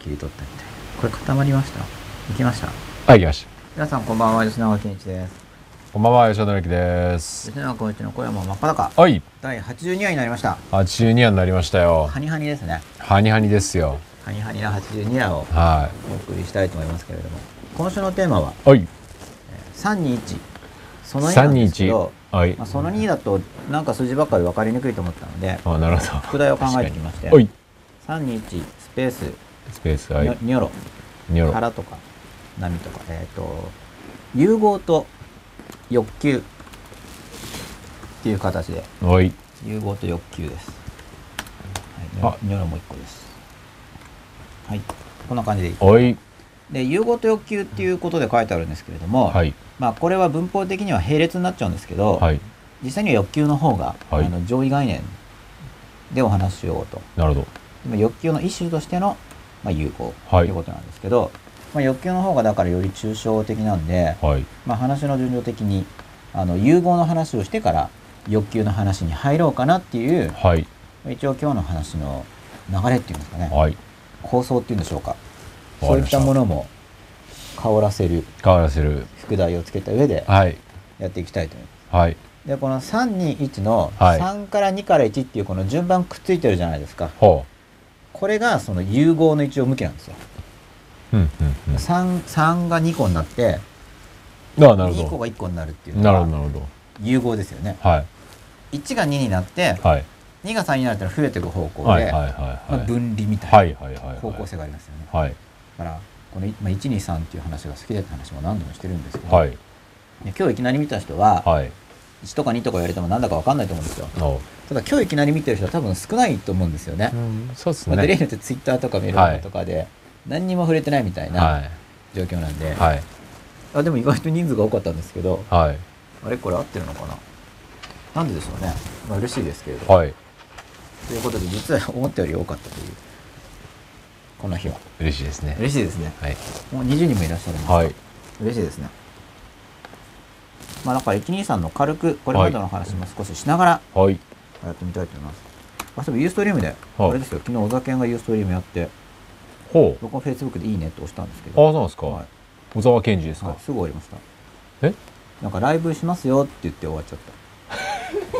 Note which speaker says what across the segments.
Speaker 1: 切り取ったみたいこれ固まりましたいきました
Speaker 2: はい、行きました。
Speaker 1: 皆さんこんばんは吉永健一です
Speaker 2: こんばんは、吉田典之です。
Speaker 1: 吉永健一の声も真っ裸
Speaker 2: はい、
Speaker 1: 第82話になりました
Speaker 2: 82話になりましたよ。
Speaker 1: ハニハニですね
Speaker 2: ハニハニですよ。
Speaker 1: ハニハニな82話を
Speaker 2: は。
Speaker 1: お送りしたいと思いますけれども今週のテーマはい
Speaker 2: はい。
Speaker 1: 321その2なんですけ
Speaker 2: 321
Speaker 1: ど、。
Speaker 2: はい
Speaker 1: まあ、。その2だとなんか数字ばっかり分かりにくいと思ったので
Speaker 2: あ、なるほ
Speaker 1: 副題を考えてきまして
Speaker 2: ど。はい。
Speaker 1: 321スペース
Speaker 2: スペース、は
Speaker 1: ニョ
Speaker 2: い。
Speaker 1: ニョロ
Speaker 2: ニョロ。
Speaker 1: 腹とか波とかえっ、と融合と欲求っていう形で
Speaker 2: はい。
Speaker 1: 融合と欲求です、は
Speaker 2: あ
Speaker 1: い、ニョロニョロもう一個ですはいこんな感じでいい
Speaker 2: はい。
Speaker 1: で融合と欲求っていうことで書いてあるんですけれども、
Speaker 2: はい。
Speaker 1: まあこれは文法的には並列になっちゃうんですけど、
Speaker 2: はい。
Speaker 1: 実際には欲求の方が、
Speaker 2: はい
Speaker 1: あの上位概念でお話ししようと
Speaker 2: なるほ
Speaker 1: まあ欲求の一種としての、まあ、有効
Speaker 2: はい
Speaker 1: ということなんですけど、まあ、欲求の方がだからより抽象的なんで、
Speaker 2: ど。はい。
Speaker 1: まあ、話の順序的にあの融合の話をしてから欲求の話に入ろうかなっていう
Speaker 2: はい。
Speaker 1: 一応今日の話の流れっていうんですかね、
Speaker 2: はい。
Speaker 1: 構想っていうんでしょうか
Speaker 2: わか
Speaker 1: そ
Speaker 2: り
Speaker 1: うい
Speaker 2: ま
Speaker 1: っ
Speaker 2: した
Speaker 1: たものも香らせる
Speaker 2: 変わらせる。
Speaker 1: 副題をつけた上で
Speaker 2: はい。
Speaker 1: やっていきたいと思います。
Speaker 2: はい。
Speaker 1: でこの321の
Speaker 2: はい
Speaker 1: 3から2から1っていうこの順番くっついてるじゃないですか、
Speaker 2: ほ
Speaker 1: これがその融合の一応向きなんですよ
Speaker 2: う。うん。うん。うん。
Speaker 1: 3, 3が2個になって
Speaker 2: あ、なる
Speaker 1: 2個
Speaker 2: ほ
Speaker 1: が1個になるっていう
Speaker 2: ど。な
Speaker 1: の
Speaker 2: るほど。
Speaker 1: が
Speaker 2: なるほど。
Speaker 1: 融合ですよね
Speaker 2: はい。
Speaker 1: 1が2になって
Speaker 2: はい。
Speaker 1: 2が3になるってのは増えていく方向で、
Speaker 2: はい。はい。
Speaker 1: まあ
Speaker 2: はい。
Speaker 1: 分離みた
Speaker 2: はいい。はい。は。
Speaker 1: ない方向性がありますよね、
Speaker 2: はい。
Speaker 1: だからこの、まあ、123っていう話が好きだって話も何度もしてるんですけど、
Speaker 2: はい。
Speaker 1: ね今日いきなり見た人は
Speaker 2: はい。
Speaker 1: 1とか2とか言われてもなんだか分かんないと思うんですよ
Speaker 2: お
Speaker 1: ただ今日いきなり見てる人は多分少ないと思うんですよね、
Speaker 2: うん。そうです
Speaker 1: まあ、デレー
Speaker 2: ね。
Speaker 1: ヌってツイッターとかメールとかで何にも触れてないみたいな
Speaker 2: はい。
Speaker 1: 状況なんで、
Speaker 2: はい。
Speaker 1: あでも意外と人数が多かったんですけど
Speaker 2: はい。
Speaker 1: あれこれ合ってるのかななんででしょうね、まあ、嬉しいですけれど、
Speaker 2: はい。
Speaker 1: ということで実は思ったより多かったというこの日は
Speaker 2: 嬉しいですね。
Speaker 1: 嬉しいですね
Speaker 2: はい。
Speaker 1: もう20人もいらっしゃるんです、
Speaker 2: はい。
Speaker 1: 嬉しいですねまあだから123の軽くこれまでの話も少ししながら
Speaker 2: はい。
Speaker 1: やってみたいと思います、あそういえばユーストリームであれですよ昨日小沢健がユーストリームやって
Speaker 2: ほう。
Speaker 1: 僕もフェイスブックでいいねって押したんですけ
Speaker 2: あ、
Speaker 1: ど
Speaker 2: そうなんですか。
Speaker 1: はい
Speaker 2: 小沢健二ですか。
Speaker 1: はい、すぐ終わりました
Speaker 2: え
Speaker 1: なんかライブしますよって言って終わっちゃった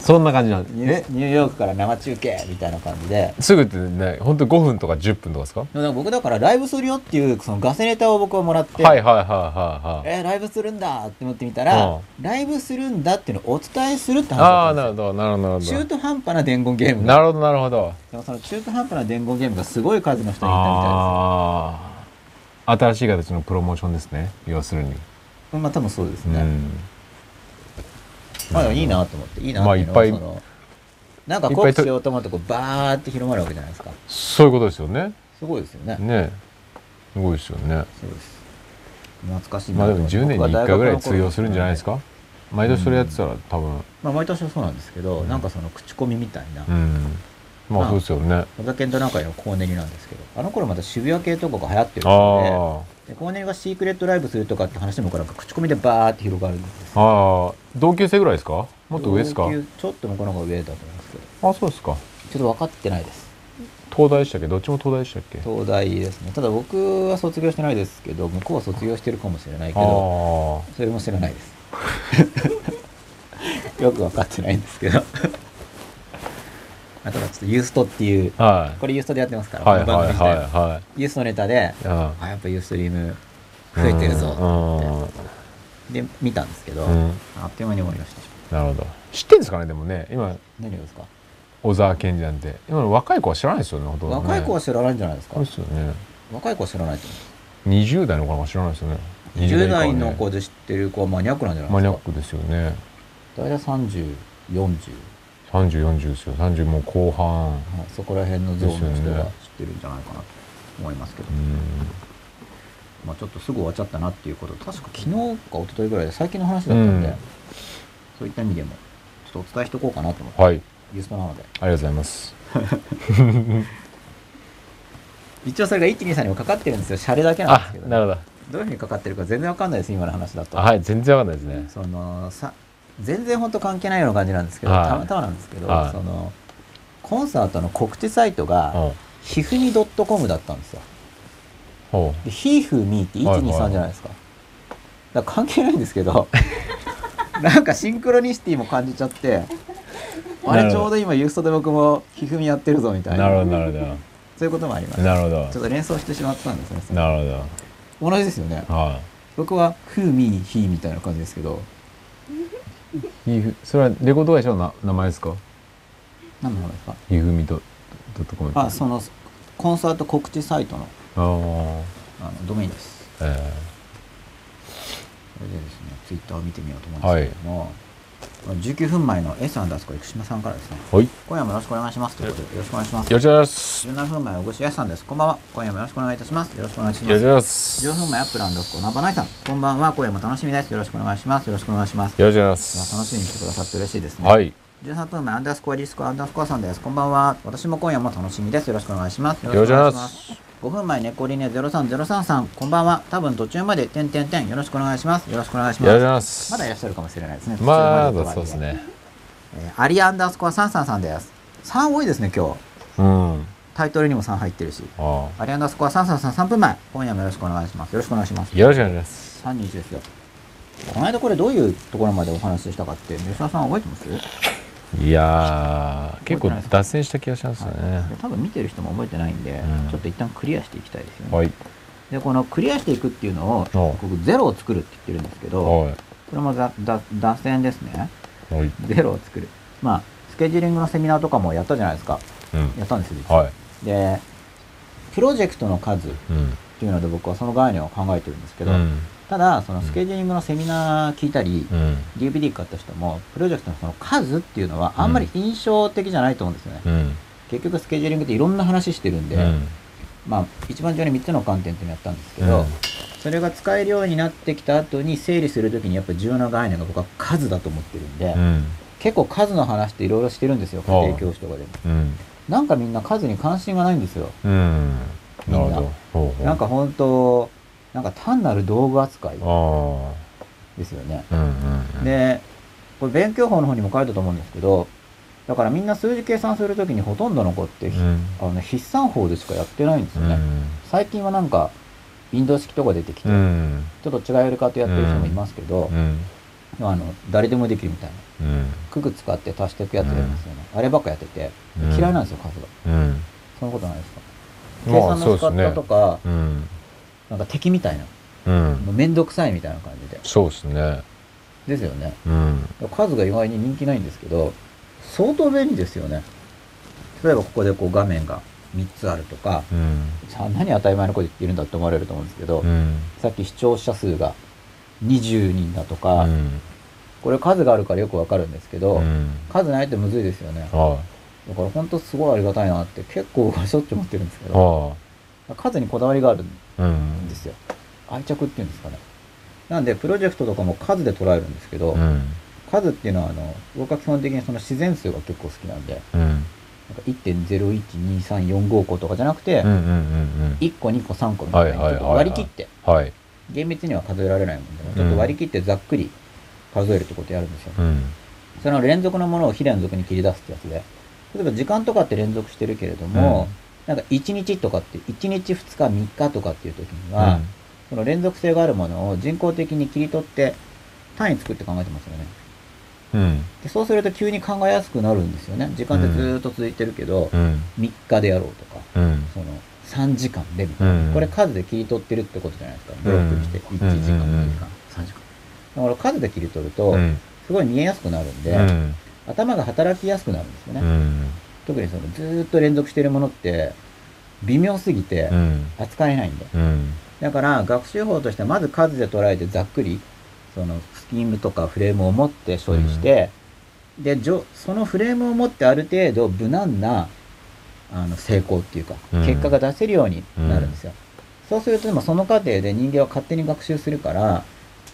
Speaker 2: そんな感じなん
Speaker 1: ニ
Speaker 2: え
Speaker 1: ュ、ニューヨークから生中継みたいな感じで。
Speaker 2: すぐってね、本当5分とか10分とかですか。
Speaker 1: でもなんか僕だからライブするよっていうそのガセネタを僕はもらって、
Speaker 2: はいはいはいはいはい。
Speaker 1: えーライブするんだって思ってみたら、
Speaker 2: うん
Speaker 1: ライブするんだっていうのをお伝えするって話
Speaker 2: あ
Speaker 1: だ
Speaker 2: あ、
Speaker 1: った
Speaker 2: なんるほど、なるほど、な
Speaker 1: で
Speaker 2: る
Speaker 1: す
Speaker 2: ほ
Speaker 1: よ中途半端な伝言ゲー
Speaker 2: ど。
Speaker 1: ム
Speaker 2: な
Speaker 1: が
Speaker 2: るほど、なるほど。
Speaker 1: でもその中途半端な伝言ゲームがすごい数の人にいたみたい
Speaker 2: ああ。新しい形のプロモーションですね。要するに。
Speaker 1: ですまあ多分そうです
Speaker 2: う
Speaker 1: ね、
Speaker 2: ん。
Speaker 1: まあでもいいなと思っていいなっていうの
Speaker 2: まあ
Speaker 1: はい
Speaker 2: っ
Speaker 1: そ
Speaker 2: ぱい
Speaker 1: のなんか
Speaker 2: いっぱ
Speaker 1: 告
Speaker 2: い
Speaker 1: 知
Speaker 2: と
Speaker 1: しようと思ってこうバーって広まるわけじゃないですか
Speaker 2: そういうことですよね。
Speaker 1: すごいですよね
Speaker 2: ね。すごいですよね。
Speaker 1: そうです懐かしいな
Speaker 2: まあ、でも10年に1回ぐらい通用するんじゃないですか。毎年それやってたら、多分。
Speaker 1: まあ、毎年はそうなんですけど、
Speaker 2: うん
Speaker 1: なんかその口コミみたいな、
Speaker 2: うん。まあ、そうですよね。
Speaker 1: 小田健となんかのコーネリなんですけどあの頃また渋谷系とかが流行ってるの
Speaker 2: ああ。
Speaker 1: ででコーネリがシークレットライブするとかって話もこうなんか口コミでバーって広がるんですよ
Speaker 2: ああ同級生ぐらいですかもっと上ですか
Speaker 1: 同級ちょっと向こうの方が上だと思いますけど
Speaker 2: あそうですか
Speaker 1: ちょっと分かってないです
Speaker 2: 東大でしたっけどっちも東大でしたっけあ
Speaker 1: 東大ですねただ僕は卒業してないですけど向こうは卒業してるかもしれないけ
Speaker 2: あ
Speaker 1: ど
Speaker 2: ー
Speaker 1: それも知らないです よく分かってないんですけど あとはちょっとユーストっていう
Speaker 2: は
Speaker 1: これユーストでやってますから、
Speaker 2: いはい
Speaker 1: この
Speaker 2: はい
Speaker 1: 番組で
Speaker 2: はいはい
Speaker 1: ユースのネタで、
Speaker 2: あ
Speaker 1: あ、やっぱユーストリーム
Speaker 2: あ
Speaker 1: 増えてる
Speaker 2: う
Speaker 1: ぞ。
Speaker 2: ん
Speaker 1: で、見たんですけど、
Speaker 2: うん
Speaker 1: あっという間に終わりました。
Speaker 2: なるほど知ってんですかねでもね今
Speaker 1: 何がですか
Speaker 2: 小沢健二なんて今の若い子は知らないですよねほとんどね
Speaker 1: 若い子は知らないんじゃないですか
Speaker 2: そうですよね
Speaker 1: 若い子は知らないと思
Speaker 2: 20代の子は知らないですよね
Speaker 1: う。10代の
Speaker 2: 以下は
Speaker 1: 子
Speaker 2: ね
Speaker 1: で知ってる子はマニアックなんじゃな
Speaker 2: マ
Speaker 1: い
Speaker 2: ニ
Speaker 1: で
Speaker 2: ア
Speaker 1: す
Speaker 2: ッ
Speaker 1: か
Speaker 2: クですよね
Speaker 1: 大体30、40、
Speaker 2: 3040ですよ30もう後半
Speaker 1: はいそこら辺のゾーンの
Speaker 2: です
Speaker 1: 人
Speaker 2: よ
Speaker 1: が知
Speaker 2: ね
Speaker 1: ってるんじゃないかなと思いますけど
Speaker 2: う、ん
Speaker 1: まあちょっとすぐ終わっちゃったなっていうこと、確か昨日か一昨日ぐらいで最近の話だったんで、
Speaker 2: うん
Speaker 1: そういった意味でも、ちょっとお伝えしておこうかなと思って、
Speaker 2: はい
Speaker 1: ユーストなので。
Speaker 2: ありがとうございます
Speaker 1: 一応それが123にもかかってるんですよ、シャレだけなんで
Speaker 2: あ
Speaker 1: すけど、
Speaker 2: なるほ
Speaker 1: どういうふうにかかってるか全然わかんないです、今の話だと。
Speaker 2: どはい全然わかんないですね
Speaker 1: そのさ全然本当関係ないような感じなんですけど、
Speaker 2: はい
Speaker 1: たまたまなんですけど、
Speaker 2: はい
Speaker 1: そのコンサートの告知サイトが、
Speaker 2: うん
Speaker 1: ひふみ .com だったんですよ。
Speaker 2: ほ
Speaker 1: で、ひふみって
Speaker 2: はいはい
Speaker 1: 123じゃないですか。だから関係ないんですけ ど、なんかシンクロニシティも感じちゃって、あ
Speaker 2: な
Speaker 1: れ
Speaker 2: る
Speaker 1: ち
Speaker 2: ほ
Speaker 1: ょ
Speaker 2: ど
Speaker 1: うど今ユーストで僕もひふみやってるぞみ
Speaker 2: う
Speaker 1: たい
Speaker 2: な
Speaker 1: な、
Speaker 2: るほどなるほ
Speaker 1: そういうこともありま
Speaker 2: ど
Speaker 1: す。
Speaker 2: なる
Speaker 1: ちょ
Speaker 2: ほど
Speaker 1: っと連想してしまったんですね。
Speaker 2: なるほ
Speaker 1: 同じですよね。
Speaker 2: どは
Speaker 1: 僕は、ふみひみたいな感じですけど、
Speaker 2: いひふそれはレコード会社のな名前ですか
Speaker 1: 何の話ですか
Speaker 2: ひふみとドットコム
Speaker 1: あ、その、コンサート告知サイトの
Speaker 2: あー
Speaker 1: あのドメインです。そ
Speaker 2: え
Speaker 1: れでですね、ツイッターを見てみようと思うんですけれども、19分前の S アンダースコ生島さんからですね、
Speaker 2: ーはいよ
Speaker 1: 今夜もよろしくお願いしますということで、よろしくお願いしま
Speaker 2: ろ
Speaker 1: す。
Speaker 2: しくお願いしますよ
Speaker 1: 17分前、おごしやすさんです。こんばんは。今夜もよろしくお願いいたします。よろしくお願いし
Speaker 2: ろ
Speaker 1: ま
Speaker 2: しくお
Speaker 1: す。
Speaker 2: 願いします
Speaker 1: 15分前、アップランドスコナンバナイさん。こんばんは。今夜も楽しみです。よろしくお願いします。よろしくお願いします。
Speaker 2: よろしくお願いしま
Speaker 1: いや
Speaker 2: す
Speaker 1: 楽しみにしてくださって嬉しいですね。
Speaker 2: はい
Speaker 1: 13分前、アンダースコアリスコアンダースコアさんです。こんばんは。私も今夜も楽しみです。よろしくお願いします。よ。
Speaker 2: ろしくお願いします
Speaker 1: 5分前、ネコリネ03033さん、こんばんは。多分途中まで、てんてんてん、よろしくお願いします。よろしくお願いし
Speaker 2: よろしくお願
Speaker 1: ま。
Speaker 2: いしますす
Speaker 1: まだいらっしゃるかもしれないですね。
Speaker 2: ま
Speaker 1: 途中
Speaker 2: だ
Speaker 1: ま
Speaker 2: そうです
Speaker 1: とはいえ。
Speaker 2: ね
Speaker 1: えーアリアンダースコア33さんです。3多いですね、今日。
Speaker 2: うん
Speaker 1: タイトルにも3入ってるし。
Speaker 2: あ
Speaker 1: アリアンダースコア3333 3分前、今夜もよろしくお願いします。よろしくお願いします
Speaker 2: ー。よろしくお願いします
Speaker 1: 321ですよ。この間これどういうところまでお話ししたかって、吉田さん覚えてます
Speaker 2: いやー結構脱線した気がしますよね
Speaker 1: はい、多分見てる人も覚えてないんで、
Speaker 2: うん
Speaker 1: ちょっと一旦クリアしていきたいですよね、
Speaker 2: はい
Speaker 1: でこのクリアしていくっていうのを
Speaker 2: お
Speaker 1: 僕ゼロを作るって言ってるんですけどこ
Speaker 2: は
Speaker 1: れもざだ脱線ですね
Speaker 2: いはい
Speaker 1: ゼロを作るまあスケジューリングのセミナーとかもやったじゃないですか
Speaker 2: うん
Speaker 1: やったんですよ実は
Speaker 2: はい
Speaker 1: でプロジェクトの数っ
Speaker 2: うん
Speaker 1: ていうので僕はその概念を考えてるんですけど、
Speaker 2: うん
Speaker 1: ただそのスケジューリングのセミナー聞いたり、
Speaker 2: うん
Speaker 1: DVD 買った人もプロジェクトのその数っていうのはあんまり印象的じゃないと思うんですよね、
Speaker 2: うん
Speaker 1: 結局スケジューリングっていろんな話してるんで、
Speaker 2: うん
Speaker 1: まあ、一番上に3つの観点っていうのをやったんですけど、
Speaker 2: うん
Speaker 1: それが使えるようになってきた後に整理するときにやっぱ重要な概念が僕は数だと思ってるんで、
Speaker 2: うん
Speaker 1: 結構数の話っていろいろしてるんですよ家庭教師とかでも
Speaker 2: うん
Speaker 1: なんかみんな数に関心がないんですよ
Speaker 2: うんなるほどほうほう
Speaker 1: なんか本当なんか単なる道具扱い
Speaker 2: あ
Speaker 1: ですよね
Speaker 2: あうんうんうん
Speaker 1: でこれ勉強法の方にも書いたと思うんですけどだからみんな数字計算するときにほとんどの子って、
Speaker 2: うん
Speaker 1: あのね筆算法でしかやってないんです
Speaker 2: う
Speaker 1: よね、
Speaker 2: ん
Speaker 1: 最近はなんかインド式とか出てきて、
Speaker 2: うん
Speaker 1: ちょっと違うやり方やってる人もいますけど
Speaker 2: う、ん
Speaker 1: あの誰でもできるみたいな
Speaker 2: うん
Speaker 1: 九九使って足していくやつやりますよね、あればっかやってて
Speaker 2: うん
Speaker 1: 嫌いなんですよ数が
Speaker 2: うん
Speaker 1: そんなことないですか計
Speaker 2: まあ
Speaker 1: 算
Speaker 2: そ
Speaker 1: の
Speaker 2: う
Speaker 1: 仕
Speaker 2: です
Speaker 1: 方
Speaker 2: ね
Speaker 1: とか、
Speaker 2: うん
Speaker 1: なんか敵みたいな
Speaker 2: うん
Speaker 1: もう面倒くさいみたいな感じで
Speaker 2: そうですね
Speaker 1: ですよね
Speaker 2: うん
Speaker 1: 数が意外に人気ないんですけど相当便利ですよね例えばここでこう画面が3つあるとか
Speaker 2: うん
Speaker 1: さあ何当たり前のこと言ってるんだって思われると思うんですけど、
Speaker 2: うん
Speaker 1: さっき視聴者数が20人だとか、
Speaker 2: うん
Speaker 1: これ数があるからよくわかるんですけど、
Speaker 2: うん
Speaker 1: 数ないってむずいですよね。
Speaker 2: は
Speaker 1: だから本当すごいありがたいなって結構僕はしょっちゅう思ってるんですけ
Speaker 2: い
Speaker 1: ど、
Speaker 2: は
Speaker 1: 数にこだわりがあるん
Speaker 2: いうん
Speaker 1: ですよ。愛着っていうんですかね。なんでプロジェクトとかも数で捉えるんですけど、
Speaker 2: うん
Speaker 1: 数っていうのはあの、僕は基本的にその自然数が結構好きなんで、なんか
Speaker 2: うん
Speaker 1: 1.0123455個とかじゃなくて、
Speaker 2: うんうんうん
Speaker 1: 1個2個3個みたいな、
Speaker 2: はいは
Speaker 1: ち
Speaker 2: いはいはい
Speaker 1: ょっと割り切って、
Speaker 2: うんはい
Speaker 1: 厳密には数えられないもんでも、ちょっと割り切ってざっくり数えるってことやるんですよ。
Speaker 2: うん
Speaker 1: その連続のものを非連続に切り出すってやつで、例えば時間とかって連続してるけれども、なんか1日とかって、1日2日3日とかっていう時には、その連続性があるものを人工的に切り取って、単位作って考えてますよね。
Speaker 2: うん
Speaker 1: でそうすると急に考えやすくなるんですよね。時間ってずーっと続いてるけど、
Speaker 2: うん
Speaker 1: 3日でやろうとか、
Speaker 2: うん
Speaker 1: その3時間でみたいな。
Speaker 2: うん
Speaker 1: これ数で切り取ってるってことじゃないですか。ブロックにして、
Speaker 2: うん
Speaker 1: 1時間、
Speaker 2: うん
Speaker 1: 2時間、3時間。だから数で切り取ると
Speaker 2: う、ん
Speaker 1: すごい見えやすくなるんで、
Speaker 2: うん
Speaker 1: 頭が働きやすくなるんですよね。
Speaker 2: うん
Speaker 1: 特にそのずーっと連続してるものって微妙すぎて
Speaker 2: うん
Speaker 1: 扱えないんで、
Speaker 2: うん
Speaker 1: だから学習法としてまず数で捉えてざっくりそのスキームとかフレームを持って処理して、でじょそのフレームを持ってある程度無難なあの成功っていうか、
Speaker 2: うん
Speaker 1: 結果が出せるようになるんですよ、そうするとでもその過程で人間は勝手に学習するから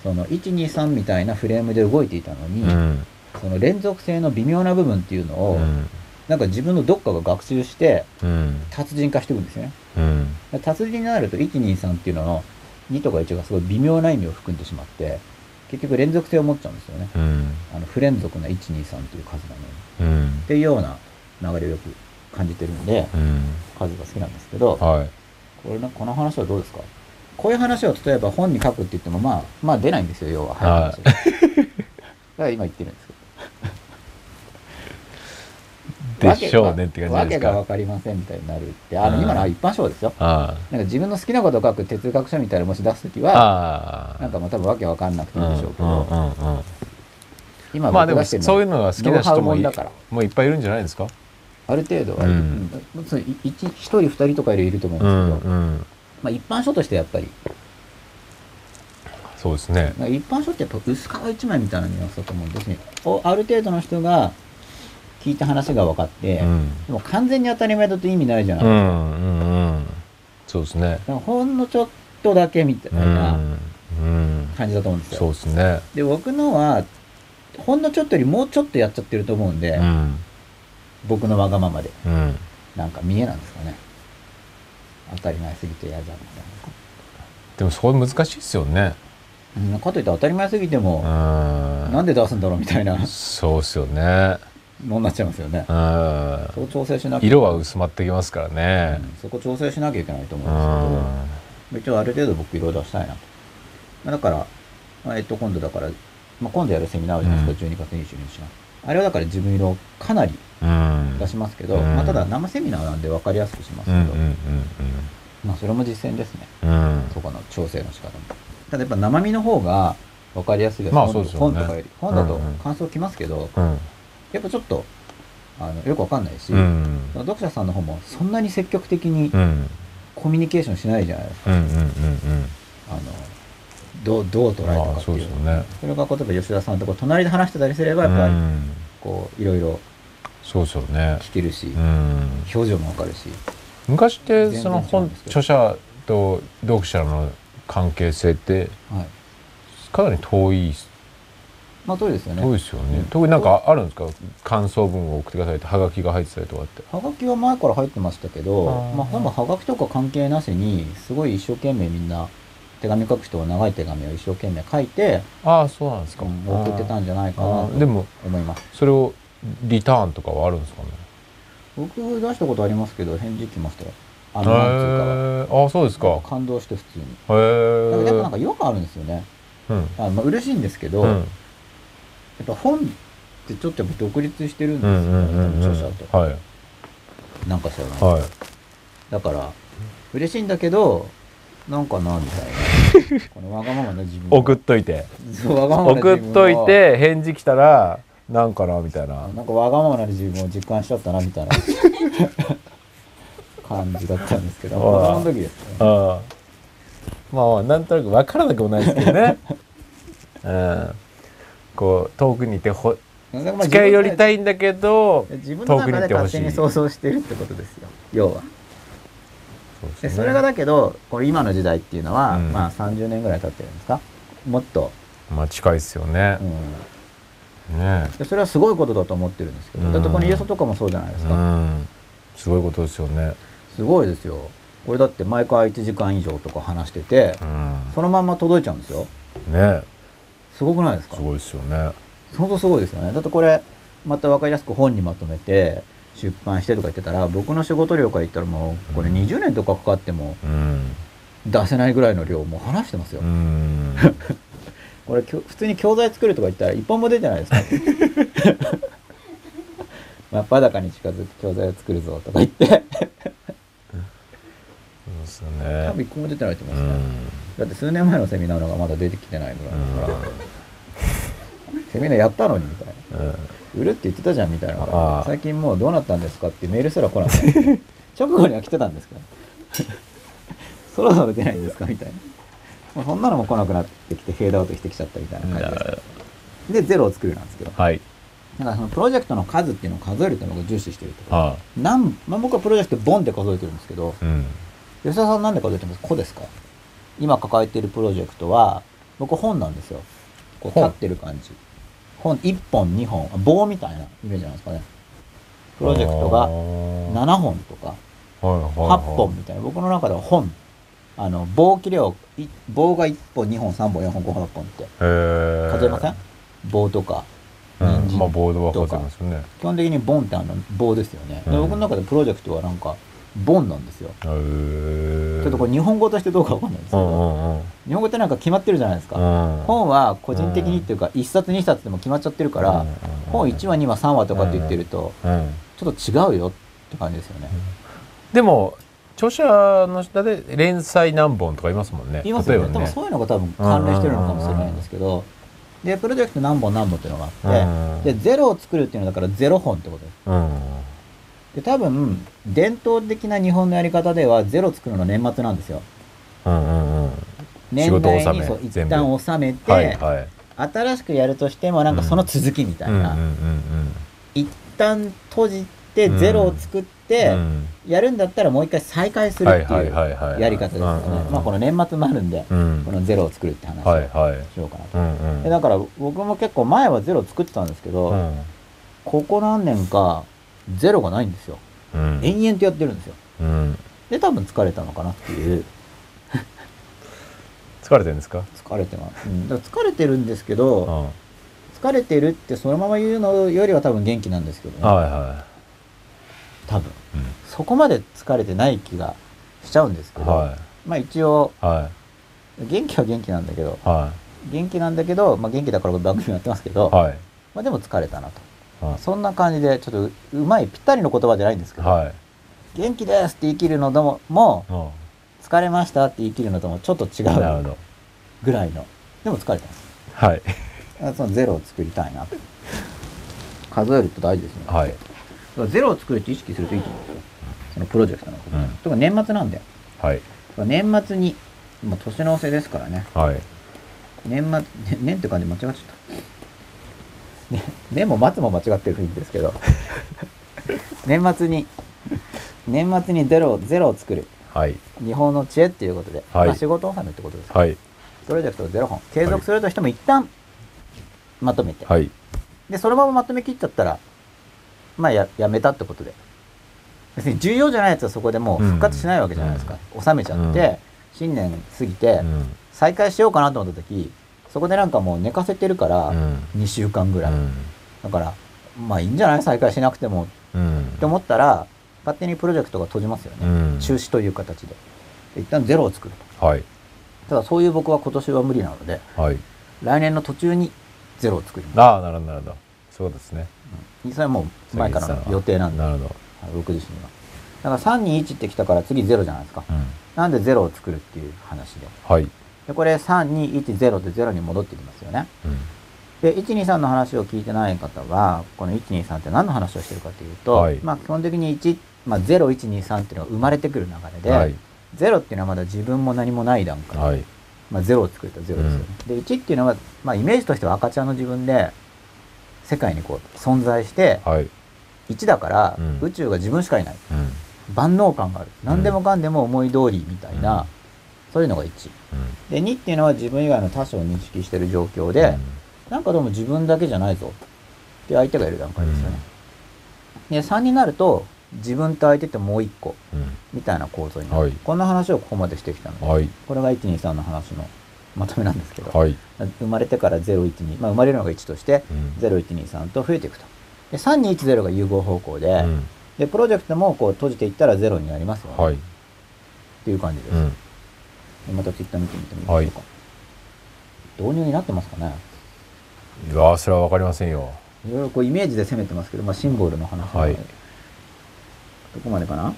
Speaker 1: その123みたいなフレームで動いていたのに、
Speaker 2: うん
Speaker 1: その連続性の微妙な部分っていうのを、
Speaker 2: うん
Speaker 1: なんか自分のどっかが学習して
Speaker 2: うん
Speaker 1: 達人化していくんですよね。
Speaker 2: うん
Speaker 1: で達人になると123っていうのの2とか1がすごい微妙な意味を含んでしまって、結局連続性を持っちゃうんですよね。
Speaker 2: うん
Speaker 1: あの不連続な123っていう数なのに。
Speaker 2: うん
Speaker 1: っていうような流れをよく感じてるんで、
Speaker 2: うん。
Speaker 1: 数が好きなんですけど、こ
Speaker 2: はい。
Speaker 1: れなこの話はどうですかこういう話を例えば本に書くって言っても、まあ、まあ出ないんですよ、要は。早
Speaker 2: はい
Speaker 1: い話が だから今言ってるんですけど。
Speaker 2: でしょうねって感じ
Speaker 1: わ
Speaker 2: で
Speaker 1: け
Speaker 2: す
Speaker 1: がわ。け
Speaker 2: か
Speaker 1: がわかりませんみたいになるって、あの、
Speaker 2: うん
Speaker 1: 今のは一般賞ですよ。
Speaker 2: あ
Speaker 1: なんか自分の好きなことを書く哲学書みたいなのもし出すとき
Speaker 2: あ。
Speaker 1: は、
Speaker 2: ああ。
Speaker 1: なんかまあ多分わけわかんなくて
Speaker 2: う
Speaker 1: いいん
Speaker 2: ん
Speaker 1: でし
Speaker 2: うん
Speaker 1: ょうけど、
Speaker 2: うんうん。
Speaker 1: 今
Speaker 2: まあで
Speaker 1: 僕
Speaker 2: も
Speaker 1: 出してる
Speaker 2: そういうのが好き
Speaker 1: ノ
Speaker 2: な人もい
Speaker 1: ウハウもんだから
Speaker 2: もういっぱいいるんじゃないですか。
Speaker 1: ある程度は、う
Speaker 2: うんん、
Speaker 1: そうい一一人二人とかよりいると思うんですけど、
Speaker 2: うん。
Speaker 1: まあ一般書としてやっぱり、
Speaker 2: そうですね。
Speaker 1: なんか一般書ってやっぱ薄皮一枚みたいなニュアンスだと思うんですね。おある程度の人が聞いた話が分かって、
Speaker 2: うん。
Speaker 1: でも完全に当たり前だと意味ないじゃない。
Speaker 2: う
Speaker 1: だか
Speaker 2: んうんうん。そうですね。。
Speaker 1: らほんのちょっとだけみたいうなん
Speaker 2: うん。
Speaker 1: 感じだと思うんですよ。
Speaker 2: そうですね。
Speaker 1: で、僕のは、ほんのちょっとよりもうちょっとやっちゃってると思うんで、
Speaker 2: うん。
Speaker 1: 僕のわがままで。
Speaker 2: うん。
Speaker 1: なんか見えなんですかね。当たり前すぎて嫌じゃんみたい
Speaker 2: でもそこ難しいですよね。
Speaker 1: なうん。かといって当たり前すぎて
Speaker 2: う
Speaker 1: も、なん
Speaker 2: ん。
Speaker 1: で出すんだろうみたいな
Speaker 2: そうですよね。
Speaker 1: のになっちゃいますよね
Speaker 2: う。ん
Speaker 1: そ。こ調整しなきゃ
Speaker 2: 色は薄まってきますからね。
Speaker 1: うんそこ調整しなきゃいけないと思
Speaker 2: う
Speaker 1: うんですけど。
Speaker 2: ん。
Speaker 1: 一応ある程度僕色々出したいなと。まあだから、まあえっと、今度だから、まあ、今度やるセミナーあるじゃないですか、12月22日の。あれはだから自分色をかなり
Speaker 2: うん。
Speaker 1: 出しますけど、
Speaker 2: うん
Speaker 1: まあ、ただ生セミナーなんで分かりやすくします
Speaker 2: う
Speaker 1: け
Speaker 2: ん
Speaker 1: ど、
Speaker 2: うん
Speaker 1: まあ、それも実践ですね。
Speaker 2: うんうん。
Speaker 1: そこの調整の仕方も。ただやっぱ生身の方が分かりやすいです
Speaker 2: まあ
Speaker 1: 本
Speaker 2: そうですよね
Speaker 1: 本とかより。本だと
Speaker 2: うんうん
Speaker 1: 感想きますけど、
Speaker 2: うん。
Speaker 1: やっぱちょっと、あの、よく分かんないし、
Speaker 2: うん。
Speaker 1: 読者さんの方もそんなに積極的に
Speaker 2: うん。
Speaker 1: コミュニケーションしないじゃないですか。
Speaker 2: うんうんうん
Speaker 1: あの、どう、どう捉
Speaker 2: うん。
Speaker 1: えた
Speaker 2: ま
Speaker 1: か
Speaker 2: あ
Speaker 1: って
Speaker 2: そ
Speaker 1: いうう。
Speaker 2: ですよね。
Speaker 1: それが例えば吉田さんとこう隣で話してたりすれば
Speaker 2: う
Speaker 1: やっぱり
Speaker 2: ん。
Speaker 1: こういろいろ
Speaker 2: そうですよね。
Speaker 1: 聞けるし、
Speaker 2: うん。
Speaker 1: 表情もわかるし
Speaker 2: 昔ってその
Speaker 1: 全然違う
Speaker 2: 本
Speaker 1: んですけど
Speaker 2: 著者と読者の関係性って
Speaker 1: はい
Speaker 2: かなり遠い
Speaker 1: まあそうですよね
Speaker 2: 遠いですよね、
Speaker 1: うん
Speaker 2: 特になんかあるんですか感想文を送ってくださいってハガキが入ってたりとかって
Speaker 1: はがきは前から入ってましたけど
Speaker 2: あー
Speaker 1: まあほぼはがきとか関係なしにすごい一生懸命みんな手紙書く人は長い手紙を一生懸命書いて、
Speaker 2: ああそうなんですか、
Speaker 1: うん送ってたんじゃないか
Speaker 2: あ
Speaker 1: な
Speaker 2: あ
Speaker 1: と
Speaker 2: でも
Speaker 1: 思います
Speaker 2: それをリターンとかはあるんですかね
Speaker 1: 僕出したことありますけど返事来ましたよあ
Speaker 2: へ
Speaker 1: のなんつうかは
Speaker 2: えああそうですかへ
Speaker 1: 感動して普通に
Speaker 2: え
Speaker 1: だからやっぱなんかよくあるんですよね
Speaker 2: うん
Speaker 1: あまあ嬉しいんですけど、
Speaker 2: う
Speaker 1: や
Speaker 2: ん
Speaker 1: っぱ本ってちょっとやっぱ独立してるんです
Speaker 2: う
Speaker 1: よ
Speaker 2: んうんう
Speaker 1: ね、多分
Speaker 2: んうん
Speaker 1: 著者と。
Speaker 2: はい
Speaker 1: なんか知らない。
Speaker 2: はい
Speaker 1: だから、嬉しいんだけど、なんかな、みたい な。このわがままな自分を。
Speaker 2: 送っといて
Speaker 1: そう わがままな
Speaker 2: 送
Speaker 1: 自
Speaker 2: っ
Speaker 1: 分を
Speaker 2: とい。て返事来たらなんかなみたいな
Speaker 1: なんかわがままな自分を実感しちゃったな、み たいな感じだったんですけど、
Speaker 2: ほ
Speaker 1: 子
Speaker 2: ら
Speaker 1: 供の時ですね。
Speaker 2: ああまあまあなんとなく分からなくもないですけどね、 うん、こう遠くにいてほ
Speaker 1: なんか
Speaker 2: 近寄り
Speaker 1: い。
Speaker 2: たいんだけど
Speaker 1: 自分の
Speaker 2: 遠くに
Speaker 1: 中
Speaker 2: い
Speaker 1: で
Speaker 2: てほ
Speaker 1: 勝
Speaker 2: し
Speaker 1: 手
Speaker 2: い
Speaker 1: に想像してるってことですよ。要は。
Speaker 2: そう
Speaker 1: で
Speaker 2: ですね
Speaker 1: それがだけど、これ今の時代っていうのは、
Speaker 2: うん
Speaker 1: まあ30年ぐらい経ってるんですかもっと、
Speaker 2: まあ近いですよね
Speaker 1: う、ん、
Speaker 2: ね
Speaker 1: でそれはすごいことだと思ってるんですけど、
Speaker 2: うん
Speaker 1: だってこの家とかもそうじゃないです
Speaker 2: う
Speaker 1: か、
Speaker 2: んすごいことですよね
Speaker 1: すごいですよこれだって毎回1時間以上とか話してて
Speaker 2: うん
Speaker 1: そのまんま届いちゃうんですよ
Speaker 2: ね
Speaker 1: すごくないですか
Speaker 2: すごいですよね
Speaker 1: 相当すごいですよねだってこれまた分かりやすく本にまとめて出版してとか言ってたら僕の仕事量から言ったらもうこれ
Speaker 2: うん
Speaker 1: 20年とかかかっても
Speaker 2: うん
Speaker 1: 出せないぐらいの量もう話してますよ、
Speaker 2: うん
Speaker 1: これきょ普通に教材作るとか言ったら一本も出てないですか 真っ裸に近づく教材を作るぞとか言って
Speaker 2: そうですよ
Speaker 1: 多分
Speaker 2: ね
Speaker 1: 一個も出てないと思
Speaker 2: う
Speaker 1: いますね、
Speaker 2: ん
Speaker 1: だって数年前のセミナーのがまだ出てきてないぐらいだから、
Speaker 2: う
Speaker 1: セミナーやったのにみたいな。
Speaker 2: ん
Speaker 1: 売るって言ってたじゃんみたいなの
Speaker 2: あ
Speaker 1: が
Speaker 2: あ
Speaker 1: 最近もうどうなったんですかってメールすら来なくて、 直後には来てたんですけど、 そろそろ出ないんですかみたいな。もうそんなのも来なくなってきて、フェードアウトしてきちゃったみたいな感じです。で、ゼロを作るなんですけど、だ
Speaker 2: はい
Speaker 1: からそのプロジェクトの数っていうのを数えるっていうのを僕重視してるとか、
Speaker 2: あ
Speaker 1: なんまあ、僕はプロジェクトボンって数えてるんですけど、
Speaker 2: あうん
Speaker 1: 吉田さんなんで数えてますか個ですか今抱えてるプロジェクトは、僕本なんですよ。こう
Speaker 2: 本
Speaker 1: 立ってる感じ。本1本、2本、あ棒みたいなイメージなんですかね。プロジェクト
Speaker 2: あ
Speaker 1: が
Speaker 2: ーはい
Speaker 1: 7本とか
Speaker 2: はいはい
Speaker 1: 8本みたいな。僕の中では本。あの、棒切れを、い棒が1本、2本、3本、4本、5本、6本って
Speaker 2: へえ
Speaker 1: 数えません棒とか、
Speaker 2: うん
Speaker 1: 人
Speaker 2: まあ
Speaker 1: 参
Speaker 2: ボードは掘ってますよね
Speaker 1: 基本的にボンってあの棒ですよね、で
Speaker 2: うん
Speaker 1: 僕の中でプロジェクトはなんかボンなんですよ
Speaker 2: へー
Speaker 1: ちょっとこれ日本語としてどうかわかんないですけ
Speaker 2: う
Speaker 1: ど、
Speaker 2: んうんうん
Speaker 1: 日本語ってなんか決まってるじゃないですか、
Speaker 2: 本
Speaker 1: 本は個人的にっていうか1冊2冊でも決まっちゃってるから、本1話2話3話とかって言ってるとちょっと違うよって感じですよね、
Speaker 2: でも著者の下で連載何本とかいますもんね
Speaker 1: 言いますよね多
Speaker 2: 例えば
Speaker 1: 分そういうのが多分関連してるのかもしれないんですけど、でプロジェクト何本何本っていうのがあ
Speaker 2: うん
Speaker 1: って、でゼロを作るっていうのはだからゼロ本ってことです
Speaker 2: うん
Speaker 1: で多分伝統的な日本のやり方ではゼロ作るの年末なんですよ
Speaker 2: うんうんうん
Speaker 1: 年
Speaker 2: 仕事納め
Speaker 1: 内にそう一
Speaker 2: 全部
Speaker 1: 旦収めて、
Speaker 2: はいはい
Speaker 1: 新しくやるとしてもなんかその続きみたいな、
Speaker 2: うんうん
Speaker 1: 一旦閉じて
Speaker 2: うん
Speaker 1: ゼロを作っ
Speaker 2: う
Speaker 1: て、
Speaker 2: ん
Speaker 1: やるんだったらもう一回再開す
Speaker 2: うん
Speaker 1: る
Speaker 2: はい
Speaker 1: って
Speaker 2: はいいうはいはい
Speaker 1: やり方ですよね、まあこの年末もあるんで、
Speaker 2: うん
Speaker 1: このゼロを作るって話を
Speaker 2: はいはい
Speaker 1: しようかなと、
Speaker 2: うんうん
Speaker 1: でだから僕も結構前はゼロ作ってたんですけど、
Speaker 2: うん
Speaker 1: ここ何年かゼロがないんですよ
Speaker 2: うん
Speaker 1: 延々とやってるんですよ
Speaker 2: うん
Speaker 1: で多分疲れたのかなっていう
Speaker 2: 疲れてるんですか
Speaker 1: 疲れてます、うん、だから疲れてるんですけど、
Speaker 2: うんはい
Speaker 1: 疲れてるってそのまま言うのよりは多分元気なんですけどね
Speaker 2: は
Speaker 1: 多分
Speaker 2: いうん
Speaker 1: そこまで疲れてない気がしちゃうんですけど、
Speaker 2: は
Speaker 1: まあ一応
Speaker 2: いは
Speaker 1: 元気は元気なんだけど
Speaker 2: いは
Speaker 1: 元気なんだけど、まあ、元気だから番組やってますけど、
Speaker 2: いはい
Speaker 1: まあ、でも疲れたなと
Speaker 2: はい
Speaker 1: そんな感じでちょっとううまいぴったりの言葉じゃないんですけど、
Speaker 2: はい
Speaker 1: 元気ですって言い切るのともも
Speaker 2: うん
Speaker 1: 疲れましたって言い切るのともちょっと違
Speaker 2: なるほ
Speaker 1: う
Speaker 2: ど
Speaker 1: ぐらいのでも疲れたんです
Speaker 2: はい
Speaker 1: あそのゼロを作りたいなと数えると大事ですね
Speaker 2: はい
Speaker 1: だからゼロを作るって意識するといいと思うんですよ。そのプロジェクトのこと、
Speaker 2: うん
Speaker 1: とか年末なんだよ。
Speaker 2: はい
Speaker 1: だから年末に、まあ、年の瀬ですからね。
Speaker 2: はい
Speaker 1: 年末、ね年って感じ間違っちゃった。ね、年も末も間違ってる雰囲気ですけど。 年末に、年末にゼロを、ゼロを作る。
Speaker 2: はい
Speaker 1: 日本の知恵っていうことで、
Speaker 2: はい
Speaker 1: まあ仕事納めってことです。
Speaker 2: はい
Speaker 1: プロジェクトをゼロ本。継続するとしても一旦、まとめて。
Speaker 2: はい
Speaker 1: で、そのまままとめきっちゃったら、まあや、やめたってことで。別に重要じゃないやつはそこでもう復活しないわけじゃないですか。収めちゃって、
Speaker 2: うん
Speaker 1: 新年過ぎて
Speaker 2: う、ん
Speaker 1: 再開しようかなと思った時、そこでなんかもう寝かせてるから
Speaker 2: う、ん
Speaker 1: 2週間ぐらい。
Speaker 2: う
Speaker 1: だから、まあいいんじゃない再開しなくても
Speaker 2: ん
Speaker 1: って思ったら、勝手にプロジェクトが閉じますよ
Speaker 2: う
Speaker 1: ね。
Speaker 2: ん
Speaker 1: 中止という形で。で一旦ゼロを作ると。
Speaker 2: はい
Speaker 1: ただそういう僕は今年は無理なので、
Speaker 2: はい
Speaker 1: 来年の途中にゼロを作りま
Speaker 2: ああなるほどなるほどそういうことですね
Speaker 1: す。それはもう前からの予定なんで。
Speaker 2: なるほど
Speaker 1: はい僕自身は。だから321ってきたから次0じゃないですか。
Speaker 2: うん
Speaker 1: なんで0を作るっていう話で。
Speaker 2: はい
Speaker 1: で、これ3210で0に戻ってきますよね。
Speaker 2: うん
Speaker 1: で、123の話を聞いてない方は、この123って何の話をしてるかというと、
Speaker 2: はい
Speaker 1: まあ基本的に1、まあ0123っていうのが生まれてくる流れで、
Speaker 2: はい
Speaker 1: 0っていうのはまだ自分も何もない段階。
Speaker 2: はい
Speaker 1: まあ0を作ると0ですよね。で、1っていうのは、まあイメージとしては赤ちゃんの自分で、世界にこう存在して、
Speaker 2: はい
Speaker 1: 1だから
Speaker 2: うん
Speaker 1: 宇宙が自分しかいない。
Speaker 2: うん
Speaker 1: 万能感がある。
Speaker 2: ん
Speaker 1: 何でもかんでも思い通りみたいな、
Speaker 2: うん
Speaker 1: そういうのが1。
Speaker 2: うん
Speaker 1: で、2っていうのは自分以外の他者を認識してる状況で、なんかでも自分だけじゃないぞっていう相手がいる段階ですよね。で、3になると、自分と相手ってもう1個
Speaker 2: うん
Speaker 1: みたいな構造になる。
Speaker 2: はい
Speaker 1: こんな話をここまでしてきたので、
Speaker 2: はい
Speaker 1: これが123の話のまとめなんですけど、
Speaker 2: はい
Speaker 1: 生まれてから012、まあ生まれるのが1として、
Speaker 2: うん
Speaker 1: 0123と増えていくと。で、3210が融合方向で、
Speaker 2: うん
Speaker 1: で、プロジェクトもこう閉じていったらゼロになりますよね。
Speaker 2: はい
Speaker 1: っていう感じです。
Speaker 2: うん
Speaker 1: またツイッター見てみてもいいでしょうか。導入になってますかね
Speaker 2: いやそれはわかりませんよ
Speaker 1: いろいろこうイメージで攻めてますけど、まあシンボルの話なので
Speaker 2: はい
Speaker 1: どこまでかな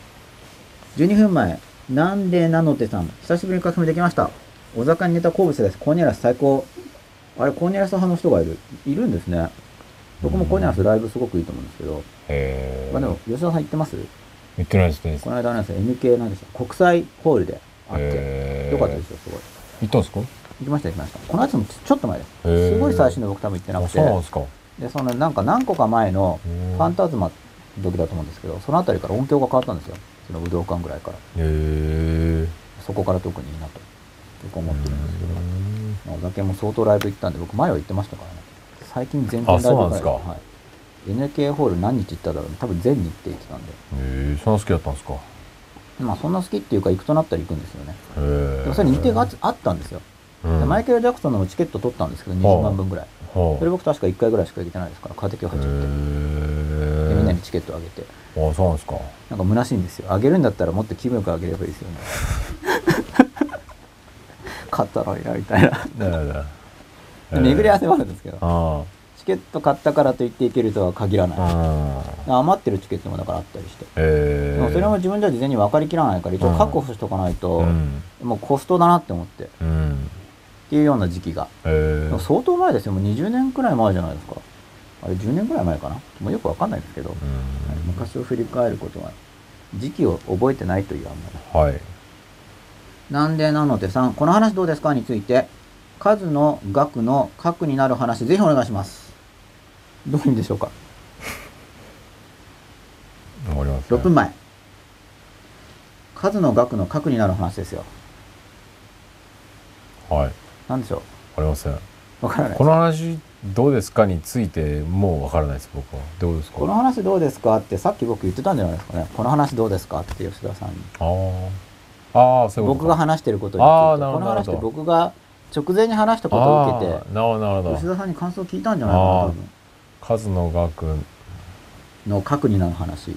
Speaker 1: ?12 分前。なんでなのてさん。久しぶりに書き込みできました。お魚に寝た好物です。コーニャラス最高。あれ、コーニャラス派の人がいる。いるんですね。僕もコーニャラスライブすごくいいと思うんですけど。
Speaker 2: へえ
Speaker 1: まあでも、吉田さん行ってます
Speaker 2: 言ってないですね
Speaker 1: この間のやつ NK なんでした国際ホールであって。
Speaker 2: へえ
Speaker 1: よかったですよ、すごい。
Speaker 2: 行ったんですか
Speaker 1: 行きました行きましたこのやつもちょっと前です
Speaker 2: へー
Speaker 1: すごい最新の僕多分行ってな
Speaker 2: あ
Speaker 1: く
Speaker 2: そうなんで
Speaker 1: て
Speaker 2: すか
Speaker 1: でそのなんか何個か前の
Speaker 2: う
Speaker 1: フ
Speaker 2: ん
Speaker 1: ァンタズマ時だと思うんですけどその辺りから音響が変わったんですよその武道館ぐらいから
Speaker 2: へえ
Speaker 1: そこから特にいいなと僕は思ってるんですけど、まあお酒も相当ライブ行ったんで僕前は行ってましたからね最近全然ライ
Speaker 2: あ
Speaker 1: ブ
Speaker 2: そうなんですか
Speaker 1: はい NK ホール何日行っただろう多分全日程行ってたんで
Speaker 2: へえそんな好きだったんですかへ
Speaker 1: まあそんな好きっていうか行くとなったら行くんですよね
Speaker 2: え
Speaker 1: でもそれ日程があつあったんですよ
Speaker 2: うん
Speaker 1: でマイケル・ジャクソンのチケット取ったんですけど、20万分ぐらい。
Speaker 2: へほ
Speaker 1: それ僕確か1回ぐらいしか行けてないですから、カーテキを
Speaker 2: うへ
Speaker 1: 始めて。でみんなに
Speaker 2: え
Speaker 1: チケットあげて。
Speaker 2: あそうなんですか
Speaker 1: なんか虚しいんですよ。あげるんだったらもっと気分よくあげればいいです よね。買ったのにな、みたいな。
Speaker 2: だからだ
Speaker 1: で巡り合わせもあるんですけど、
Speaker 2: あ
Speaker 1: チケット買ったからといって行けるとは限ら
Speaker 2: あ
Speaker 1: ない。
Speaker 2: ああ
Speaker 1: 余ってるチケットもだからあったりして。
Speaker 2: え
Speaker 1: でもそれも自分では事前に分かりきらないから、一応確保しとかないと
Speaker 2: う、ん
Speaker 1: もうコストだなって思って。っ
Speaker 2: うん
Speaker 1: ていうような時期が。
Speaker 2: へえ
Speaker 1: でも相当前ですよ。もう20年くらい前じゃないですか。あれ10年くらい前かな。もうよくわかんないですけど。
Speaker 2: うん
Speaker 1: 昔を振り返ることは時期を覚えてないというあんまり
Speaker 2: はい
Speaker 1: なんでなのでさんこの話どうですかについて数の額の核になる話ぜひお願いしますどういうんでしょうか
Speaker 2: わかります
Speaker 1: 6分前数の額の核になる話ですよ
Speaker 2: はいわ
Speaker 1: なんでしょ
Speaker 2: かりません
Speaker 1: うわからない
Speaker 2: この話どうですかについてもうわからないです僕はどうですか
Speaker 1: この話どうですかってさっき僕言ってたんじゃないですかねこの話どうですかって吉田さんに
Speaker 2: あーあーそういうこと
Speaker 1: 僕が
Speaker 2: 話
Speaker 1: 話してることにつ
Speaker 2: あ
Speaker 1: い
Speaker 2: ー
Speaker 1: て
Speaker 2: なる
Speaker 1: こ
Speaker 2: ほ
Speaker 1: の
Speaker 2: ど
Speaker 1: 話って僕が直前に話したことを受け
Speaker 2: なるほどなる
Speaker 1: て
Speaker 2: ほ
Speaker 1: 吉
Speaker 2: ど
Speaker 1: 田さんに感想を聞いたんじゃないかな
Speaker 2: あー
Speaker 1: 多分
Speaker 2: 数の額うん
Speaker 1: の核になる話、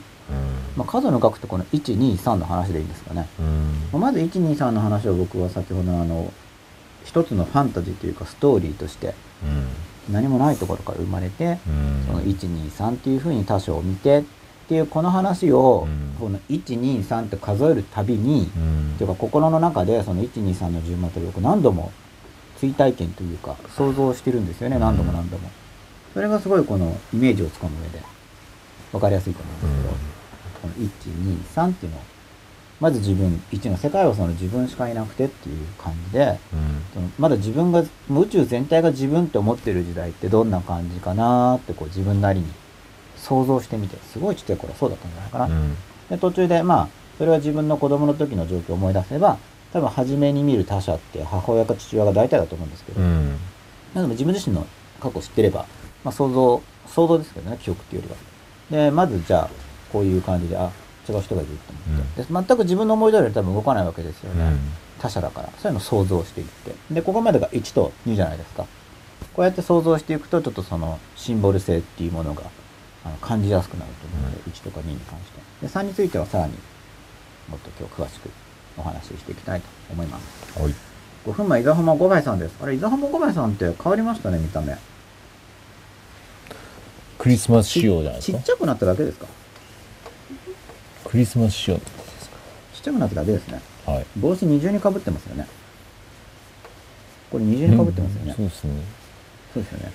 Speaker 1: まあ、数の額ってこの123の話でいいんですかね、
Speaker 2: うん
Speaker 1: まあまず123の話を僕は先ほどのあの一つのファンタジーというかストーリーとして
Speaker 2: うん
Speaker 1: 何もないところから生まれて
Speaker 2: うん
Speaker 1: その123っていうふうに他者を見てっていうこの話を
Speaker 2: うん
Speaker 1: この123って数えるたびに
Speaker 2: うん
Speaker 1: というか心の中でその123の順番と僕何度も追体験というか想像してるんですよね何度も何度もそれがすごいこのイメージをつかむ上で分かりやすいと思うんですけど、この123っていうのをまず自分1の世界はその自分しかいなくてっていう感じで
Speaker 2: うん
Speaker 1: そのまだ自分がもう宇宙全体が自分って思ってる時代ってどんな感じかなーってこう自分なりに想像してみてすごいちっちゃい頃はそうだったんじゃないかな
Speaker 2: うん
Speaker 1: で途中でまあそれは自分の子供の時の状況を思い出せば多分初めに見る他者って母親か父親が大体だと思うんですけど、
Speaker 2: う
Speaker 1: なんので自分自身の過去を知ってれば、まあ、想像想像ですけどね記憶っていうよりはでまずじゃあこういう感じであ違う人がいると思って、で全く自分の思い通りで多分動かないわけですよ
Speaker 2: う
Speaker 1: ね、
Speaker 2: ん
Speaker 1: 他者だからそういうのを想像していってでここまでが1と2じゃないですかこうやって想像していくとちょっとそのシンボル性っていうものがあの感じやすくなると思うので、1とか2に関してで3についてはさらにもっと今日詳しくお話ししていきたいと思います
Speaker 2: はい
Speaker 1: 5分前伊沢浜5倍さんですあれ伊沢浜5倍さんって変わりましたね見た目
Speaker 2: クリスマス仕様じゃないです
Speaker 1: ち
Speaker 2: か
Speaker 1: っちゃくなっただけですか
Speaker 2: クリスマス仕様ってことです
Speaker 1: ちっちゃくなっただけですね
Speaker 2: かはい
Speaker 1: 帽子二重にかぶってますよねこれ二重にかぶってますよね、
Speaker 2: うんそうですね
Speaker 1: そうですよね。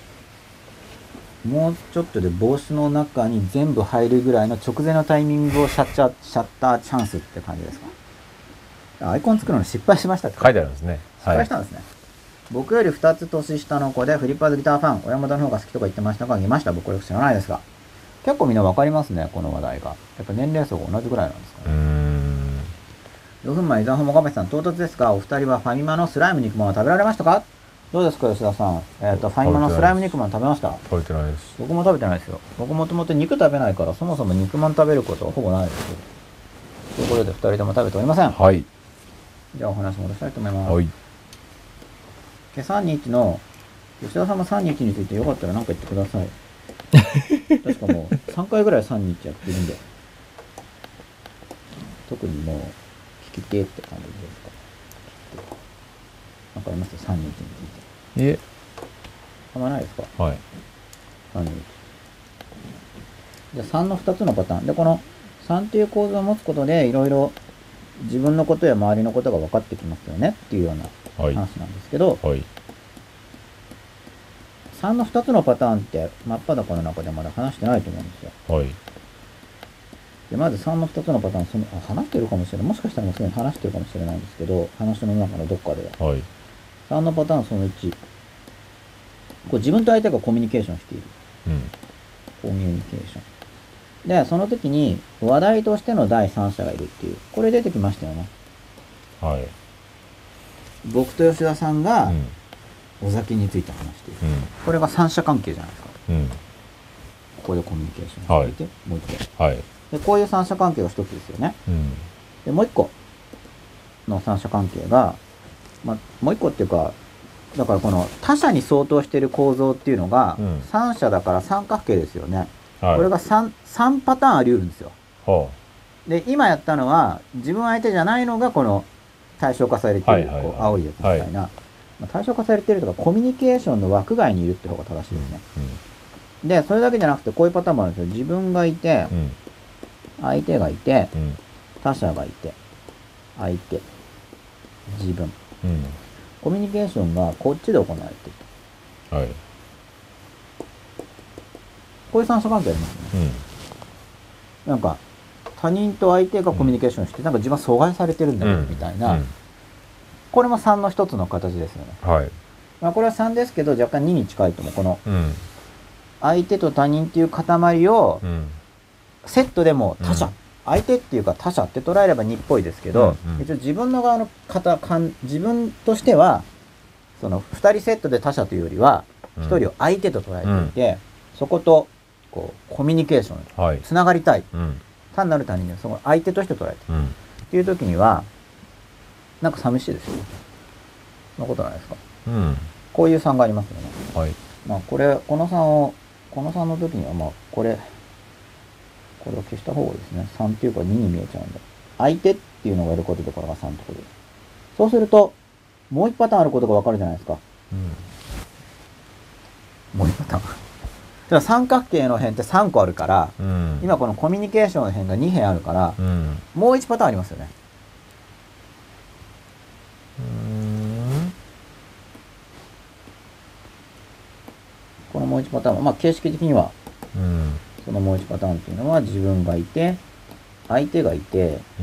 Speaker 1: もうちょっとで帽子の中に全部入るぐらいの直前のタイミングをシャッチャーシャッターチャンスって感じですか。アイコン作るの失敗しましたって
Speaker 2: 書いてあるんですね
Speaker 1: 失敗し
Speaker 2: は
Speaker 1: たんですね。僕より2つ年下の子でフリッパーズギターファン、親元の方が好きとか言ってましたが、見ました僕よく知らないですが。結構みんなわかりますね、この話題が。やっぱ年齢層が同じぐらいなんですかね
Speaker 2: いうーん
Speaker 1: 4分前、伊沢ホモカメさん、唐突ですが、お二人はファミマのスライム肉まんを食べられましたかどうですか、吉田さん。えっ、と、ファミマのスライム肉まん食べました
Speaker 2: 取れてないです
Speaker 1: 僕も食べてないですよ。僕もともと肉食べないから、そもそも肉まん食べることはほぼないですよ。ということで、二人とも食べておりません。
Speaker 2: はい
Speaker 1: じゃあ、お話戻したいと思います。
Speaker 2: はい
Speaker 1: 今朝321の、吉田さんが321についてよかったら何か言ってください。確かもう、3回ぐらい321やってるんで。特にもう、聞き手って感じですか。聞き手わかります ?321 について。
Speaker 2: いえ
Speaker 1: あんまないですか
Speaker 2: はい
Speaker 1: 321。じゃあ3の2つのパターン。で、この3っていう構造を持つことで、いろいろ自分のことや周りのことが分かってきますよねっていうような
Speaker 2: はい
Speaker 1: 話なんですけど、
Speaker 2: はい
Speaker 1: 3の2つのパターンって真っ裸の中でまだ話してないと思うんですよ。
Speaker 2: はい
Speaker 1: で、まず3の2つのパターン、その、あ話してるかもしれない。もしかしたらもうすでに話してるかもしれないんですけど、話の中のどっかでは。
Speaker 2: はい
Speaker 1: 3のパターンその1。こう自分と相手がコミュニケーションしている。
Speaker 2: うん
Speaker 1: コミュニケーション。で、その時に話題としての第三者がいるっていう。これ出てきましたよね。
Speaker 2: はい
Speaker 1: 僕と吉田さんが
Speaker 2: うん
Speaker 1: お酒について話している。
Speaker 2: うん
Speaker 1: これが三者関係じゃないですか。
Speaker 2: うん
Speaker 1: ここでコミュニケーションしていて、もう一
Speaker 2: はい
Speaker 1: 回。で、こういう三者関係が一つですよね。
Speaker 2: うん
Speaker 1: で、もう一個の三者関係が、まあ、もう一個っていうか、だからこの他者に相当している構造っていうのが
Speaker 2: うん
Speaker 1: 三者だから三角形ですよね、
Speaker 2: はい
Speaker 1: これが 3, 三パターンあり得るんですよ
Speaker 2: ほ
Speaker 1: で今やったのは自分相手じゃないのがこの対象化されている、
Speaker 2: はいはいはい
Speaker 1: こう青いやつみたいな、まあ対象化されているとかコミュニケーションの枠外にいるって方が正しいですね、
Speaker 2: う
Speaker 1: でそれだけじゃなくてこういうパターンもあるんですよ自分がいて
Speaker 2: うんうん
Speaker 1: 相手がいて
Speaker 2: うん
Speaker 1: 他者がいて相手自分
Speaker 2: うん
Speaker 1: コミュニケーションがこっちで行われている
Speaker 2: はい
Speaker 1: こういう三者関係ありますよね
Speaker 2: うん
Speaker 1: なんか他人と相手がコミュニケーションして、なんか自分は阻害されてるんだよ、
Speaker 2: うん
Speaker 1: みたいな、
Speaker 2: うん
Speaker 1: これも3の一つの形ですよね、
Speaker 2: はい
Speaker 1: まあ、これは3ですけど若干2に近いともこの
Speaker 2: うん
Speaker 1: 相手と他人っていう塊を
Speaker 2: うん
Speaker 1: セットでも他者、
Speaker 2: うん
Speaker 1: 相手っていうか他者って捉えれば2っぽいですけど、
Speaker 2: うんうん
Speaker 1: 一応自分の側の方感自分としてはその2人セットで他者というよりは
Speaker 2: うん
Speaker 1: 1人を相手と捉えていて、そことこうコミュニケーション
Speaker 2: はい
Speaker 1: つながりたい
Speaker 2: うん
Speaker 1: 単なる他人でその相手として捉えてる
Speaker 2: うん
Speaker 1: っていう時にはなんか寂しいですよそんなことないですか
Speaker 2: うん
Speaker 1: こういう3がありますよね
Speaker 2: はい
Speaker 1: まあこれこの3をこの3の時にはまあこれこれを消した方がいいですね3っていうか2に見えちゃうんで相手っていうのがいることでこれが3ってことですそうするともう1パターンあることがわかるじゃないですか
Speaker 2: うん
Speaker 1: もう1パターン だから三角形の辺って3個あるから
Speaker 2: うん
Speaker 1: 今このコミュニケーションの辺が2辺あるから
Speaker 2: うん
Speaker 1: もう1パターンありますよね
Speaker 2: うん
Speaker 1: このもう1パターンはまあ形式的には
Speaker 2: うん
Speaker 1: そのもう一パターンっていうのは自分がいて、相手がいて、
Speaker 2: う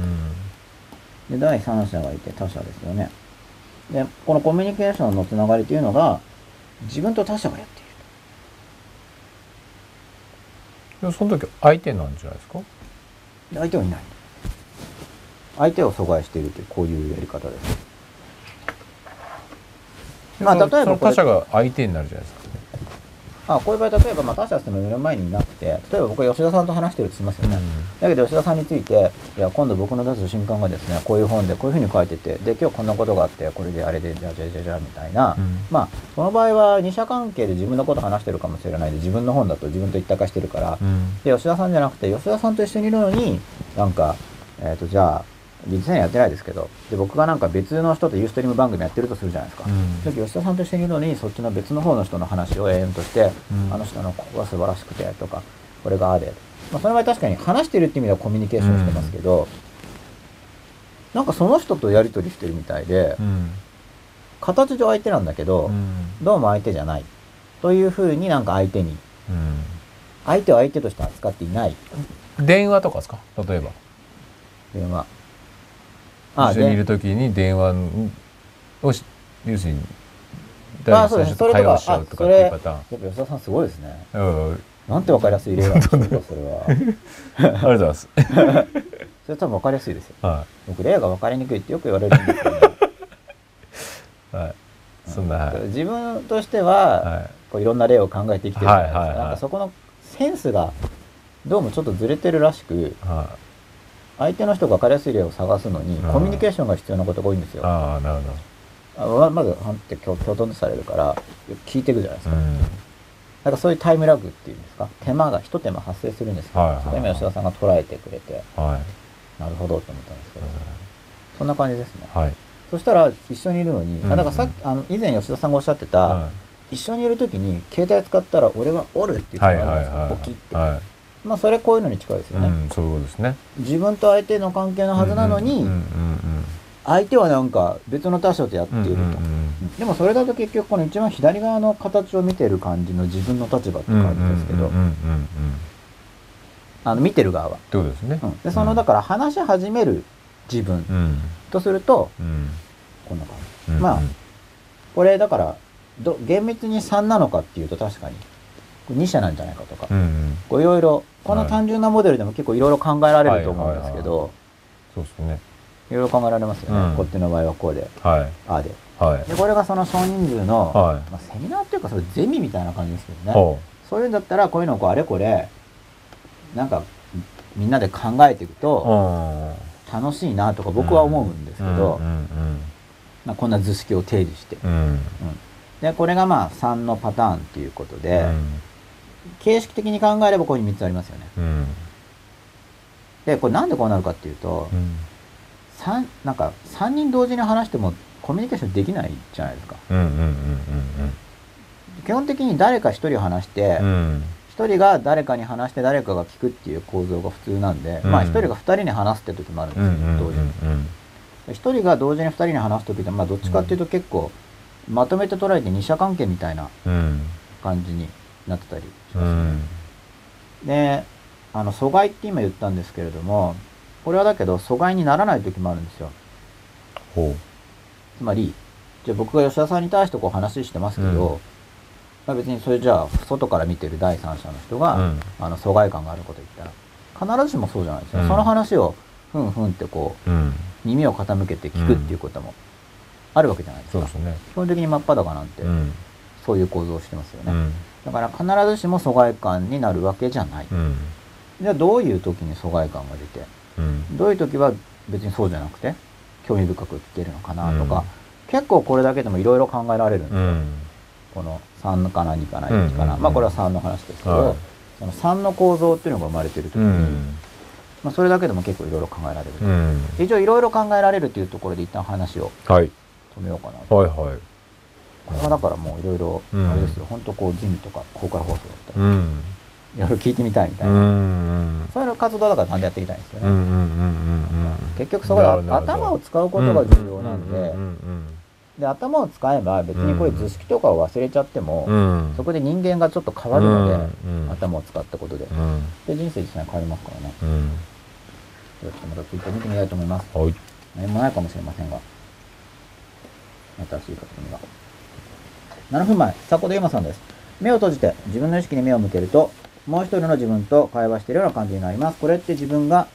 Speaker 1: で、
Speaker 2: ん
Speaker 1: 第三者がいて他者ですよね。で、このコミュニケーションのつながりというのが、自分と他者がやっている。
Speaker 2: でもその時相手なんじゃないですか
Speaker 1: で、相手はいない。相手を阻害しているという、こういうやり方です。まあ
Speaker 2: その
Speaker 1: 例えば
Speaker 2: その
Speaker 1: これ
Speaker 2: 他者が相手になるじゃないですか
Speaker 1: あ、こういう場合、例えば、まあ、他者っていうのは目の前にいなくて、例えば僕は吉田さんと話してるとしますよね。だけど吉田さんについて、いや、今度僕の出す新刊がですね、こういう本でこういうふうに書いてて、で、今日こんなことがあって、これであれで、じゃあじゃあじゃあじゃあみたいな、
Speaker 2: うん
Speaker 1: まあ、その場合は二者関係で自分のこと話してるかもしれないで、自分の本だと自分と一体化してるから、
Speaker 2: うん
Speaker 1: で、吉田さんじゃなくて、吉田さんと一緒にいるのに、なんか、えっ、と、じゃあ、実際にはやってないですけど、で、僕がなんか別の人とユーストリーム番組やってるとするじゃないですか。
Speaker 2: うん
Speaker 1: で吉田さんと一緒にいるのにそっちの別の方の人の話を永遠として、
Speaker 2: うん
Speaker 1: あの人のここが素晴らしくてとかこれがああで、まあ、その場合確かに話してるって意味ではコミュニケーションしてますけど、なんかその人とやり取りしてるみたいで、
Speaker 2: うん
Speaker 1: 形上相手なんだけど、
Speaker 2: うん
Speaker 1: どうも相手じゃないというふうになんか相手に相手を相手として扱っていない
Speaker 2: うん電話とかですか例えば
Speaker 1: 電話
Speaker 2: 一緒にいる
Speaker 1: で
Speaker 2: 時に電話をし要するに
Speaker 1: あ
Speaker 2: 誰
Speaker 1: そう
Speaker 2: か
Speaker 1: です
Speaker 2: と会話しちゃうとかっていうパタ
Speaker 1: やっぱ吉田さんすごいですね
Speaker 2: ーンうん
Speaker 1: なんて分かりやすい例なんでし ょうかそれは
Speaker 2: ありがとうございます
Speaker 1: それ多分分かりやすいですよ
Speaker 2: は
Speaker 1: 僕例が分かりにくいってよく言われるんですよね
Speaker 2: いはいそんなはい
Speaker 1: うん自分としては、
Speaker 2: はい
Speaker 1: こういろんな例を考えて生きてるじゃないですか、
Speaker 2: はいはいはい
Speaker 1: なんかそこのセンスがどうもちょっとずれてるらしく
Speaker 2: は
Speaker 1: 相手の人が分かりやすい例を探すのに
Speaker 2: うん
Speaker 1: コミュニケーションが必要なことが多いんです
Speaker 2: い
Speaker 1: よ、
Speaker 2: ああなるほ
Speaker 1: あままずはんって共共存されるから聞いていくじゃないです
Speaker 2: ど
Speaker 1: か、
Speaker 2: うん
Speaker 1: なんかそういうタイムラグっていうんですか手間が一手間発生するんですけど、
Speaker 2: はいはいはい
Speaker 1: そこ今吉田さんが捉えてくれて
Speaker 2: はい
Speaker 1: なるほどと思ったんですけ
Speaker 2: う
Speaker 1: ど、
Speaker 2: ん
Speaker 1: そんな感じですね
Speaker 2: はい
Speaker 1: そしたら一緒にいるのに、
Speaker 2: うん
Speaker 1: あだからさっきあの以前吉田さんがおっしゃってた、
Speaker 2: は
Speaker 1: 一緒にいるときに携帯使ったら俺はおるって
Speaker 2: い
Speaker 1: 言っ
Speaker 2: はい
Speaker 1: て
Speaker 2: はい
Speaker 1: ポキって、
Speaker 2: は
Speaker 1: まあそれこういうのに近いです
Speaker 2: い
Speaker 1: よ
Speaker 2: う
Speaker 1: ね、
Speaker 2: んそういうことですね
Speaker 1: 自分と相手の関係のはずなのに、
Speaker 2: うんうんうん
Speaker 1: 相手はなんか別の他者とやってい
Speaker 2: うん
Speaker 1: ると、
Speaker 2: うんうん
Speaker 1: でもそれだと結局この一番左側の形を見てる感じの自分の立場って感じですけど、
Speaker 2: うんうんうんうんうんうん
Speaker 1: あの見てる側は、
Speaker 2: ってことですね。
Speaker 1: うんでそのだから話し始める自分
Speaker 2: うん
Speaker 1: とすると
Speaker 2: うん
Speaker 1: こんな感じ
Speaker 2: うん
Speaker 1: まあこれだからど厳密に3なのかっていうと確かに2者なんじゃないかとか
Speaker 2: う、んうん
Speaker 1: こういろいろこの単純なモデルでも結構いろいろ考えられると思うんですけ
Speaker 2: は
Speaker 1: ど
Speaker 2: そうですね。
Speaker 1: いろいろ考えられますよね、
Speaker 2: うん
Speaker 1: こっちの場合はこうで
Speaker 2: は
Speaker 1: ああで
Speaker 2: いはい
Speaker 1: でこれがその少人数の、
Speaker 2: はい
Speaker 1: まあ、セミナーっていうかそれゼミみたいな感じですけどね
Speaker 2: ほ
Speaker 1: そういうんだったらこういうのをこうあれこれなんかみんなで考えていく
Speaker 2: う。
Speaker 1: と
Speaker 2: うん
Speaker 1: 楽しいなとか僕は思うんですけど、
Speaker 2: うんうん
Speaker 1: まあ、こんな図式を提示して、
Speaker 2: うん
Speaker 1: うんで、これがまあ3のパターンっていうことで、形式的に考えればここに3つありますよね。
Speaker 2: うん
Speaker 1: で、これなんでこうなるかっていうと、
Speaker 2: うん
Speaker 1: 三なんか3人同時に話してもコミュニケーションできないじゃないですか。
Speaker 2: うんうん
Speaker 1: 基本的に誰か1人話して、
Speaker 2: うんうんうん
Speaker 1: 1人が誰かに話して誰かが聞くっていう構造が普通なんで、
Speaker 2: うん
Speaker 1: まあ1人が2人に話すって時もあるんで
Speaker 2: うんうん
Speaker 1: すよ、同時に。1人が同時に2人に話す時って、まあどっちかっていうと結構、まとめて捉えて二者関係みたいな
Speaker 2: うん
Speaker 1: 感じになってたりし
Speaker 2: う
Speaker 1: ますね。
Speaker 2: ん
Speaker 1: で、あの、阻害って今言ったんですけれども、これはだけど阻害にならない時もあるんですよ。
Speaker 2: ほ
Speaker 1: つまり、じゃあ僕が吉田さんに対してこう話してますけど、
Speaker 2: う
Speaker 1: まあ別にそれじゃあ外から見てる第三者の人
Speaker 2: う
Speaker 1: が、
Speaker 2: うん
Speaker 1: あの、阻害感があることを言ったら、必ずしもそうじゃないですよ。
Speaker 2: うん
Speaker 1: その話を、ふんふんってこ
Speaker 2: うん
Speaker 1: う、耳を傾けて聞くっていうこともあるわけじゃないですか。
Speaker 2: そうですね
Speaker 1: 基本的に真っ裸なんて、
Speaker 2: うん
Speaker 1: そういう構造をしてますよ
Speaker 2: う
Speaker 1: ね。
Speaker 2: ん
Speaker 1: だから必ずしも阻害感になるわけじゃない。
Speaker 2: うん
Speaker 1: じゃあどういう時に阻害感が出て、
Speaker 2: うん
Speaker 1: どういう時は別にそうじゃなくて、興味深く聞けるのかなと
Speaker 2: う
Speaker 1: か
Speaker 2: ん、
Speaker 1: 結構これだけでもいろいろ考えられるんです
Speaker 2: う
Speaker 1: よ。
Speaker 2: ん
Speaker 1: この3かな2かな1かな。
Speaker 2: うん
Speaker 1: まあこれは3の話ですけど、
Speaker 2: はい
Speaker 1: その3の構造っていうのが生まれてる時
Speaker 2: う
Speaker 1: に、
Speaker 2: ん
Speaker 1: まあそれだけでも結構いろいろ考えられる。
Speaker 2: うん
Speaker 1: 一応いろいろ考えられるというところで一旦話を
Speaker 2: はい
Speaker 1: 止めようかなと。
Speaker 2: はいはい
Speaker 1: これはだからもういろいろ、
Speaker 2: うん
Speaker 1: あれですよ、本当こうジムとか公開放送だったり、
Speaker 2: うん
Speaker 1: いろいろ聞いてみたいみた
Speaker 2: う
Speaker 1: いな。
Speaker 2: ん
Speaker 1: そういう活動だからなんでやっていきたいんですよ
Speaker 2: うんうん
Speaker 1: ね。
Speaker 2: うんうん
Speaker 1: 結局そこで
Speaker 2: なるほど
Speaker 1: 頭を使うことが重要なんで、
Speaker 2: うんうん
Speaker 1: で頭を使えば別にこういう図式とかを忘れちゃっても、
Speaker 2: うんうん
Speaker 1: そこで人間がちょっと変わるので、
Speaker 2: うんうん
Speaker 1: 頭を使ったことで
Speaker 2: うん
Speaker 1: で人生実際に変わりますからね
Speaker 2: うん
Speaker 1: ちょっとまたツイッター見てみたいと思います
Speaker 2: はい
Speaker 1: 何もないかもしれませんが新しい書き込みが7分前迫田山さんです目を閉じて自分の意識に目を向けるともう一人の自分と会話しているような感じになりますこれって自分が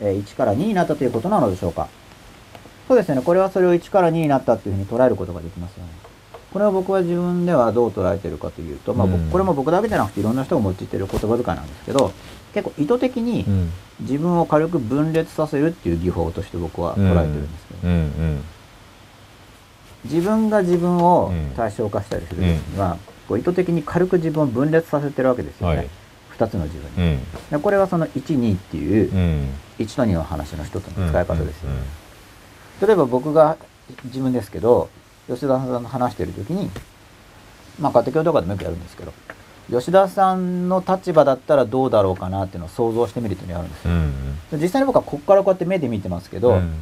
Speaker 1: えー1から2になったということなのでしょうかそうですねこれはそれを1から2になったっていうふうに捉えることができますよねこれは僕は自分ではどう捉えてるかというと、まあ、僕
Speaker 2: うん
Speaker 1: これも僕だけじゃなくていろんな人が用いてる言葉遣いなんですけど結構意図的に
Speaker 2: うん
Speaker 1: 自分を軽く分裂させるっていう技法として僕は捉えてるんですけど、
Speaker 2: うんうん
Speaker 1: 自分が自分を
Speaker 2: うん
Speaker 1: 対象化したりする時には、こう意図的に軽く自分を分裂させてるわけですよ
Speaker 2: は
Speaker 1: ね、
Speaker 2: い
Speaker 1: 2つの自分
Speaker 2: う
Speaker 1: に、
Speaker 2: ん
Speaker 1: でこれはその12っていううん1と2の話の一つの使い方ですよ、
Speaker 2: うん
Speaker 1: 例えば僕が自分ですけど吉田さんの話してる時にまあ家庭教とかでもよくやるんですけど吉田さんの立場だったらどうだろうかなっていうのを想像してみるっていうのをやるんですよ
Speaker 2: うんうん
Speaker 1: で実際に僕はここからこうやって目で見てますけど、
Speaker 2: うん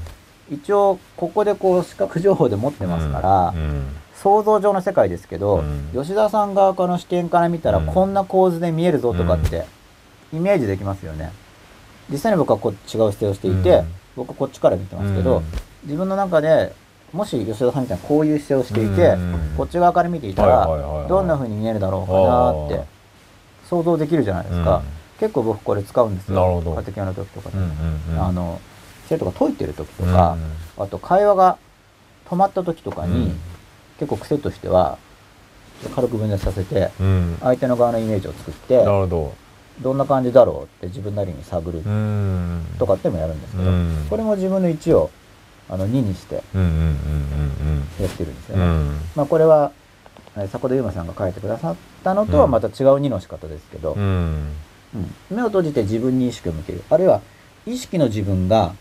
Speaker 1: 一応ここでこう視覚情報で持ってますから、
Speaker 2: うん
Speaker 1: 想像上の世界ですけど、
Speaker 2: うん
Speaker 1: 吉田さん側からの視点から見たら
Speaker 2: うん
Speaker 1: こんな構図で見えるぞとかってイメージできますよね実際に僕はこう違う姿勢をしていて、
Speaker 2: うん
Speaker 1: 僕はこっちから見てますけど、
Speaker 2: うん
Speaker 1: 自分の中でもし吉田さんみたいなこういう姿勢をしていて、
Speaker 2: うん
Speaker 1: こっち側から見ていたら、
Speaker 2: はいはいはいはい
Speaker 1: どんな風に見えるだろうかなって想像できるじゃないですか、
Speaker 2: うん
Speaker 1: 結構僕これ使うんですよ
Speaker 2: なるほど
Speaker 1: 家庭教の時とかで、
Speaker 2: うんうんうん
Speaker 1: あの生徒が解いてる時とか、
Speaker 2: うんう
Speaker 1: あ
Speaker 2: ん
Speaker 1: と会話が止まった時とかに、
Speaker 2: うん
Speaker 1: 結構癖としては軽く分裂させて
Speaker 2: うん
Speaker 1: 相手の側のイメージを作って
Speaker 2: なるほど
Speaker 1: どんな感じだろうって自分なりに探る
Speaker 2: うん
Speaker 1: とかってもやるんですけど、
Speaker 2: うん
Speaker 1: これも自分の1をあの2にして
Speaker 2: うんうん
Speaker 1: やってるんです
Speaker 2: うんう
Speaker 1: よ
Speaker 2: んう
Speaker 1: ね。
Speaker 2: ん
Speaker 1: まあこれはえー迫田優馬さんが書いてくださったのとはまた違う2の仕方ですけど
Speaker 2: う、ん
Speaker 1: うん目を閉じて自分に意識を向けるあるいは意識の自分が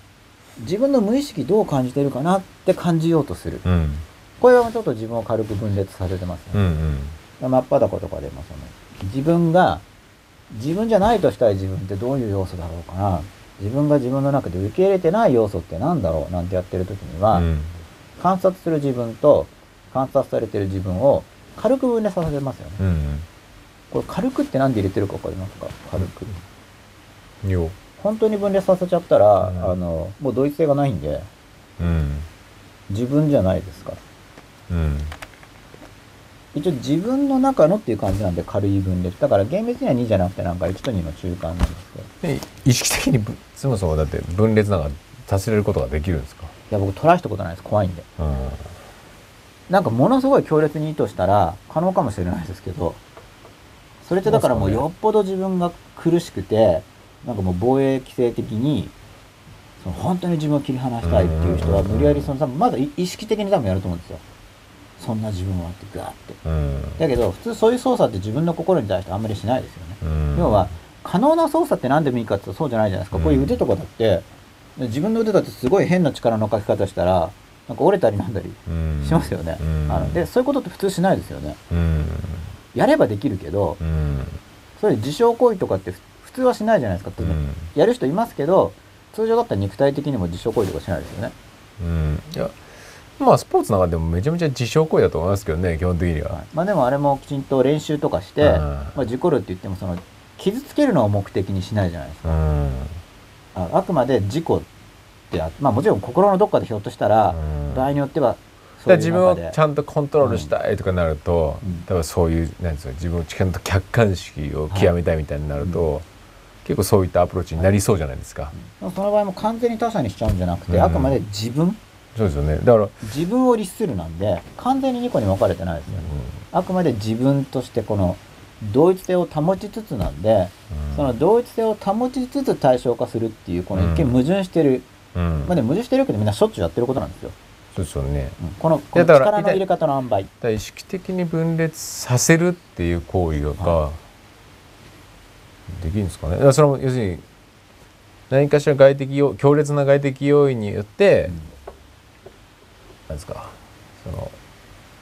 Speaker 1: 自分の無意識どう感じてるかなって感じようとする
Speaker 2: うんうん
Speaker 1: これはちょっと自分を軽く分裂させてます
Speaker 2: う
Speaker 1: ね。
Speaker 2: ん
Speaker 1: 真っ裸とかでもその、自分が、自分じゃないとしたら自分ってどういう要素だろうかな。自分が自分の中で受け入れてない要素ってなんだろうなんてやってる時には、
Speaker 2: うん
Speaker 1: 観察する自分と観察されてる自分を軽く分裂させてますよね。
Speaker 2: うん
Speaker 1: これ軽くって何で入れてるかわかりますか軽く。
Speaker 2: うんよ
Speaker 1: 本当に分裂させちゃったら、
Speaker 2: うん
Speaker 1: あの、もう同一性がないんで、
Speaker 2: うん
Speaker 1: 自分じゃないですから。
Speaker 2: うん
Speaker 1: 一応自分の中のっていう感じなんで軽い分裂だから厳密には2じゃなくてなんか1と2の中間なんですけどい
Speaker 2: で意識的にぶそもそもだって分裂なんか達せれることができるんですか
Speaker 1: や僕トライしたことないです怖いんで
Speaker 2: うん
Speaker 1: なんかものすごい強烈に意図したら可能かもしれないですけどそれってだからもう
Speaker 2: そうですね
Speaker 1: よっぽど自分が苦しくてなんかもう防衛規制的にその本当に自分を切り離したいっていう人は
Speaker 2: うんうんうんうん
Speaker 1: 無理やりその多分まだ意意識的に多分やると思うんですよそんな自分はってガーって。
Speaker 2: うん
Speaker 1: だけど、普通そういう操作って自分の心に対してあんまりしないですよね。
Speaker 2: うん
Speaker 1: 要は、可能な操作って何でもいいかって言うとそうじゃないじゃないですか。
Speaker 2: うん
Speaker 1: こういう腕とかだって、自分の腕だってすごい変な力のかけ方したら、なんか折れたりなんだり
Speaker 2: うん
Speaker 1: しますよね。
Speaker 2: うん
Speaker 1: あので、そういうことって普通しないですよね。
Speaker 2: うん
Speaker 1: やればできるけど、
Speaker 2: うん
Speaker 1: そういう自傷行為とかってふ普通はしないじゃないですか。
Speaker 2: うん
Speaker 1: やる人いますけど、通常だったら肉体的にも自傷行為とかしないですよね。
Speaker 2: うんいやまあスポーツなんかでもめちゃめちゃ自傷行為だと思いますけどね基本的には、
Speaker 1: はいまあでもあれもきちんと練習とかして、
Speaker 2: うん
Speaker 1: まあ、事故るって言ってもその傷つけるのを目的にしないじゃないですか
Speaker 2: うん
Speaker 1: ああくまで事故ってあまあもちろん心のどっかでひょっとしたら、
Speaker 2: うん
Speaker 1: 場合によっては
Speaker 2: だから自分をち
Speaker 1: ん
Speaker 2: ゃんとコントロールしたいとかなると、
Speaker 1: うん
Speaker 2: 多分そういうなんですか自分をちゃんと客観視を極めたいみたいになると、結構そういったアプローチになりそうじゃないですか、
Speaker 1: その場合も完全に他者にしちゃうんじゃなくて、
Speaker 2: うん
Speaker 1: あくまで自分
Speaker 2: そうですよねだから、
Speaker 1: 自分を律するなんで完全に2個に分かれてないですよね、あくまで自分としてこの同一性を保ちつつなんで
Speaker 2: うん
Speaker 1: その同一性を保ちつつ対象化するっていうこの一見矛盾してる、
Speaker 2: うん
Speaker 1: まあでも矛盾してるけどみんなしょっちゅうやってることなんですよ
Speaker 2: そうですよね
Speaker 1: このこの
Speaker 2: やだから
Speaker 1: 力の入れ方の塩梅
Speaker 2: だから意識的に分裂させるっていう行為が
Speaker 1: は
Speaker 2: できるんですかねだからそれも要するに何かしら外的要強烈な外的要因によって、なんですかその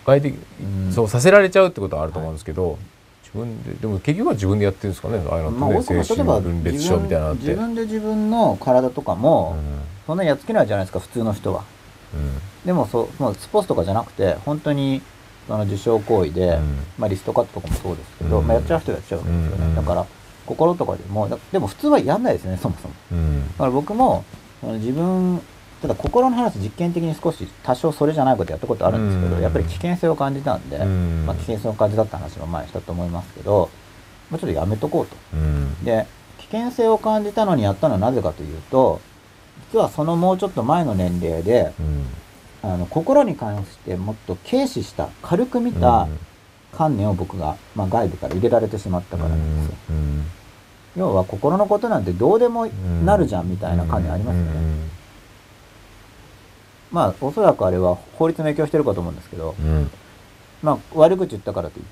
Speaker 2: 外的、
Speaker 1: うん
Speaker 2: そうさせられちゃうってことはあると思うんですけど、自分ででも結局は自分でやってるんですかねああいうのってね
Speaker 1: まあ、多くも
Speaker 2: 精
Speaker 1: 例え
Speaker 2: 神
Speaker 1: ば
Speaker 2: 分裂
Speaker 1: 自
Speaker 2: 症みたいなの
Speaker 1: 分
Speaker 2: って。
Speaker 1: 自分で自分の体とかも、そんなにやっつけないじゃないですか普通の人はでもそうもうスポーツとかじゃなくて本当にその受傷行為で、
Speaker 2: うん
Speaker 1: まあ、リストカットとかもそうですけど、
Speaker 2: うん
Speaker 1: まあ、やっちゃう人はやっちゃうんですよね、
Speaker 2: うん
Speaker 1: だから心とかでもだでも普通はやんないですよねそもそも
Speaker 2: うんうん
Speaker 1: だから僕もその自分ただ心の話実験的に少し多少それじゃないことやったことあるんですけど、
Speaker 2: うん
Speaker 1: やっぱり危険性を感じたんで、
Speaker 2: うん
Speaker 1: まあ、危険性を感じたって話も前にしたと思いますけど、まあ、ちょっとやめとこうと。
Speaker 2: うん
Speaker 1: で、危険性を感じたのにやったのはなぜかというと、実はそのもうちょっと前の年齢で、
Speaker 2: うん
Speaker 1: あの、心に関してもっと軽視した、軽く見た観念を僕が、まあ、外部から入れられてしまったからなんですよ。
Speaker 2: うん
Speaker 1: 要は心のことなんてどうでも
Speaker 2: うん
Speaker 1: なるじゃんみたいな観念ありますよね。まあ、おそらくあれは法律の影響してるかと思うんですけど、
Speaker 2: うんうん
Speaker 1: まあ、悪口言ったからといい、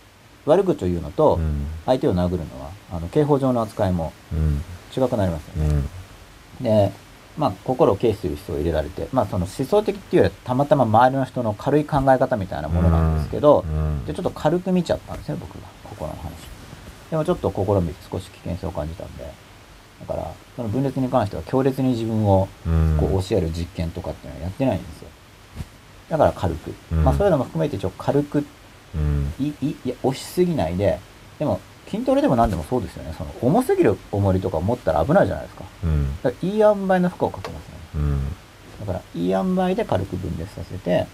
Speaker 1: 悪口を言うのと
Speaker 2: う、ん
Speaker 1: 相手を殴るのは、あの、刑法上の扱いも
Speaker 2: うん
Speaker 1: 違くなりますよ
Speaker 2: う
Speaker 1: ね。
Speaker 2: ん
Speaker 1: で、まあ、心を軽視する思想を入れられて、まあ、その思想的っていうよりは、たまたま周りの人の軽い考え方みたいなものなんですけど、
Speaker 2: うん
Speaker 1: で、ちょっと軽く見ちゃったんですね、僕が、心の話。でもちょっと心見て少し危険性を感じたんで、だから、その分裂に関しては強烈に自分を
Speaker 2: うん
Speaker 1: こう教える実験とかっていうのはやってないんですよ。だから軽く。
Speaker 2: うん
Speaker 1: まあそういうのも含めてちょっと軽く、
Speaker 2: うん
Speaker 1: い、い、いや、押しすぎないで、でも筋トレでも何でもそうですよね。その重すぎる重りとか持ったら危ないじゃないですか。
Speaker 2: うん
Speaker 1: だからいい塩梅の負荷をかけますよね。
Speaker 2: うん
Speaker 1: だからいい塩梅で軽く分裂させて、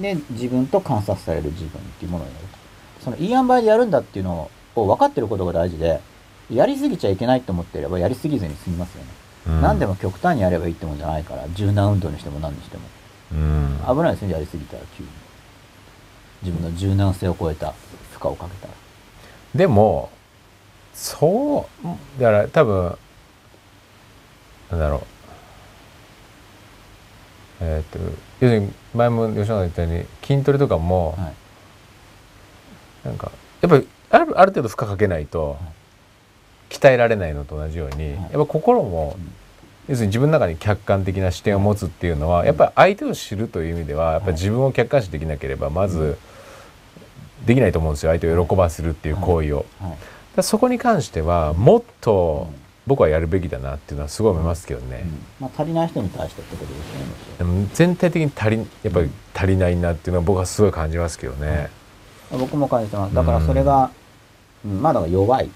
Speaker 1: で、自分と観察される自分っていうものになると。そのいい塩梅でやるんだっていうのを分かってることが大事で、やりすぎちゃいけないと思っていればやりすぎずに済みますよね。
Speaker 2: うん
Speaker 1: 何でも極端にやればいいってもんじゃないから、柔軟運動にしても何にしても。
Speaker 2: うん
Speaker 1: 危ないですね、やりすぎたら急に。自分の柔軟性を超えた負荷をかけたら。
Speaker 2: でもそうだから多分なんだろうえーっ、と要するに前も吉野さんが言ったように筋トレとかも、
Speaker 1: はい。
Speaker 2: なんかやっぱりあるある程度負荷かけないと
Speaker 1: はい
Speaker 2: 鍛えられないのと同じよう
Speaker 1: は
Speaker 2: に、
Speaker 1: い
Speaker 2: やっぱ心も、
Speaker 1: うん
Speaker 2: 要するに自分の中に客観的な視点を持つっていうのは、やっぱり相手を知るという意味ではやっぱり自分を客観視できなければまずできないと思うんですよ相手を喜ばせるっていう行為を。
Speaker 1: はい。
Speaker 2: だからそこに関してはもっと僕はやるべきだなっていうのはすごい思いますけどね、
Speaker 1: うんまあ、足りない人に対してってことですよね。もちろん
Speaker 2: でも全体的に足りやっぱり足りないなっていうのは僕はすごい感じますけどね、
Speaker 1: 僕も感じてます。だからそれが、うん、まだ弱い。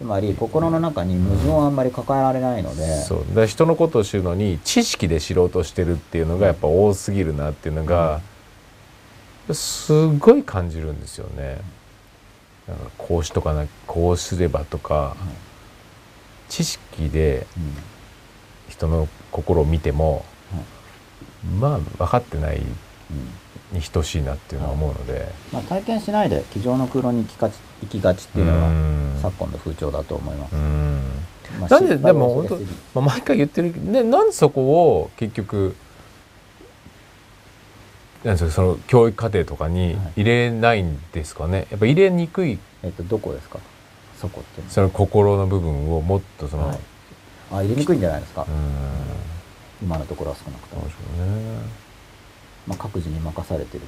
Speaker 1: つまり、心の中に矛盾をあんまり抱えられないので、
Speaker 2: そうだから人のことを知るのに知識で知ろうとしてるっていうのがやっぱ多すぎるなっていうのが、すごい感じるんですよねなんかこうしとかなこうすればとか、
Speaker 1: い
Speaker 2: 知識で
Speaker 1: うん
Speaker 2: 人の心を見ても、
Speaker 1: はい
Speaker 2: まあ分かってない
Speaker 1: うん
Speaker 2: に等しいなっていうのは思うので、
Speaker 1: まあ、体験しないで、机上の空論に行きがち行きがちっていうの
Speaker 2: う
Speaker 1: は、
Speaker 2: ん
Speaker 1: 昨今の風潮だと思います
Speaker 2: う。ん
Speaker 1: まあ
Speaker 2: なんで
Speaker 1: 失敗
Speaker 2: でも
Speaker 1: を
Speaker 2: 本
Speaker 1: 恐
Speaker 2: 当
Speaker 1: れすぎ
Speaker 2: まあ、毎回言ってるねなんでそこを結局なんですかその教育課程とかに
Speaker 1: はい
Speaker 2: 入れないんですかねやっぱ入れにくい
Speaker 1: えっと、どこですかそこっていうのは
Speaker 2: その心の部分をもっとその、
Speaker 1: はいあ、入れにくいんじゃないですか
Speaker 2: うー。ん
Speaker 1: 今のところは少なくと
Speaker 2: どう
Speaker 1: も
Speaker 2: で。しょうね
Speaker 1: まあ、各自に任されてる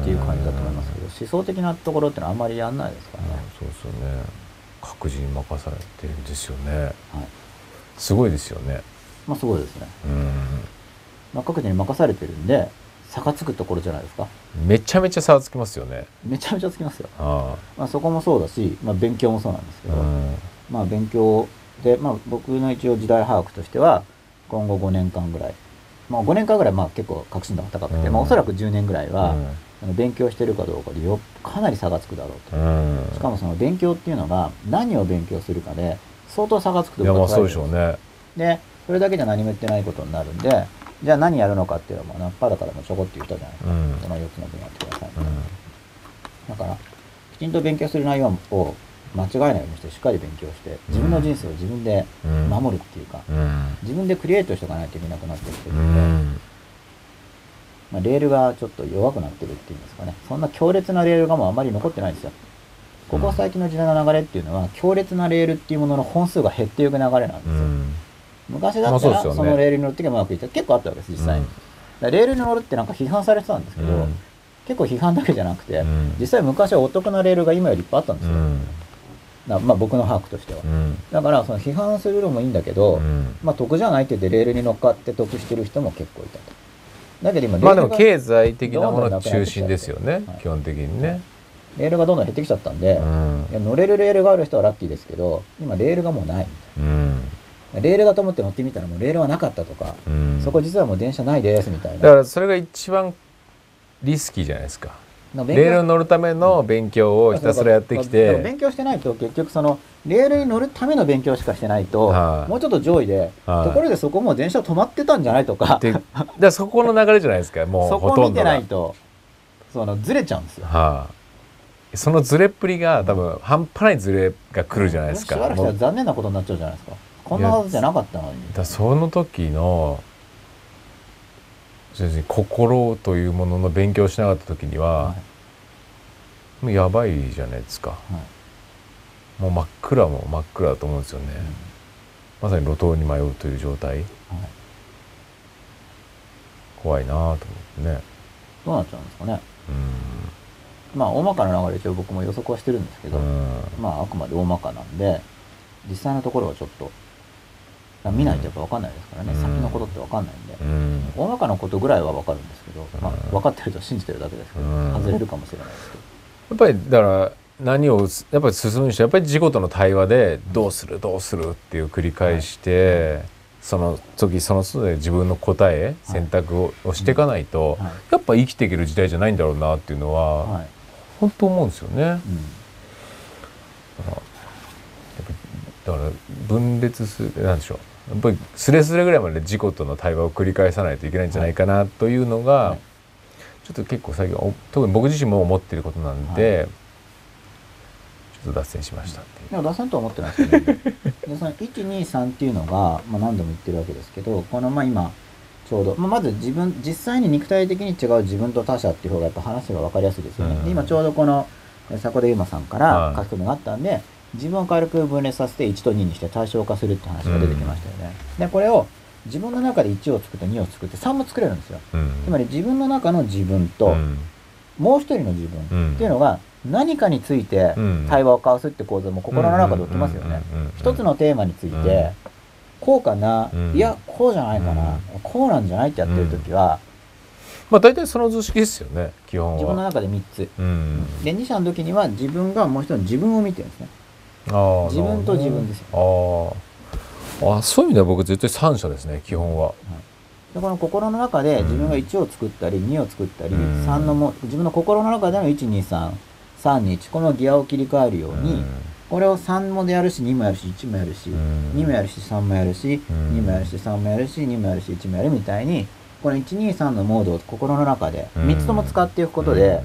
Speaker 1: っていう感じだと思いますけど、
Speaker 2: う
Speaker 1: 思想的なところってのはあんまりやんないですか
Speaker 2: ー
Speaker 1: ら
Speaker 2: んうん
Speaker 1: ね。
Speaker 2: そうですよね各自に任されてるんですよね
Speaker 1: はい。
Speaker 2: すごいですよね
Speaker 1: まあ、すごいですね。
Speaker 2: うー
Speaker 1: まあ、各自に任されてるんで、差がつくところじゃないですか。
Speaker 2: んめちゃめちゃ差がつきますよね
Speaker 1: めちゃめちゃつきますよ。
Speaker 2: あ
Speaker 1: まあ、そこもそうだし、まあ、勉強もそうなんですけ
Speaker 2: あう
Speaker 1: ど、
Speaker 2: ん
Speaker 1: まあ、勉強で、まあ、僕の一応時代把握としては、今後5年間ぐらい、まあ、5年間ぐらい、まあ、結構確信度が高くて、
Speaker 2: うん
Speaker 1: まあ、おそらく10年ぐらいは、
Speaker 2: うん
Speaker 1: あの勉強してるかどうかでよかなり差がつくだろうと。
Speaker 2: うん
Speaker 1: しかもその勉強っていうのが何を勉強するかで相当差がつくと
Speaker 2: い
Speaker 1: 僕
Speaker 2: や
Speaker 1: は
Speaker 2: まあ
Speaker 1: 捉えて
Speaker 2: そ
Speaker 1: る
Speaker 2: うんでしょう
Speaker 1: すよ
Speaker 2: ね
Speaker 1: で、それだけじゃ何も言ってないことになるんで、じゃあ何やるのかっていうのも、ナッパだからもちょこっと言ったじゃないです
Speaker 2: う
Speaker 1: か。
Speaker 2: ん
Speaker 1: その4つの分野やってください。
Speaker 2: うん
Speaker 1: だから、きちんと勉強する内容を間違えないようにして、しっかり勉強して、自分の人生を自分で
Speaker 2: うん
Speaker 1: 守るっていうか、
Speaker 2: うん
Speaker 1: 自分でクリエイトしておかないといけなくなってきて
Speaker 2: う
Speaker 1: るんで、
Speaker 2: ん
Speaker 1: まあ、レールがちょっと弱くなってるっていうんですかね。そんな強烈なレールがもうあまり残ってないんですよ。ここ最近の時代の流れっていうのは、強烈なレールっていうものの本数が減っていく流れなんです
Speaker 2: う
Speaker 1: よ。
Speaker 2: ん
Speaker 1: 昔だ
Speaker 2: まあ
Speaker 1: った
Speaker 2: そうで
Speaker 1: ら、
Speaker 2: すよ
Speaker 1: そ
Speaker 2: ね
Speaker 1: のレールに乗ってけばうまくいった結構あったわけです実際に、
Speaker 2: うん
Speaker 1: だからレールに乗るってなんか批判されてたんですけど、
Speaker 2: うん
Speaker 1: 結構批判だけじゃなくて、
Speaker 2: うん
Speaker 1: 実際昔はお得なレールが今よりいっぱいあったんです
Speaker 2: う
Speaker 1: よ、だから
Speaker 2: ん
Speaker 1: まあ僕の把握としては、
Speaker 2: うん
Speaker 1: だからその批判するのもいいんだけど、
Speaker 2: うん
Speaker 1: まあ得じゃないって言ってレールに乗っかって得してる人も結構いたとだけど今レ
Speaker 2: まあ
Speaker 1: ー
Speaker 2: で
Speaker 1: ル
Speaker 2: も
Speaker 1: が、
Speaker 2: 経済的なもの中心ですよ
Speaker 1: ど
Speaker 2: ね
Speaker 1: んどんなくなってきちゃって
Speaker 2: 基本的にね
Speaker 1: レールがどんどん減ってきちゃったんで、
Speaker 2: うん
Speaker 1: いや乗れるレールがある人はラッキーですけど今レールがもうない
Speaker 2: うん
Speaker 1: レールだと思って乗ってみたらもうレールはなかったとか、
Speaker 2: うん
Speaker 1: そこ実はもう電車ないですみたい
Speaker 2: だか
Speaker 1: な
Speaker 2: らそれが一番リスキーじゃないですか
Speaker 1: の勉強
Speaker 2: レールに乗るための勉強をひたすらやってき
Speaker 1: でも
Speaker 2: て
Speaker 1: 勉強してないと結局そのレールに乗るための勉強しかしてないと、
Speaker 2: はい
Speaker 1: もうちょっと上位で、
Speaker 2: はい
Speaker 1: ところでそこもう電車止まってたんじゃないとか
Speaker 2: でだからそこの流れじゃないですかもう
Speaker 1: そ
Speaker 2: ほ
Speaker 1: こを
Speaker 2: と
Speaker 1: 見
Speaker 2: ん
Speaker 1: て
Speaker 2: ど
Speaker 1: な
Speaker 2: が
Speaker 1: いとそのずれちゃうんですよ。
Speaker 2: はいそのズレっぷりが多分半端ないズレが来るじゃないですか
Speaker 1: しばらくし
Speaker 2: も
Speaker 1: た
Speaker 2: う
Speaker 1: ら残念なことになっちゃうじゃないですか。こんなはずじゃなかったのに。
Speaker 2: だからその時の先生心というものの勉強しなかった時には、
Speaker 1: は
Speaker 2: もうやばいじゃないですか
Speaker 1: いはい
Speaker 2: もう真っ暗も真っ暗だと思うんですよね、まさに路頭に迷うという状態
Speaker 1: はい
Speaker 2: 怖いなぁと思ってね
Speaker 1: どうなっちゃうんですかね。
Speaker 2: う
Speaker 1: まあ大まかな流れ一応僕も予測はしてるんですけど、
Speaker 2: んうん
Speaker 1: まああくまで大まかなんで、実際のところはちょっと、見ないとやっぱ分かんないですからね、
Speaker 2: うん
Speaker 1: 先のことって分かんないんで
Speaker 2: う。ん
Speaker 1: 大まかなことぐらいは分かるんですけど、まあ
Speaker 2: うん、
Speaker 1: 分かってると信じてるだけですけど、
Speaker 2: うん
Speaker 1: 外れるかもしれないですけど、
Speaker 2: やっぱりだから何をすやっぱり進むにしてもやっぱり事故との対話でどうするどうするっていう繰り返して、その時その時で自分の答え、選択ををしていかないと、
Speaker 1: はい
Speaker 2: やっぱ生きていける時代じゃないんだろうなっていうのは、
Speaker 1: はい
Speaker 2: 本当思うんですよね。やっ
Speaker 1: う
Speaker 2: ぱだから分裂するなんでしょうやっぱりスレスレぐらいまで事故との対話を繰り返さないといけないんじゃないかなというのが、
Speaker 1: はい
Speaker 2: ちょっと結構最近お特に僕自身も思っていることなんで、ちょっと脱線しましたってい
Speaker 1: ん、でも出さんとは思ってないです けど、ね、でその123っていうのが、まあ、何度も言ってるわけですけどこのまあ今ちょうど、まあ、まず自分実際に肉体的に違う自分と他者っていう方がやっぱ話が分かりやすいですよね、
Speaker 2: うん
Speaker 1: で今ちょうどこのえ迫田優馬さんから
Speaker 2: はい
Speaker 1: 書き込みがあったんで、自分を軽く分裂させて1と2にして対象化するって話が出てきましたよね、でこれを自分の中で1を作って2を作って3も作れるんですよ
Speaker 2: う。うん
Speaker 1: つまり自分の中の自分と、
Speaker 2: うん
Speaker 1: もう一人の自
Speaker 2: う
Speaker 1: 分
Speaker 2: ん
Speaker 1: っていうのが何かについて
Speaker 2: うん
Speaker 1: 対話を交わすって構造も心の中で起きますよね。
Speaker 2: うんうんうんうん
Speaker 1: 一つのテーマについ
Speaker 2: うん
Speaker 1: てこうかな、
Speaker 2: うん
Speaker 1: いやこうじゃないかな、
Speaker 2: うん
Speaker 1: こうなんじゃないってやってる時は
Speaker 2: まあ大体その図式ですよね基本は。
Speaker 1: 自分の中で3つ。
Speaker 2: うん、
Speaker 1: で2者の時には自分がもう一人の自分を見てるんですね。
Speaker 2: あー
Speaker 1: 自分と自分ですよ。
Speaker 2: なるほどねあーあそういう意味では僕絶対三者ですね基本は。
Speaker 1: でこの心の中で自分が1を作ったり2を作ったり
Speaker 2: うん
Speaker 1: 3のも自分の心の中での123321このギアを切り替えるように、これを3もやるし2もやるし1もやるし、
Speaker 2: うん
Speaker 1: 2もやるし3もやるし、
Speaker 2: うん
Speaker 1: 2もやるし3もやるし2もやるし1もやるみたいにこの123のモードを心の中で
Speaker 2: うん
Speaker 1: 3つとも使っていくことで、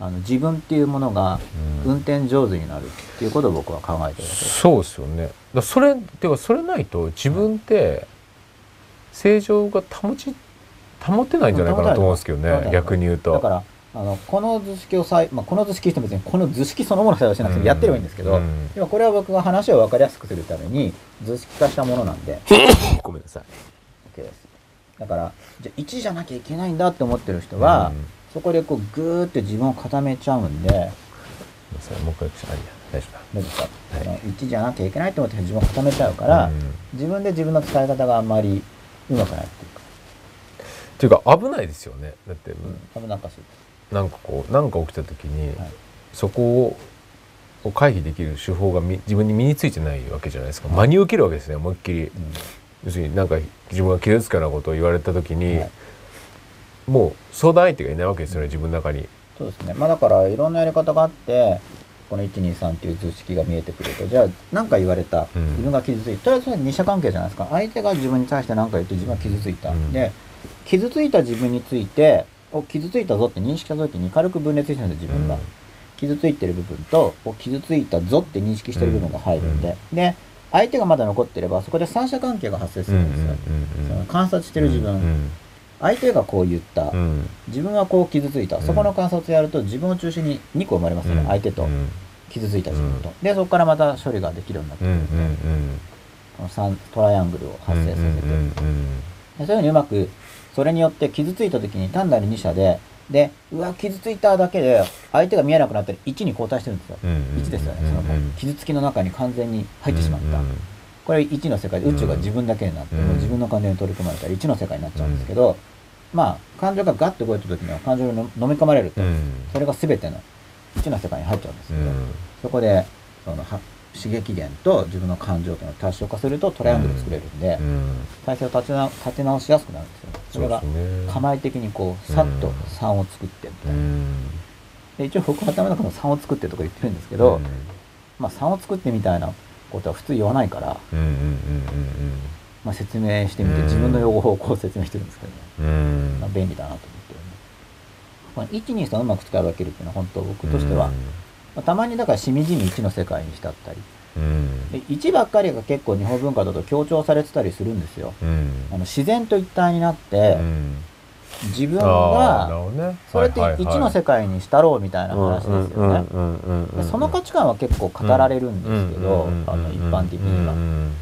Speaker 1: あの自分っていうものが
Speaker 2: うん
Speaker 1: 運転上手になるっていうことを僕は考えてるわけです。
Speaker 2: そうですよね。だからそれてかそれないと自分って正常が保ち保てないんじゃないかなと思うんですけど
Speaker 1: 保て
Speaker 2: ね
Speaker 1: ない
Speaker 2: 逆に言うと
Speaker 1: だからあのこの図式をさい、まあ、この図式しても別にこの図式そのものさえはしなくてもやってればいいんですけど、
Speaker 2: うん
Speaker 1: 今これは僕が話を分かりやすくするために図式化したものなんで
Speaker 2: ごめんなさい
Speaker 1: OK ですだからじゃあ1じゃなきゃいけないんだって思ってる人は、
Speaker 2: うん
Speaker 1: そこでこうグーって自分を固めちゃうんで
Speaker 2: ごめんなさいもう一回あいや大丈夫だ
Speaker 1: どうですか、
Speaker 2: はい
Speaker 1: その1じゃなきゃいけないって思って自分を固めちゃうから、
Speaker 2: うんっ
Speaker 1: 自分で自分の使い方があんまりうまくないっていうか、
Speaker 2: ていうか危ないですよねだって、
Speaker 1: うん、多分なんかし
Speaker 2: なんかこうなんか起きた時に、
Speaker 1: はい
Speaker 2: そこを回避できる手法がみ自分に身についてないわけじゃないですか真に受けるわけですね思いっきり要するになんか自分が傷つくようなことを言われた時に、
Speaker 1: はい
Speaker 2: もう相談相手がいないわけですよね自分の中に。
Speaker 1: そうですね。まあだからいろんなやり方があって、この123っていう図式が見えてくると、じゃあ何か言われた、
Speaker 2: うん
Speaker 1: 自分が傷ついた、とりあえずそれは二者関係じゃないですか。相手が自分に対して何か言って自分が傷ついた。
Speaker 2: うん
Speaker 1: で、傷ついた自分について、お傷ついたぞって認識した時に軽く分裂してるんですよ、自分が。
Speaker 2: うん
Speaker 1: 傷ついてる部分と、お傷ついたぞって認識してる部分が入るんで。で、相手がまだ残ってれば、そこで三者関係が発生するんですよ。
Speaker 2: うんうんうん
Speaker 1: その観察してる自分、
Speaker 2: うん
Speaker 1: 相手がこう言った、
Speaker 2: うんうん
Speaker 1: 自分はこう傷ついた、
Speaker 2: うん
Speaker 1: そこの観察をやると自分を中心に2個生まれますよね、
Speaker 2: うん
Speaker 1: 相手
Speaker 2: う
Speaker 1: と
Speaker 2: ん
Speaker 1: 傷ついた自分と、でそこからまた処理ができるようになって
Speaker 2: う
Speaker 1: く
Speaker 2: ん
Speaker 1: る
Speaker 2: うん
Speaker 1: んで、この3トライアングルを
Speaker 2: うん
Speaker 1: 発生させて、
Speaker 2: うんうんうん
Speaker 1: でそういうふうにうまくそれによって傷ついた時に単なる2者ででうわ傷ついただけで相手が見えなくなったり1に交代してるんですよ、
Speaker 2: うん
Speaker 1: 1ですよねその
Speaker 2: うんうん
Speaker 1: 傷つきの中に完全に入ってしまった、
Speaker 2: うんうん
Speaker 1: これ1の世界で宇宙が自分だけになって、
Speaker 2: うん
Speaker 1: もう自分の感情に取り組まれたら1の世界になっちゃうんですけど、まあ感情がガッと動いた時には感情にの飲み込まれると、
Speaker 2: うん
Speaker 1: それが全ての1の世界に入っちゃうんです
Speaker 2: う
Speaker 1: けど、
Speaker 2: ん
Speaker 1: そこでそのは刺激源と自分の感情というのを多少化するとトライアングル作れるんで、
Speaker 2: うん
Speaker 1: 体勢を立てな立て直しやすくなるんですよ。それが
Speaker 2: うですね
Speaker 1: 構え的にこう、さっと
Speaker 2: うん
Speaker 1: 3を作ってみた
Speaker 2: う
Speaker 1: いな。
Speaker 2: ん
Speaker 1: で一応僕は頭の中の3を作ってとか言ってるんですけど、
Speaker 2: うん
Speaker 1: まあ3を作ってみたいなことは普通言わないから、
Speaker 2: うんうん
Speaker 1: まあ、説明してみて
Speaker 2: うん
Speaker 1: 自分の用語をこう説明してるんですけどね。
Speaker 2: うんうんうん
Speaker 1: まあ、便利だなと思ってるんで。まあ、1、2、3うまく使い分けるっていうのは本当僕としては、まあ、たまにだからしみじみ1の世界に浸ったり、
Speaker 2: うん
Speaker 1: で1ばっかりが結構日本文化だと強調されてたりするんですよ。
Speaker 2: うん
Speaker 1: あの自然と一体になって
Speaker 2: う、ん
Speaker 1: 自分
Speaker 2: あーなる
Speaker 1: が、
Speaker 2: ほどね
Speaker 1: それって
Speaker 2: はいはいはい
Speaker 1: 1の世界に浸ろうみたいな話ですよね。
Speaker 2: うんうんうんう
Speaker 1: で
Speaker 2: ん
Speaker 1: その価値観は結構語られるんですけど、あの一般的に
Speaker 2: うん
Speaker 1: は。
Speaker 2: うん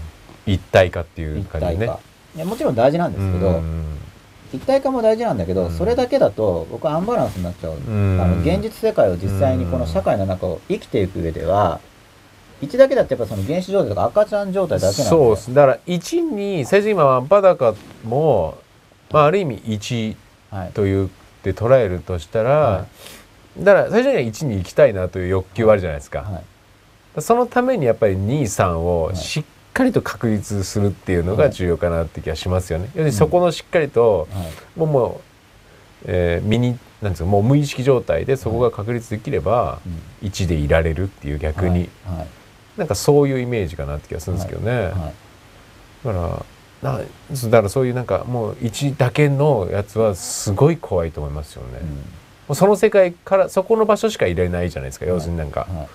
Speaker 2: 一体化っていう
Speaker 1: 一
Speaker 2: 感じ
Speaker 1: 体
Speaker 2: ね
Speaker 1: 化。いやもちろん大事なんですけ
Speaker 2: うんう
Speaker 1: ど、
Speaker 2: ん
Speaker 1: 一体化も大事なんだけ
Speaker 2: う
Speaker 1: ど、
Speaker 2: ん
Speaker 1: それだけだと僕はアンバランスになっちゃう。
Speaker 2: うん
Speaker 1: あの現実世界を実際にこの社会の中を生きていく上では、1だけだってやっぱその原始状態とか赤ちゃん状態だけなんで。
Speaker 2: そうですだから1に最初今はバダカも、まあ、ある意味1
Speaker 1: はい。
Speaker 2: というで捉えるとしたら、
Speaker 1: は
Speaker 2: だから最初には1に行きたいなという欲求はあるじゃないですか、
Speaker 1: はい
Speaker 2: そのためにやっぱり23を
Speaker 1: はい
Speaker 2: しっかりと確立するっていうのが重要かなって気がしますよね。要するにそこのしっかりと、
Speaker 1: はい
Speaker 2: もうもう、えー身になんですかもう無意識状態でそこが確立できれば
Speaker 1: うん
Speaker 2: 1でいられるっていう逆に、
Speaker 1: はいはい
Speaker 2: なんかそういうイメージかなって気がするんですけどね。
Speaker 1: はい
Speaker 2: だからなだからそういうなんかもう1だけのやつはすごい怖いと思いますよね。
Speaker 1: う
Speaker 2: も
Speaker 1: ん
Speaker 2: うその世界からそこの場所しかいられないじゃないですか要するになんか。
Speaker 1: はい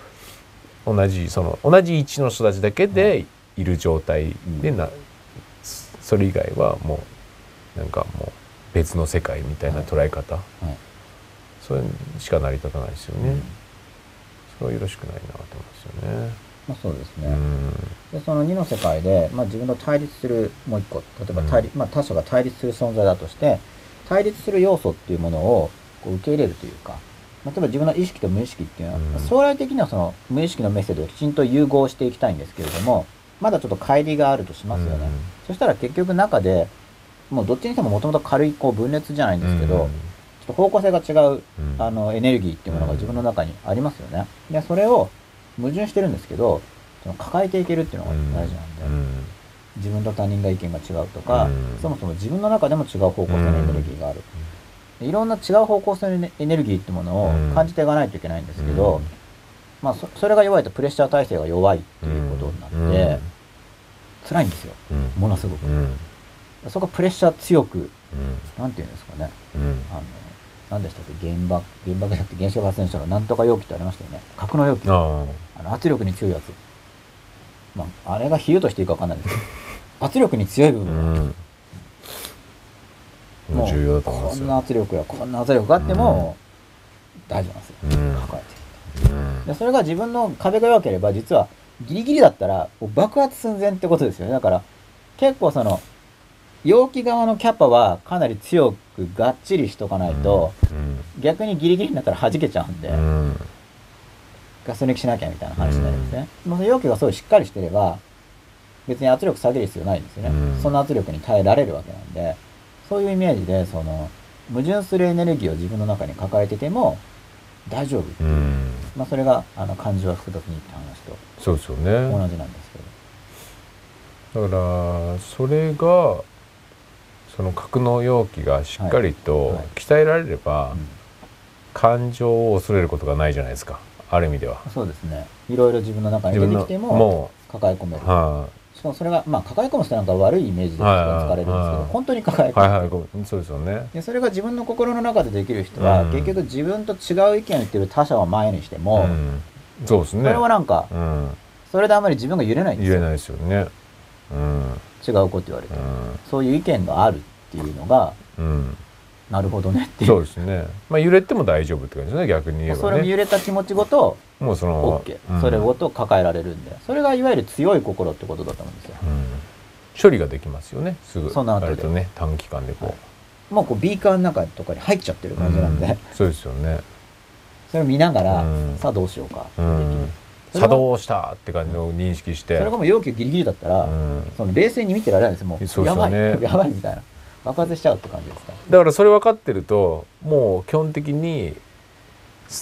Speaker 2: 同じその同じ位置の人たちだけでいる状態でな、そそれ以外はもうなんかもう別の世界みたいな捉え方、
Speaker 1: はい
Speaker 2: それしか成り立たないですよね、
Speaker 1: うん
Speaker 2: それはよろしくないなと思いますよね。
Speaker 1: まあ、そうです
Speaker 2: う
Speaker 1: ね、
Speaker 2: ん
Speaker 1: でその2の世界で、まあ、自分と対立するもう一個例えば対立、まあ、他者が対立する存在だとして対立する要素っていうものをこう受け入れるというかまあ例えば自分の意識と無意識っていうのは、
Speaker 2: うん
Speaker 1: まあ将来的にはその無意識のメッセージをきちんと融合していきたいんですけれどもまだちょっと乖離があるとしますよね、
Speaker 2: うん
Speaker 1: そしたら結局中でもうどっちにしてももともと軽いこう分裂じゃないんですけど、ちょっと方向性が違う
Speaker 2: うん
Speaker 1: あのエネルギーっていうものが自分の中にありますよね。で、それを矛盾してるんですけど、その抱えていけるっていうのが大事なんで、
Speaker 2: うん
Speaker 1: 自分と他人が意見が違うとか、
Speaker 2: うん
Speaker 1: そもそも自分の中でも違う方向性のエネルギーがある。でいろんな違う方向性のエネルギーってもの
Speaker 2: うん
Speaker 1: を感じていかないといけないんですけど、
Speaker 2: うん
Speaker 1: まあそ、それが弱いとプレッシャー体制が弱いっていうことになって、辛いんですよ。
Speaker 2: うんうん
Speaker 1: ものすごく
Speaker 2: う。ん
Speaker 1: そこがプレッシャー強く、
Speaker 2: うん
Speaker 1: なんていうんですかね。
Speaker 2: うん
Speaker 1: あの、何でしたっけ原爆、原爆じゃなくて原子力発電所のなんとか容器ってありましたよね。格納容器。
Speaker 2: あ
Speaker 1: あの圧力に強いやつ。まあ、あれ が比喩としていいかわかんないですけど、圧力に強い部
Speaker 2: あう
Speaker 1: 分、
Speaker 2: んも
Speaker 1: う
Speaker 2: 重要だと思いま
Speaker 1: こ
Speaker 2: すよ
Speaker 1: んな圧力やこんな圧力があっても、大丈夫なんですよ、
Speaker 2: うん
Speaker 1: 抱えてるでそれが自分の壁が弱ければ実はギリギリだったらこう爆発寸前ってことですよねだから結構その容器側のキャパはかなり強くがっちりしとかないと、、
Speaker 2: うん
Speaker 1: 逆にギリギリになったら弾けちゃうんで、
Speaker 2: うん
Speaker 1: ガス抜きしなきゃみたいな話になりますね。もうその容器がすごいしっかりしてれば、別に圧力下げる必要ないんですよね。
Speaker 2: うん
Speaker 1: その圧力に耐えられるわけなんで、そういうイメージで、その、矛盾するエネルギーを自分の中に抱えてても、大丈夫。
Speaker 2: うん
Speaker 1: まあ、それが、あの、感情は複雑にって話と
Speaker 2: そうですよね。
Speaker 1: 同じなんですけど。
Speaker 2: だからそれがその格納容器がしっかり
Speaker 1: はい
Speaker 2: と
Speaker 1: はい
Speaker 2: 鍛えられれば、
Speaker 1: うん
Speaker 2: 感情を恐れることがないじゃないですかある意味では
Speaker 1: そうですね。いろいろ自分の中に出てきても、
Speaker 2: も
Speaker 1: 抱え込める
Speaker 2: う。は
Speaker 1: しかもそれが、まあ、抱え込む人なんか悪いイメージで使われるんですけ
Speaker 2: はいはい
Speaker 1: ど
Speaker 2: は、い
Speaker 1: 本当に抱え
Speaker 2: い
Speaker 1: 込む
Speaker 2: は。いはいごめんそうですよね
Speaker 1: でそれが自分の心の中でできる人は、
Speaker 2: うん
Speaker 1: 結局自分と違う意見を言ってる他者を前にしても、
Speaker 2: ん、そうですね
Speaker 1: これはなんか
Speaker 2: うん、
Speaker 1: それであまり自分が揺れないんです
Speaker 2: 言え
Speaker 1: よ
Speaker 2: ないですよねうん
Speaker 1: 違うこと言われて、そういう意見があるっていうのが
Speaker 2: うん、
Speaker 1: なるほどねっ
Speaker 2: う
Speaker 1: て
Speaker 2: ん、
Speaker 1: いう
Speaker 2: そうですねまあ揺れても大丈夫って感じですね逆に言え
Speaker 1: もうそ
Speaker 2: ば
Speaker 1: れも
Speaker 2: ね
Speaker 1: 揺れた気持ちごと
Speaker 2: もうその
Speaker 1: OK、
Speaker 2: うん
Speaker 1: それごと抱えられるんでそれがいわゆる強い心ってことだと思うんですよ
Speaker 2: うん、処理ができますよねすぐ
Speaker 1: その後で
Speaker 2: あれとね短期間でこう、
Speaker 1: はいもうこうビーカーの中とかに入っちゃってる感じなんで、
Speaker 2: うんそうですよね、
Speaker 1: それを見ながら、
Speaker 2: うん
Speaker 1: さあどうしようかって
Speaker 2: う
Speaker 1: できる、
Speaker 2: ん、
Speaker 1: それ
Speaker 2: 作
Speaker 1: が
Speaker 2: 動したって感じを認識して
Speaker 1: それがもう容器がギリギリだったら、
Speaker 2: うん
Speaker 1: その冷静に見てられないんですよもう
Speaker 2: そうで
Speaker 1: や
Speaker 2: すよ
Speaker 1: ばい
Speaker 2: ね
Speaker 1: やばいみたいな爆発しちゃうって感じですか
Speaker 2: だからそれ分かってるともう基本的に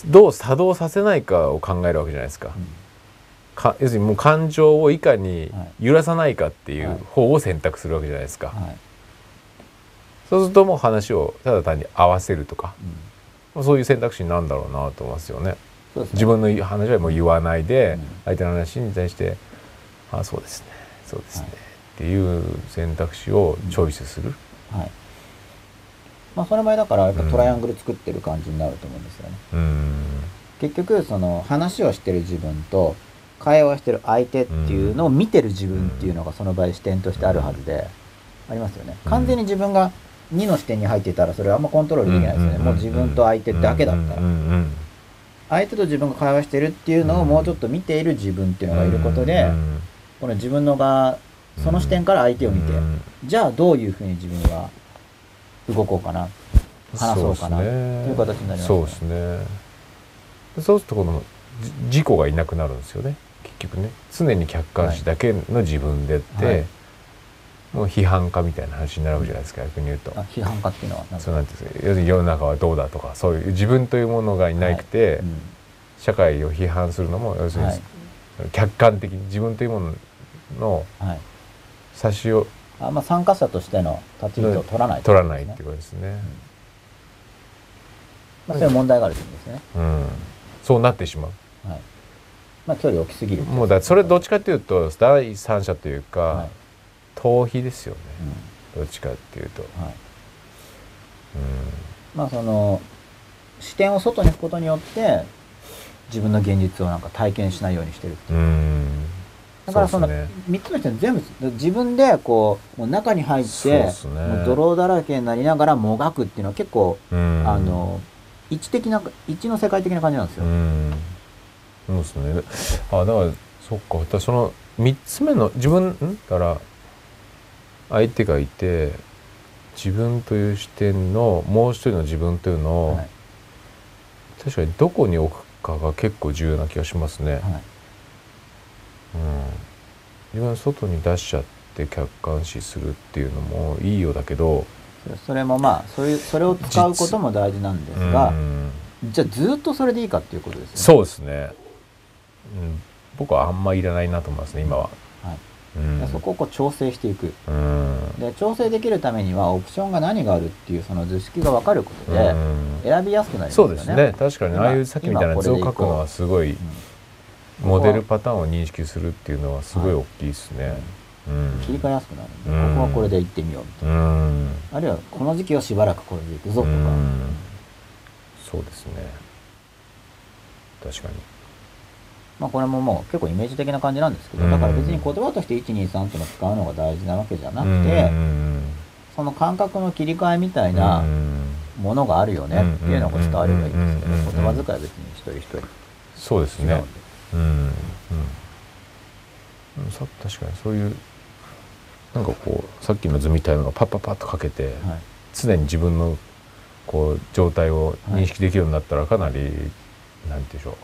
Speaker 2: どう作動させないかを考えるわけじゃないですかか要するにもう感情をいかに揺らさないかってい
Speaker 1: は
Speaker 2: う
Speaker 1: い
Speaker 2: 方を選択するわけじゃないですか、
Speaker 1: はい
Speaker 2: そうするともう話をただ単に合わせるとか
Speaker 1: うん
Speaker 2: そういう選択肢になるんだろうなと思いますよね
Speaker 1: そうですね
Speaker 2: 自分の話はもう言わないで
Speaker 1: うん
Speaker 2: 相手の話に対して「ああそうですねそうですね
Speaker 1: はい」
Speaker 2: っていう選択肢をチョイスする、
Speaker 1: はいまあその前だからやっぱ
Speaker 2: うん
Speaker 1: トライアングル作ってる感じになると思うんですよね、
Speaker 2: うん
Speaker 1: 結局その話をしてる自分と会話してる相手っていうのを見てる自分っていうのがその場合視点としてあるはずでありますよね
Speaker 2: うん
Speaker 1: 完全に自分が2の視点に入っていたらそれはあんまコントロールできないですよねもう自分と相手だけだったら
Speaker 2: うんうんうん
Speaker 1: 相手と自分が会話してるっていうのをもうちょっと見ている自分っていうのがいることで、
Speaker 2: うん
Speaker 1: この自分の側その視点から相手を見て、
Speaker 2: うん
Speaker 1: じゃあどういうふうに自分は動こうかな話そうかなっ
Speaker 2: そ
Speaker 1: て
Speaker 2: ですね
Speaker 1: いう形になります
Speaker 2: そ
Speaker 1: よ
Speaker 2: う
Speaker 1: ね
Speaker 2: ですねそうするとこのじ自己がいなくなるんですよね結局ね常に客観視だけの自分でって、
Speaker 1: はい
Speaker 2: もう批判家みたいな話になるわけじゃないですか逆に言うと
Speaker 1: あ批判家っていうのはなんか
Speaker 2: そうなんていうんですか要するに世の中はどうだとかそういう自分というものがいなくて、
Speaker 1: うん
Speaker 2: 社会を批判するのも要するに、
Speaker 1: はい
Speaker 2: 客観的に自分というものの
Speaker 1: はい
Speaker 2: 差しを
Speaker 1: あまあ、参加者としての立ち位置を取らない
Speaker 2: 取らないって
Speaker 1: ね
Speaker 2: いうことですね。
Speaker 1: まあ、そういう問題があるんですね、
Speaker 2: うん、そうなってしまう。
Speaker 1: はいまあ、距離を置きすぎる
Speaker 2: もうだそれどっちかというと第三者というか、
Speaker 1: はい
Speaker 2: 逃避ですよね、
Speaker 1: う
Speaker 2: どっちかっていうと、うん
Speaker 1: んはいまあその視点を外に置くことによって自分の現実をなんか体験しないようにしてるっていう
Speaker 2: うん、
Speaker 1: だからその
Speaker 2: そうですね
Speaker 1: 3つの視点全部自分でこうもう中に入っ
Speaker 2: そうで
Speaker 1: て
Speaker 2: すね
Speaker 1: もう泥だらけになりながらもがくっていうのは結構
Speaker 2: うん、
Speaker 1: あの位置的な位置の世界的な感じなんです
Speaker 2: う
Speaker 1: よ、
Speaker 2: んそうですねあだからそっか私その3つ目の自分んだから相手がいて自分という視点のもう一人の自分というのを、
Speaker 1: はい
Speaker 2: 確かにどこに置くかが結構重要な気がしますね、
Speaker 1: はい
Speaker 2: うん、自分は外に出しちゃって客観視するっていうのもいいようだけど
Speaker 1: それ、それもまあそういうそれを使うことも大事なんですが
Speaker 2: う、ん
Speaker 1: じゃあずっとそれでいいかっていうことですよね
Speaker 2: そうですね、うん、僕はあんまいらないなと思いますね今は、
Speaker 1: はい
Speaker 2: うん
Speaker 1: そこをこう調整していく
Speaker 2: うん
Speaker 1: で調整できるためにはオプションが何があるっていうその図式が分かること
Speaker 2: う
Speaker 1: で
Speaker 2: ん
Speaker 1: 選びやすくなります
Speaker 2: そ
Speaker 1: よ
Speaker 2: う
Speaker 1: ね
Speaker 2: ですね確かにああいう
Speaker 1: 今
Speaker 2: さっきみたいな図を描くのはすごいモデルパターンを認識するっていうのはすごい大きいですね、うん、
Speaker 1: 切り替えやすくなるんで、
Speaker 2: うん
Speaker 1: ここはこれで行ってみようみたい
Speaker 2: うん
Speaker 1: なあるいはこの時期はしばらくこれで行くぞとか、
Speaker 2: うんそうですね確かに
Speaker 1: まあこれももう結構イメージ的な感じなんですけど、
Speaker 2: うん
Speaker 1: だから別に言葉として123っていうのを使うのが大事なわけじゃなくて、
Speaker 2: うん
Speaker 1: その感覚の切り替えみたい
Speaker 2: うん
Speaker 1: なものがあるよね
Speaker 2: うん
Speaker 1: っていうのが伝わればいいんですけど
Speaker 2: うん
Speaker 1: 言葉遣いは別に一人一人違
Speaker 2: そうです
Speaker 1: うんで
Speaker 2: ねうんうんうんさ確かにそういうなんかこうさっきの図みたいなのがパッパッパッとかけて、
Speaker 1: はい
Speaker 2: 常に自分のこう状態を認識できるようになったらかなり、なんていうんでしょう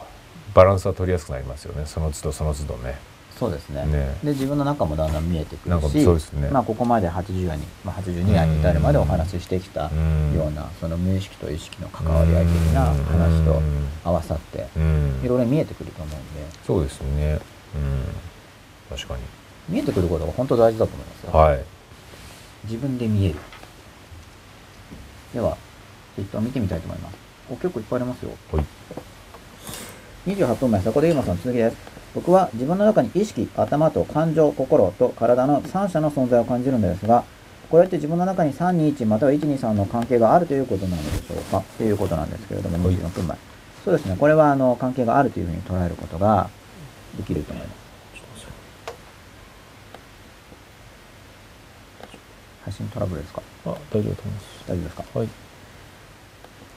Speaker 2: バランスは取りやすくなりますよねその都度その都度ね。
Speaker 1: そうですね
Speaker 2: ね
Speaker 1: で自分の中もだんだん見えてく
Speaker 2: な
Speaker 1: る
Speaker 2: んか
Speaker 1: し
Speaker 2: そうですね
Speaker 1: まあここまで80話に、まあ、82話に至るまでお話ししてきた
Speaker 2: ん
Speaker 1: ようなその無意識と意識の関わり合い的な話と合わさって
Speaker 2: うん
Speaker 1: いろいろ見えてくると思うんで
Speaker 2: そうですね、うん、確かに
Speaker 1: 見えてくることが本当大事だと思いますよ、
Speaker 2: はい
Speaker 1: 自分で見えるでは一旦見てみたいと思いますお結構いっぱいありますよ
Speaker 2: はい
Speaker 1: 28分前、そこでゆうまさん続きです。僕は自分の中に意識、頭と感情、心と体の3者の存在を感じるのですが、これって自分の中に321または123の関係があるということなのでしょうかっていうことなんですけれども、
Speaker 2: はい
Speaker 1: 24分前。そうですね、これはあの関係があるというふうに捉えることができると思います。配信トラブルですか
Speaker 2: あ大丈夫だと思います
Speaker 1: 大丈夫ですか
Speaker 2: はい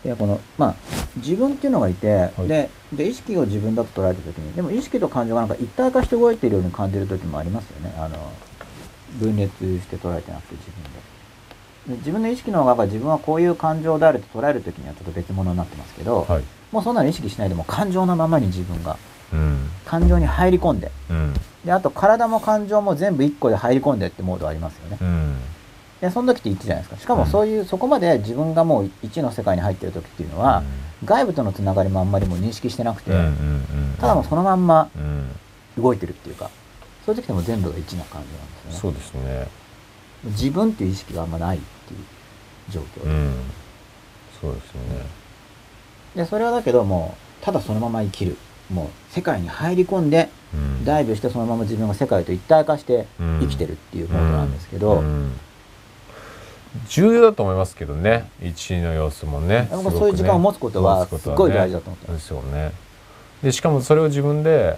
Speaker 1: いやこのまあ自分っていうのがいて、
Speaker 2: い
Speaker 1: でで意識を自分だと捉えた時にでも意識と感情がなんか一体化して動いているように感じる時もありますよねあの分裂して捉えてなくて自分でで自分の意識の方が自分はこういう感情であると捉える時にはちょっと別物になってますけど、
Speaker 2: はい
Speaker 1: もうそんなの意識しないでもう感情のままに自分が
Speaker 2: うん
Speaker 1: 感情に入り込んで
Speaker 2: うん
Speaker 1: であと体も感情も全部一個で入り込んでってモードありますよね
Speaker 2: うん
Speaker 1: でその時って1じゃないですかしかもそういう、そこまで自分がもう1の世界に入ってる時っていうのは、外部とのつながりもあんまりもう認識してなくて、
Speaker 2: うんうんうん
Speaker 1: ただもうそのまんま
Speaker 2: うん
Speaker 1: 動いてるっていうかそういう時でも全部が一な感じなんですよ
Speaker 2: そ
Speaker 1: ね
Speaker 2: うですね
Speaker 1: 自分っていう意識があんまないっていう状況
Speaker 2: う
Speaker 1: で,、
Speaker 2: んそうですね
Speaker 1: でそれはだけどもうただそのまま生きるもう世界に入り込んで
Speaker 2: うん
Speaker 1: ダイブしてそのまま自分が世界と一体化して
Speaker 2: うん
Speaker 1: 生きてるっていうモードなんですけど、
Speaker 2: うん重要だと思いますけどね一の様子もね
Speaker 1: 僕はそういう時間を持つことはすごい大事だと思って
Speaker 2: そう
Speaker 1: ま
Speaker 2: ですすよねでしかもそれを自分で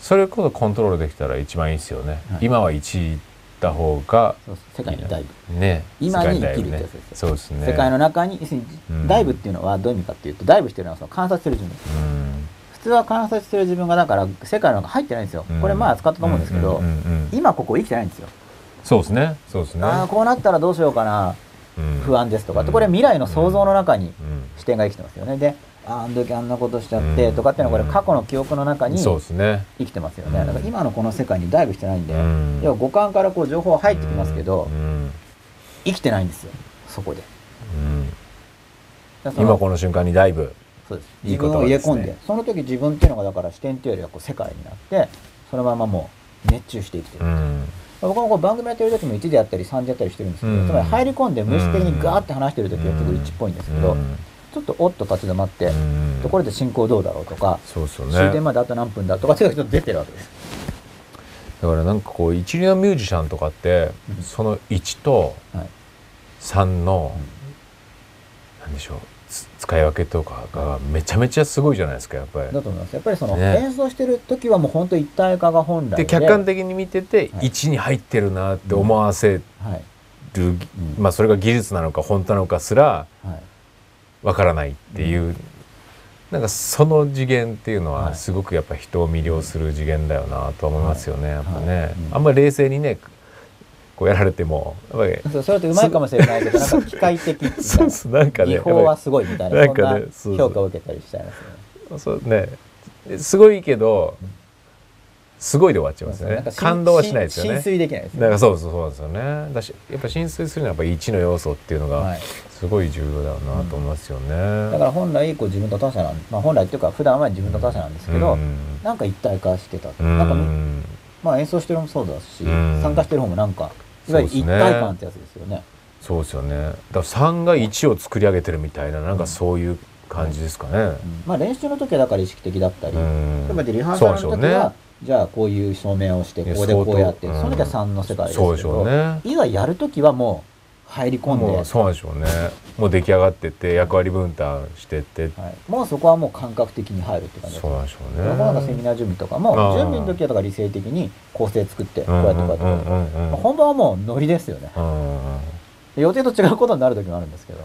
Speaker 2: それこそコントロールできたら一番いいですよね、
Speaker 1: はい
Speaker 2: 今は1だ方が
Speaker 1: そうです世界にダイブ
Speaker 2: ね
Speaker 1: 今に
Speaker 2: 世界だよ
Speaker 1: 生
Speaker 2: ね
Speaker 1: きるってやつですよ
Speaker 2: そうですね
Speaker 1: 世界の中に要するに
Speaker 2: うん
Speaker 1: ダイブっていうのはどういう意味かっていうとダイブしてるのはその観察する順です
Speaker 2: うん
Speaker 1: 普通は観察してる自分がだから世界の中入ってないんですよ、これ前使ったと思うんですけど、
Speaker 2: うんうんうんうん
Speaker 1: 今ここ生きてないんですよ、
Speaker 2: そうですねそうですね
Speaker 1: ああこうなったらどうしようかな
Speaker 2: うん
Speaker 1: 不安ですとかって、
Speaker 2: うん
Speaker 1: これ未来の想像の中に
Speaker 2: うん
Speaker 1: 視点が生きてますよねであーあの時あんなことしちゃってとかっていうのはこ
Speaker 2: うん
Speaker 1: れ過去の記憶の中に
Speaker 2: そう
Speaker 1: 生
Speaker 2: ですね
Speaker 1: きてますよ
Speaker 2: う
Speaker 1: ね
Speaker 2: ん
Speaker 1: だから今のこの世界にダイブしてないんで、
Speaker 2: うん
Speaker 1: 要は五感からこう情報は入ってきますけど、
Speaker 2: うん
Speaker 1: 生きてないんですよそこで
Speaker 2: うん
Speaker 1: だからその
Speaker 2: 今この瞬間にだいぶ
Speaker 1: そうです
Speaker 2: いい
Speaker 1: 自
Speaker 2: 言
Speaker 1: 分
Speaker 2: 葉
Speaker 1: を入れ込んで
Speaker 2: ですね
Speaker 1: その時自分っていうのがだから視点っていうよりはこう世界になってそのままもう熱中して生きてる、
Speaker 2: うん
Speaker 1: 僕もこう番組やってる時も1でやったり3でやったりしてるんですけど、
Speaker 2: うん
Speaker 1: つまり入り込んで無意識的にガーって話してる時は結構1っぽいんですけど、
Speaker 2: うん
Speaker 1: ちょっとおっと立ち止まって、
Speaker 2: うん
Speaker 1: ところで進行どうだろうとか、
Speaker 2: そうですよね
Speaker 1: 終点まであと何分だとかっていうのがちょっと出てるわけです。
Speaker 2: だからなんかこう一流のミュージシャンとかって
Speaker 1: うん
Speaker 2: その1と
Speaker 1: はい
Speaker 2: 3のなんでしょうつ使い分けとかがめちゃめちゃすごいじゃないですかやっぱ
Speaker 1: だ
Speaker 2: り。
Speaker 1: と思います。やっぱりその、
Speaker 2: ね
Speaker 1: 演奏してる時はもう本当一体化が本来で。
Speaker 2: で客観的に見てて
Speaker 1: はい
Speaker 2: 1に入ってるなって思わせ
Speaker 1: はい。
Speaker 2: る、まあそれが技術なのか本当なのかすら
Speaker 1: はい。
Speaker 2: わからないっていう、なんかその次元っていうの
Speaker 1: は
Speaker 2: はいすごくやっぱ人を魅了する次元だよなとは思いますよね、やっぱね、
Speaker 1: はいうん
Speaker 2: あんまり冷静にねこうやられてもやっ ぱり
Speaker 1: そうそれってうまいかもしれないけど、なんか機械的みたいな
Speaker 2: そうっすなんかね
Speaker 1: 技法はすごいみたいな、
Speaker 2: なん
Speaker 1: そん
Speaker 2: か
Speaker 1: な
Speaker 2: ねそうそう
Speaker 1: 評価を受けたりしちゃいますよね。
Speaker 2: そうねすごいけどすごいで終わっちゃいますよ
Speaker 1: なん
Speaker 2: ね
Speaker 1: かし
Speaker 2: 感動はしないですよ
Speaker 1: 浸
Speaker 2: ね
Speaker 1: 水できないですよね
Speaker 2: なんかそうそうそうなんですよねだしやっぱ浸水するのはやっぱ一の要素っていうの
Speaker 1: は
Speaker 2: が
Speaker 1: い
Speaker 2: すごい重要だよなと思いますよね、
Speaker 1: だから本来こう自分と他者なん、まあ、本来っていうか普段は自分と他者なんですけど、
Speaker 2: うん
Speaker 1: なんか一体化してたって、
Speaker 2: うん
Speaker 1: なんかみまあ演奏してるのもそうだし、
Speaker 2: うん
Speaker 1: 参加してる方もなんかいわゆる一体感ってやつですよね
Speaker 2: そうですよね。だから三が一を作り上げてるみたいななんかそういう感じですかね。
Speaker 1: うんまあ練習の時はだから意識的だったり、
Speaker 2: うん
Speaker 1: 例えばでリハーサル
Speaker 2: そう
Speaker 1: の
Speaker 2: で
Speaker 1: 時
Speaker 2: しょう
Speaker 1: は
Speaker 2: ね、
Speaker 1: じゃあこういう照明をして
Speaker 2: いや
Speaker 1: こうでこうやってそ
Speaker 2: 相
Speaker 1: の
Speaker 2: 当
Speaker 1: 時は3の世界ですけ
Speaker 2: そう
Speaker 1: ど
Speaker 2: でしょうね。
Speaker 1: いざやる時はもう入り込んで
Speaker 2: もうそうなんでしょうね。もう出来上がってて役割分担してって、
Speaker 1: はい、もうそこはもう感覚的に入るって感じです
Speaker 2: そうなんでしょうね。
Speaker 1: 僕もなんかセミナー準備とかも
Speaker 2: あー
Speaker 1: 準備の時はだから理性的に構成作ってこう
Speaker 2: うん
Speaker 1: や
Speaker 2: う
Speaker 1: ってこ
Speaker 2: ん
Speaker 1: うやってこうやって
Speaker 2: うんうんうん
Speaker 1: 本番はもうノリですよね
Speaker 2: うんうん
Speaker 1: 予定と違うことになる時もあるんですけど。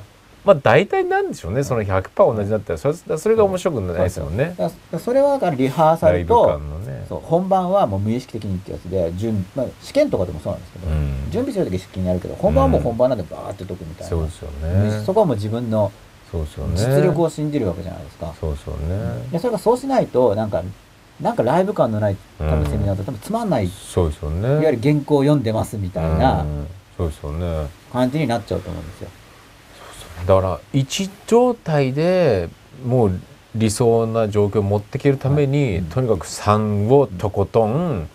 Speaker 2: まあ大体なんでしょうねその100%同じだったらそれそれが面白くないですもんね。
Speaker 1: だからそれはだからリハーサ
Speaker 2: ライ
Speaker 1: ル
Speaker 2: ブ
Speaker 1: と
Speaker 2: 感のね。
Speaker 1: そう本番はもう無意識的にってやつで準、まあ、試験とかでもそうなんですけど、
Speaker 2: うん
Speaker 1: 準備する時意識的にやるけど本番はもう本番なんでバーって解くみたいな、
Speaker 2: そうですよね。
Speaker 1: そこはもう自分の
Speaker 2: そうですよね。
Speaker 1: 実力を信じるわけじゃないですか、
Speaker 2: そうですよ
Speaker 1: で
Speaker 2: ね。
Speaker 1: それがそうしないとなんかなんかライブ感のない多分セミナーだと多分つまんない、
Speaker 2: そうですよね。
Speaker 1: いわゆる原稿を読んでますみたいな
Speaker 2: うんそうですよね。
Speaker 1: 感じになっちゃうと思うんですよ、
Speaker 2: だから一状態でもう理想な状況を持っていけるために、
Speaker 1: はいうん
Speaker 2: とにかく3をとことん、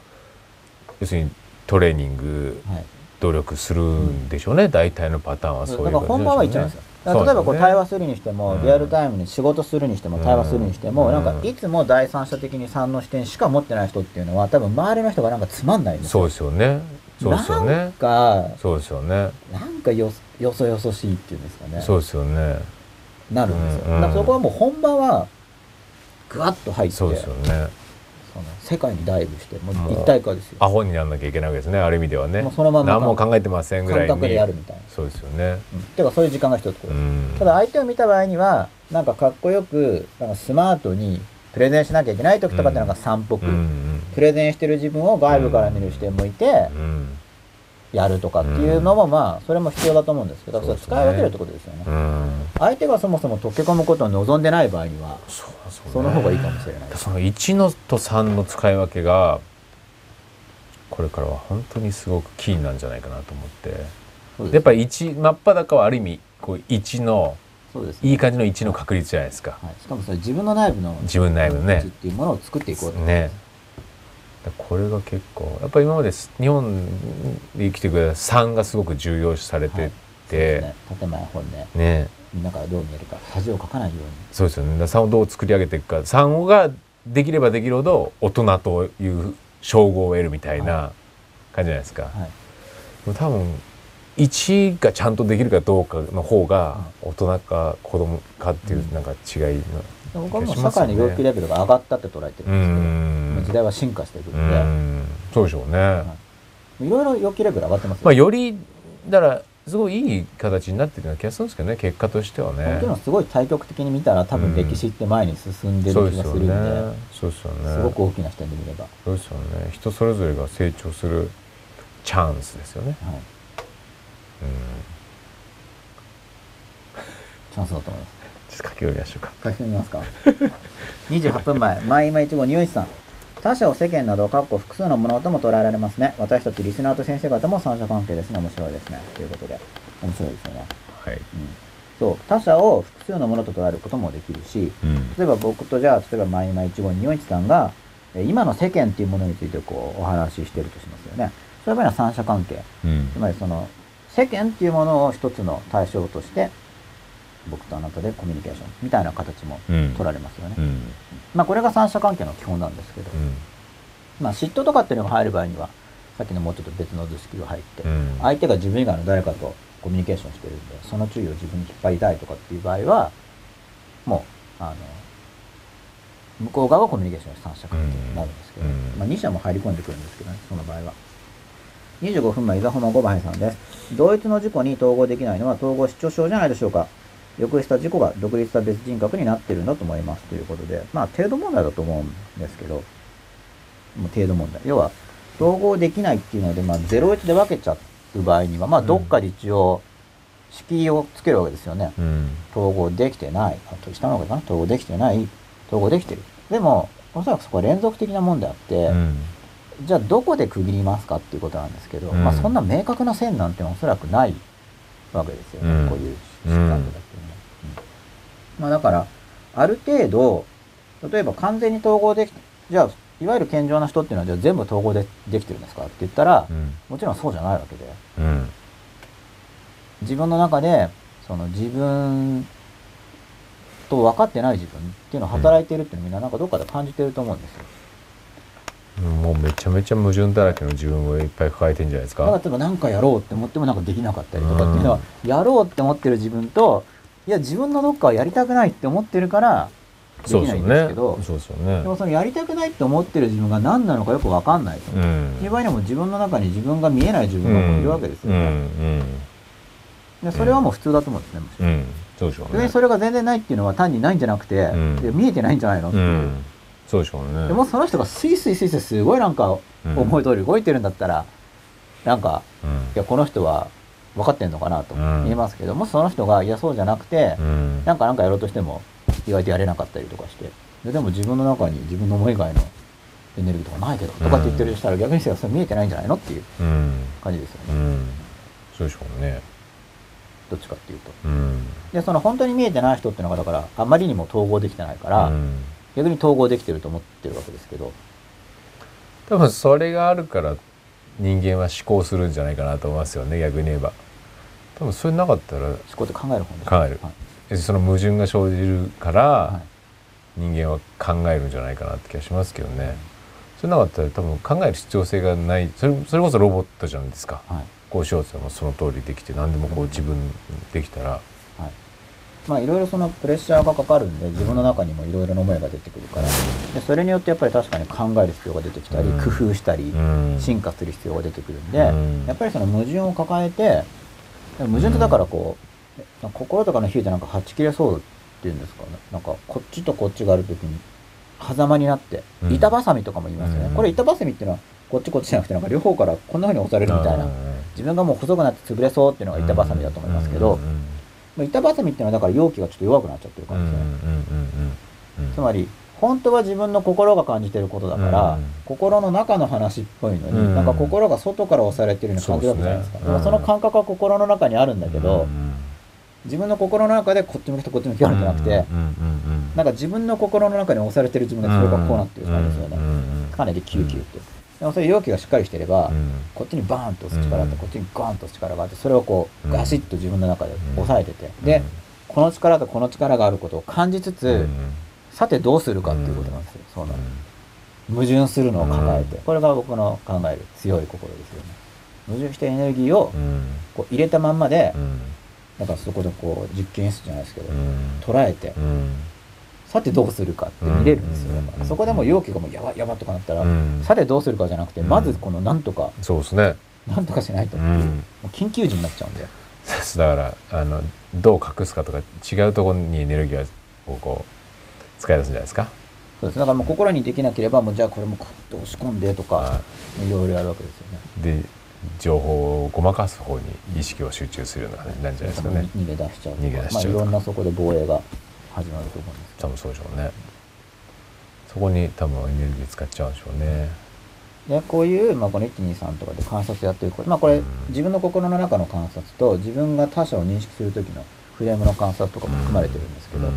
Speaker 2: 要するにトレーニング
Speaker 1: はい、
Speaker 2: 努力するんでしょうね、大体のパターンはそういう
Speaker 1: だから本番は一番ですよ。だから例えばこう対話するにしても、リアルタイムに仕事するにしても、
Speaker 2: うん
Speaker 1: 対話するにしても、なん
Speaker 2: うん
Speaker 1: かいつも第三者的に3の視点しか持ってない人っていうのは、多分周りの人がなんかつまんないんですよ
Speaker 2: そうですよねそうですよ
Speaker 1: なん
Speaker 2: ね
Speaker 1: か、
Speaker 2: そうですよね
Speaker 1: なんかよそよそよそしいっていうんですかね。
Speaker 2: そうですよね
Speaker 1: なるんですよ。
Speaker 2: うんう
Speaker 1: だ
Speaker 2: ん
Speaker 1: からそこはもう本番は、ぐわっと入って、そ
Speaker 2: そう
Speaker 1: の
Speaker 2: ですよね
Speaker 1: 世界にダイブして、も
Speaker 2: も
Speaker 1: う
Speaker 2: う
Speaker 1: 一体化ですよ。
Speaker 2: アホにならなきゃいけないわけですねある意味ではね
Speaker 1: もうそのまんま
Speaker 2: 何も考えてませんぐら
Speaker 1: 感
Speaker 2: いに
Speaker 1: 覚でやるみたいな。
Speaker 2: そうですよね
Speaker 1: うん、てかそういう時間が一つこれ
Speaker 2: うん
Speaker 1: ただ相手を見た場合には、なんかかっこよく、なんかスマートにプレゼンしなきゃいけない時とかってなんか散歩く、
Speaker 2: うん
Speaker 1: プレゼンしてる自分を外部から見る視点もいて
Speaker 2: うん、うん
Speaker 1: やるとかっていうのもまあ、それも必要だと思うんですけど、
Speaker 2: そ
Speaker 1: そうれ
Speaker 2: ですね
Speaker 1: 使い分けるってことですよね
Speaker 2: う。ん
Speaker 1: 相手がそもそも溶け込むことを望んでない場合には、
Speaker 2: そうそうね
Speaker 1: その方がいいかもしれないです。
Speaker 2: その1のと3の使い分けがこれからは本当にすごくキーなんじゃないかなと思って
Speaker 1: そう
Speaker 2: や
Speaker 1: で
Speaker 2: っ
Speaker 1: す
Speaker 2: ぱり1真っ裸はある意味こう1の
Speaker 1: そうですね
Speaker 2: いい感じの1の確率じゃないですか
Speaker 1: はい、しかもそれ自分の内部の
Speaker 2: 自分内部のね
Speaker 1: 価値っていうものを作っていこうと。
Speaker 2: ねだからこれが結構やっぱり今まです日本で生きてくれた3がすごく重要視されてて、
Speaker 1: ね建前本音、
Speaker 2: ね
Speaker 1: みんなからどう見えるか、恥をかかないように。
Speaker 2: そうですよね。だから3をどう作り上げていくか3ができればできるほど大人という称号を得るみたいな感じじゃないですか。
Speaker 1: はい
Speaker 2: でも多分1がちゃんとできるかどうかの方が大人か子供かっていうなんか違いの
Speaker 1: 僕はもう社会の要求レベルが上がったって捉えてる
Speaker 2: うん
Speaker 1: ですけど、
Speaker 2: ん
Speaker 1: 時代は進化していく
Speaker 2: う
Speaker 1: ので、
Speaker 2: んそうでしょうね。
Speaker 1: いろいろ要求レベル上がってますよ。
Speaker 2: まあよりだからすごいいい形になってるような気がするんですけどね結果としては
Speaker 1: も
Speaker 2: ね
Speaker 1: ち。ろんすごい対極的に見たら多分歴史って前に進んで
Speaker 2: そう
Speaker 1: る
Speaker 2: で
Speaker 1: 気
Speaker 2: す
Speaker 1: がする
Speaker 2: よ
Speaker 1: んで、
Speaker 2: ね。そうですよね。
Speaker 1: すごく大きな視点で見れば。
Speaker 2: そうですよね人それぞれが成長するチャンスですよね、
Speaker 1: はい、
Speaker 2: うん、
Speaker 1: チャンスだと思います。
Speaker 2: ちょっと書き終わりましょうか
Speaker 1: 書き込みます か28分前前今一号匂い師さん他者を世間などかっこ複数のものとも捉えられますね私たちリスナーと先生方も三者関係ですね面白いですねということで面白いですよね、
Speaker 2: はい、
Speaker 1: うん、そう他者を複数のものと捉えることもできるし
Speaker 2: うん
Speaker 1: 例えば僕とじゃあ例えば前今一号匂い師さんがえー今の世間っていうものについてこうお話ししてるとしますよねそういう場合には三者関係
Speaker 2: うん
Speaker 1: つまりその世間っていうものを一つの対象として僕とあなたでコミュニケーションみたいな形も
Speaker 2: うん
Speaker 1: 取られますよね、
Speaker 2: うん
Speaker 1: まあこれが三者関係の基本なんですけど、
Speaker 2: うん
Speaker 1: まあ嫉妬とかっていうのが入る場合にはさっきのもうちょっと別の図式が入って、
Speaker 2: うん
Speaker 1: 相手が自分以外の誰かとコミュニケーションしてるんでその注意を自分に引っ張りたいとかっていう場合はもうあの向こう側がコミュニケーションして三者関係になるんですけど、
Speaker 2: うん
Speaker 1: まあ、2社も入り込んでくるんですけどねその場合は。25分前、伊沢ホマ5番さんです。同一の事故に統合できないのは統合失調症じゃないでしょうか。抑した事故が独立した別人格になってるんだと思いますということで、まあ程度問題だと思うんですけど、もう程度問題。要は、統合できないっていうので、まあ01で分けちゃう場合には、まあどっかで一応、敷居をつけるわけですよね。
Speaker 2: うん
Speaker 1: 統合できてない、あと下の方かな、統合できてない、統合できてる。でも、おそらくそこは連続的なもんであって、
Speaker 2: うん
Speaker 1: じゃあどこで区切りますかっていうことなんですけど、
Speaker 2: うん
Speaker 1: まあそんな明確な線なんておそらくないわけですよね、
Speaker 2: うん
Speaker 1: こういう疾患だってね、うんまあだから、ある程度、例えば完全に統合でき、じゃあ、いわゆる健常な人っていうのはじゃあ全部統合でできてるんですかって言ったら、
Speaker 2: うん
Speaker 1: もちろんそうじゃないわけで、
Speaker 2: うん
Speaker 1: 自分の中で、その自分と分かってない自分っていうのを働いてるっていうのをみんななんかどっかで感じてると思うんですよ。
Speaker 2: もうめちゃめちゃ矛盾だらけの自分をいっぱい抱えてんじゃないです
Speaker 1: だから
Speaker 2: か
Speaker 1: 例えば何かやろうって思ってもなんかできなかったりとかっていうのは、やろうって思ってる自分といや自分のどっかはやりたくないって思ってるからで
Speaker 2: そう
Speaker 1: き
Speaker 2: で
Speaker 1: ないん
Speaker 2: すよ
Speaker 1: です
Speaker 2: ね
Speaker 1: けど
Speaker 2: そうですよ
Speaker 1: でも
Speaker 2: ね
Speaker 1: そのやりたくないって思ってる自分が何なのかよく分かんないと、っ
Speaker 2: う
Speaker 1: ていうん場合にも自分の中に自分が見えない自分がいるわけですよね、
Speaker 2: うん
Speaker 1: でそれはもう普通だと思うんですね、むしろ
Speaker 2: うんそうでしょう
Speaker 1: 別
Speaker 2: ね
Speaker 1: にそれが全然ないっていうのは単にないんじゃなくて、
Speaker 2: ん
Speaker 1: で見えてないんじゃないのって
Speaker 2: う
Speaker 1: いう、
Speaker 2: んそうでしょうね
Speaker 1: でもその人がスイスイスイスイすごいなんか
Speaker 2: うん
Speaker 1: 思い通り動いてるんだったら、なんか
Speaker 2: うん
Speaker 1: いやこの人は分かってんのかなと
Speaker 2: うん
Speaker 1: 言えますけど、もしその人がいやそうじゃなくて、
Speaker 2: うん
Speaker 1: なんかなんかやろうとしても意外とやれなかったりとかしてででも自分の中に自分の思い以外のエネルギーとかないけどとかって言ってる人したら逆にしたらそれ見えてないんじゃないのっていう
Speaker 2: うん
Speaker 1: 感じですよ
Speaker 2: う
Speaker 1: ね
Speaker 2: んそうでしょうね
Speaker 1: どっちかっていうと
Speaker 2: うん
Speaker 1: でその本当に見えてない人っていうのがだからあまりにも統合できてないから、
Speaker 2: うん
Speaker 1: 逆に統合できてると思ってるわけですけど
Speaker 2: 多分それがあるから人間は思考するんじゃないかなと思いますよね逆に言えば多分それなかったら
Speaker 1: そこって考える方でしょ
Speaker 2: 考える
Speaker 1: はい
Speaker 2: その矛盾が生じるから、
Speaker 1: はい
Speaker 2: 人間は考えるんじゃないかなって気がしますけどね。それなかったら多分考える必要性がないそれそれこそロボットじゃないですか。
Speaker 1: はい
Speaker 2: こうしようって言ってもその通りできて何でもこう自分できたら。
Speaker 1: はい、まあいろいろそのプレッシャーがかかるんで自分の中にもいろいろな思いが出てくるからでそれによってやっぱり確かに考える必要が出てきたり、
Speaker 2: うん
Speaker 1: 工夫したり、
Speaker 2: うん
Speaker 1: 進化する必要が出てくるんで、
Speaker 2: うん
Speaker 1: やっぱりその矛盾を抱えてでも矛盾ってだからこう、心とかの比喩でなんかはち切れそうっていうんですかねなんかこっちとこっちがある時に狭間になって
Speaker 2: うん
Speaker 1: 板挟みとかも言いますよね、
Speaker 2: うん
Speaker 1: これ板挟みっていうのはこっちこっちじゃなくてなんか両方からこんな風に押されるみたいな自分がもう細くなって潰れそうっていうのが板挟みだと思いますけど、
Speaker 2: うんうん
Speaker 1: まあ板挟みっていうのはだから容器がちょっと弱くなっちゃってる
Speaker 2: う
Speaker 1: 感
Speaker 2: ん
Speaker 1: じ
Speaker 2: うん
Speaker 1: ですね、
Speaker 2: うんうん
Speaker 1: つまり本当は自分の心が感じてることだから、
Speaker 2: うん
Speaker 1: 心の中の話っぽいのに、
Speaker 2: うん
Speaker 1: なんか心が外から押されてるような感じだったじゃないですか
Speaker 2: そうですね
Speaker 1: でもその感覚は心の中にあるんだけど、
Speaker 2: うん
Speaker 1: 自分の心の中でこっち向きとこっち向きがあるんじゃなくて、
Speaker 2: うんうんうんうん
Speaker 1: なんか自分の心の中に押されてる自分がそれがこうなってる感じですよね、
Speaker 2: うんうんうん
Speaker 1: かなりキューキューって、でもそれ容器がしっかりしてれば、
Speaker 2: うん
Speaker 1: こっちにバーンと押す力があって、
Speaker 2: うん
Speaker 1: こっちにゴーンと押す力があってそれをこ
Speaker 2: う
Speaker 1: うんガシッと自分の中で押さえてて、
Speaker 2: うん
Speaker 1: でこの力とこの力があることを感じつつ、
Speaker 2: うん
Speaker 1: さてどうするかっていうことなんですよ、そうなの矛盾するのを抱えて、
Speaker 2: うん
Speaker 1: これが僕の考える強い心ですよね矛盾したエネルギーを
Speaker 2: うん
Speaker 1: こう入れたまんまで、
Speaker 2: うん
Speaker 1: なんかそこでこう実験室じゃないですけど、
Speaker 2: うん
Speaker 1: 捉えて、
Speaker 2: うん
Speaker 1: さてどうするかって見れるんですよ、
Speaker 2: うん
Speaker 1: だからそこでもう容器がもうやばいやばいとかなったら、
Speaker 2: うん
Speaker 1: さてどうするかじゃなくて、
Speaker 2: うん
Speaker 1: まずこのなんとか
Speaker 2: そうですね。
Speaker 1: なんとかしないと、
Speaker 2: う
Speaker 1: も
Speaker 2: ん。
Speaker 1: う緊急時になっちゃうんで
Speaker 2: そうだからあのどう隠すかとか違うところにエネルギーをこう使い出すんじゃないですか。
Speaker 1: そうですだからもう心にできなければもうじゃあこれもカッと押し込んでとか
Speaker 2: はい
Speaker 1: ろいろやるわけですよね
Speaker 2: いで情報をごまかす方に意識を集中するような感じなんじゃないですかね。
Speaker 1: 逃げ出しちゃうと
Speaker 2: 逃げ
Speaker 1: か
Speaker 2: 出し
Speaker 1: まあ、
Speaker 2: ちゃ
Speaker 1: いう
Speaker 2: とか
Speaker 1: ろんなそこで防衛が始まると思うんですけ
Speaker 2: 多分そうでしょうね。そこに多分エネルギー使っちゃうんでしょうね。
Speaker 1: どでこういう、まあ、この123とかで観察やってること、まあ、これ
Speaker 2: うん
Speaker 1: 自分の心の中の観察と自分が他者を認識する時のフレームの観察とかも含まれてるんですけど、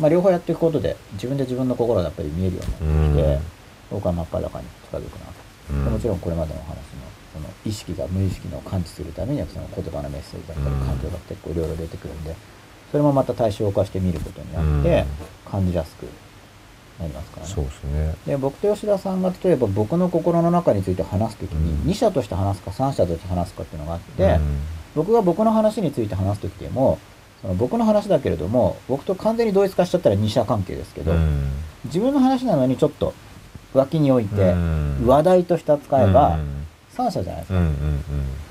Speaker 1: まあ、両方やっていくことで自分で自分の心がやっぱり見えるようになってきて、僕は真っ裸に近づくなと、
Speaker 2: うん
Speaker 1: でもちろんこれまでのお話のその意識が無意識の感知するためにはその言葉のメッセージだったり
Speaker 2: うん
Speaker 1: 感情だったりこういろいろ出てくるんでそれもまた対象化して見ることによって感じやすくなりますからね。
Speaker 2: そうですね。
Speaker 1: で僕と吉田さんが例えば僕の心の中について話すとき
Speaker 2: うん
Speaker 1: に2社として話すか3社として話すかっていうのがあって、
Speaker 2: うん
Speaker 1: 僕が僕の話について話すときでもその僕の話だけれども僕と完全に同一化しちゃったら2社関係ですけど、
Speaker 2: うん
Speaker 1: 自分の話なのにちょっと脇に置いて
Speaker 2: うん
Speaker 1: 話題として扱えば
Speaker 2: うん
Speaker 1: 3社じゃないです
Speaker 2: う
Speaker 1: か、
Speaker 2: ん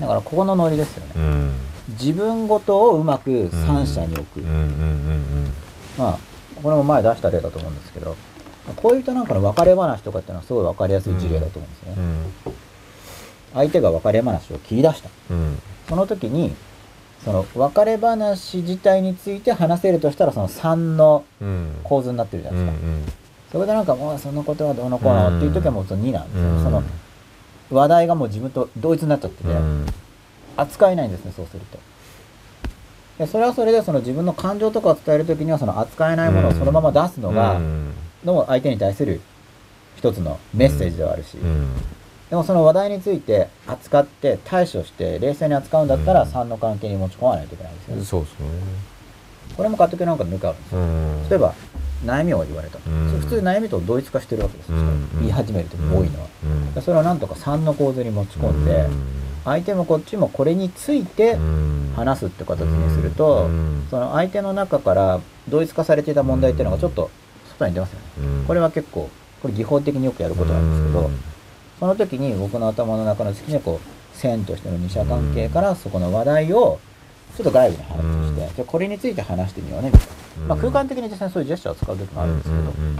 Speaker 1: だからここのノリですよね
Speaker 2: うんうん
Speaker 1: 自分ごとをうまく3社に置く、
Speaker 2: うんうんうん
Speaker 1: まあこれも前出した例だと思うんですけど恋人なんかの別れ話とかっていうのはすごい分かりやすい事例だと思うんですね、
Speaker 2: うんうん
Speaker 1: 相手が別れ話を切り出した
Speaker 2: うん
Speaker 1: その時にその別れ話自体について話せるとしたらその3の
Speaker 2: うん
Speaker 1: 構図になってるじゃ
Speaker 2: う
Speaker 1: ない
Speaker 2: ん
Speaker 1: ですか、そこでなんかもうそのことはどうのこう
Speaker 2: うん
Speaker 1: のっていう時はもうその2なんですよ、
Speaker 2: うん
Speaker 1: その話題がもう自分と同一になっちゃってて、
Speaker 2: うん
Speaker 1: 扱えないんですねそうするとでそれはそれでその自分の感情とかを伝える時にはその扱えないものをそのまま出すのが、
Speaker 2: うん
Speaker 1: のも相手に対する一つのメッセージではあるし、
Speaker 2: うん
Speaker 1: でもその話題について扱って対処して冷静に扱うんだった
Speaker 2: う
Speaker 1: ら
Speaker 2: ん
Speaker 1: 3の関係に持ち込まないといけないんですよね、
Speaker 2: そうですね。
Speaker 1: これも監督なんか向かうんですよ
Speaker 2: うん
Speaker 1: 例えば悩みを言われた、
Speaker 2: うん
Speaker 1: それ普通悩みと同一化してるわけですよ、
Speaker 2: うん
Speaker 1: 言い始める時も多いのは、
Speaker 2: うん
Speaker 1: それをなんとか3の構図に持ち込んで、相手もこっちもこれについて
Speaker 2: うん
Speaker 1: 話すって形にすると、
Speaker 2: うん
Speaker 1: その相手の中から同一化されていた問題っていうのがちょっと外に出ますよね、
Speaker 2: うん
Speaker 1: これは結構これ技法的によくやることなんですけど、その時に僕の頭の中の好きなこう線としての二者関係からそこの話題をちょっと外部の話として、
Speaker 2: うん
Speaker 1: じゃあこれについて話してみようねみたいな、
Speaker 2: うん
Speaker 1: まあ、空間的に実際にそういうジェスチャーを使う時もあるんですけど、
Speaker 2: うんうんうん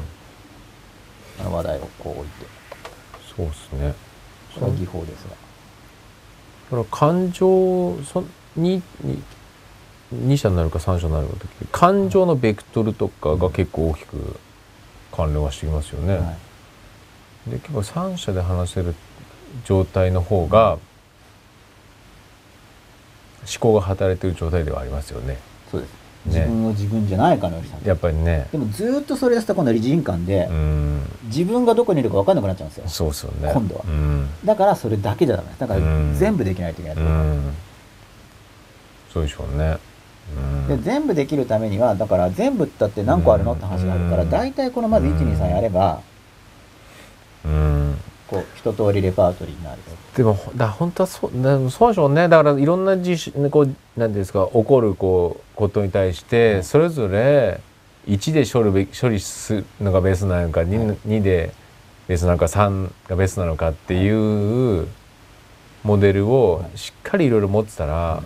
Speaker 1: あの話題をこう置いて
Speaker 2: そうですね
Speaker 1: これは技法ですが
Speaker 2: だから感情そにに2社になるか3社になるかの時感情のベクトルとかが結構大きく関連はしてきますよね、
Speaker 1: はい
Speaker 2: で結構3社で話せる状態の方が思考が働いてる状態ではありますよね
Speaker 1: そうです、
Speaker 2: ね
Speaker 1: 自分を自分じゃないかのようにした
Speaker 2: やっぱりね
Speaker 1: でもずーっとそれやってたら今度は理人間で、
Speaker 2: うん
Speaker 1: 自分がどこにいるか分かんなくなっちゃうんですよ
Speaker 2: そうですよね
Speaker 1: 今度は
Speaker 2: うん、
Speaker 1: だからそれだけじゃダメですだか
Speaker 2: う
Speaker 1: ら
Speaker 2: ん
Speaker 1: 全部できないといけないと
Speaker 2: う
Speaker 1: ころ、
Speaker 2: ん、そうでしょうねう
Speaker 1: で
Speaker 2: ん
Speaker 1: 全部できるためにはだから全部ったって何個あるのって話があるか
Speaker 2: う
Speaker 1: ら
Speaker 2: ん
Speaker 1: 大体このまず123やれば
Speaker 2: うん
Speaker 1: こう一通りレパートリーになる
Speaker 2: でもほだ本当はそうだそうでしょうねだからいろんな自主こうなんていうんですか起こるこうことに対してそれぞれ1で処理べ処理するのがベースなのか 2,、
Speaker 1: はい
Speaker 2: 2でベースなのか3がベースなのかっていうモデルをしっかりいろいろ持ってたら、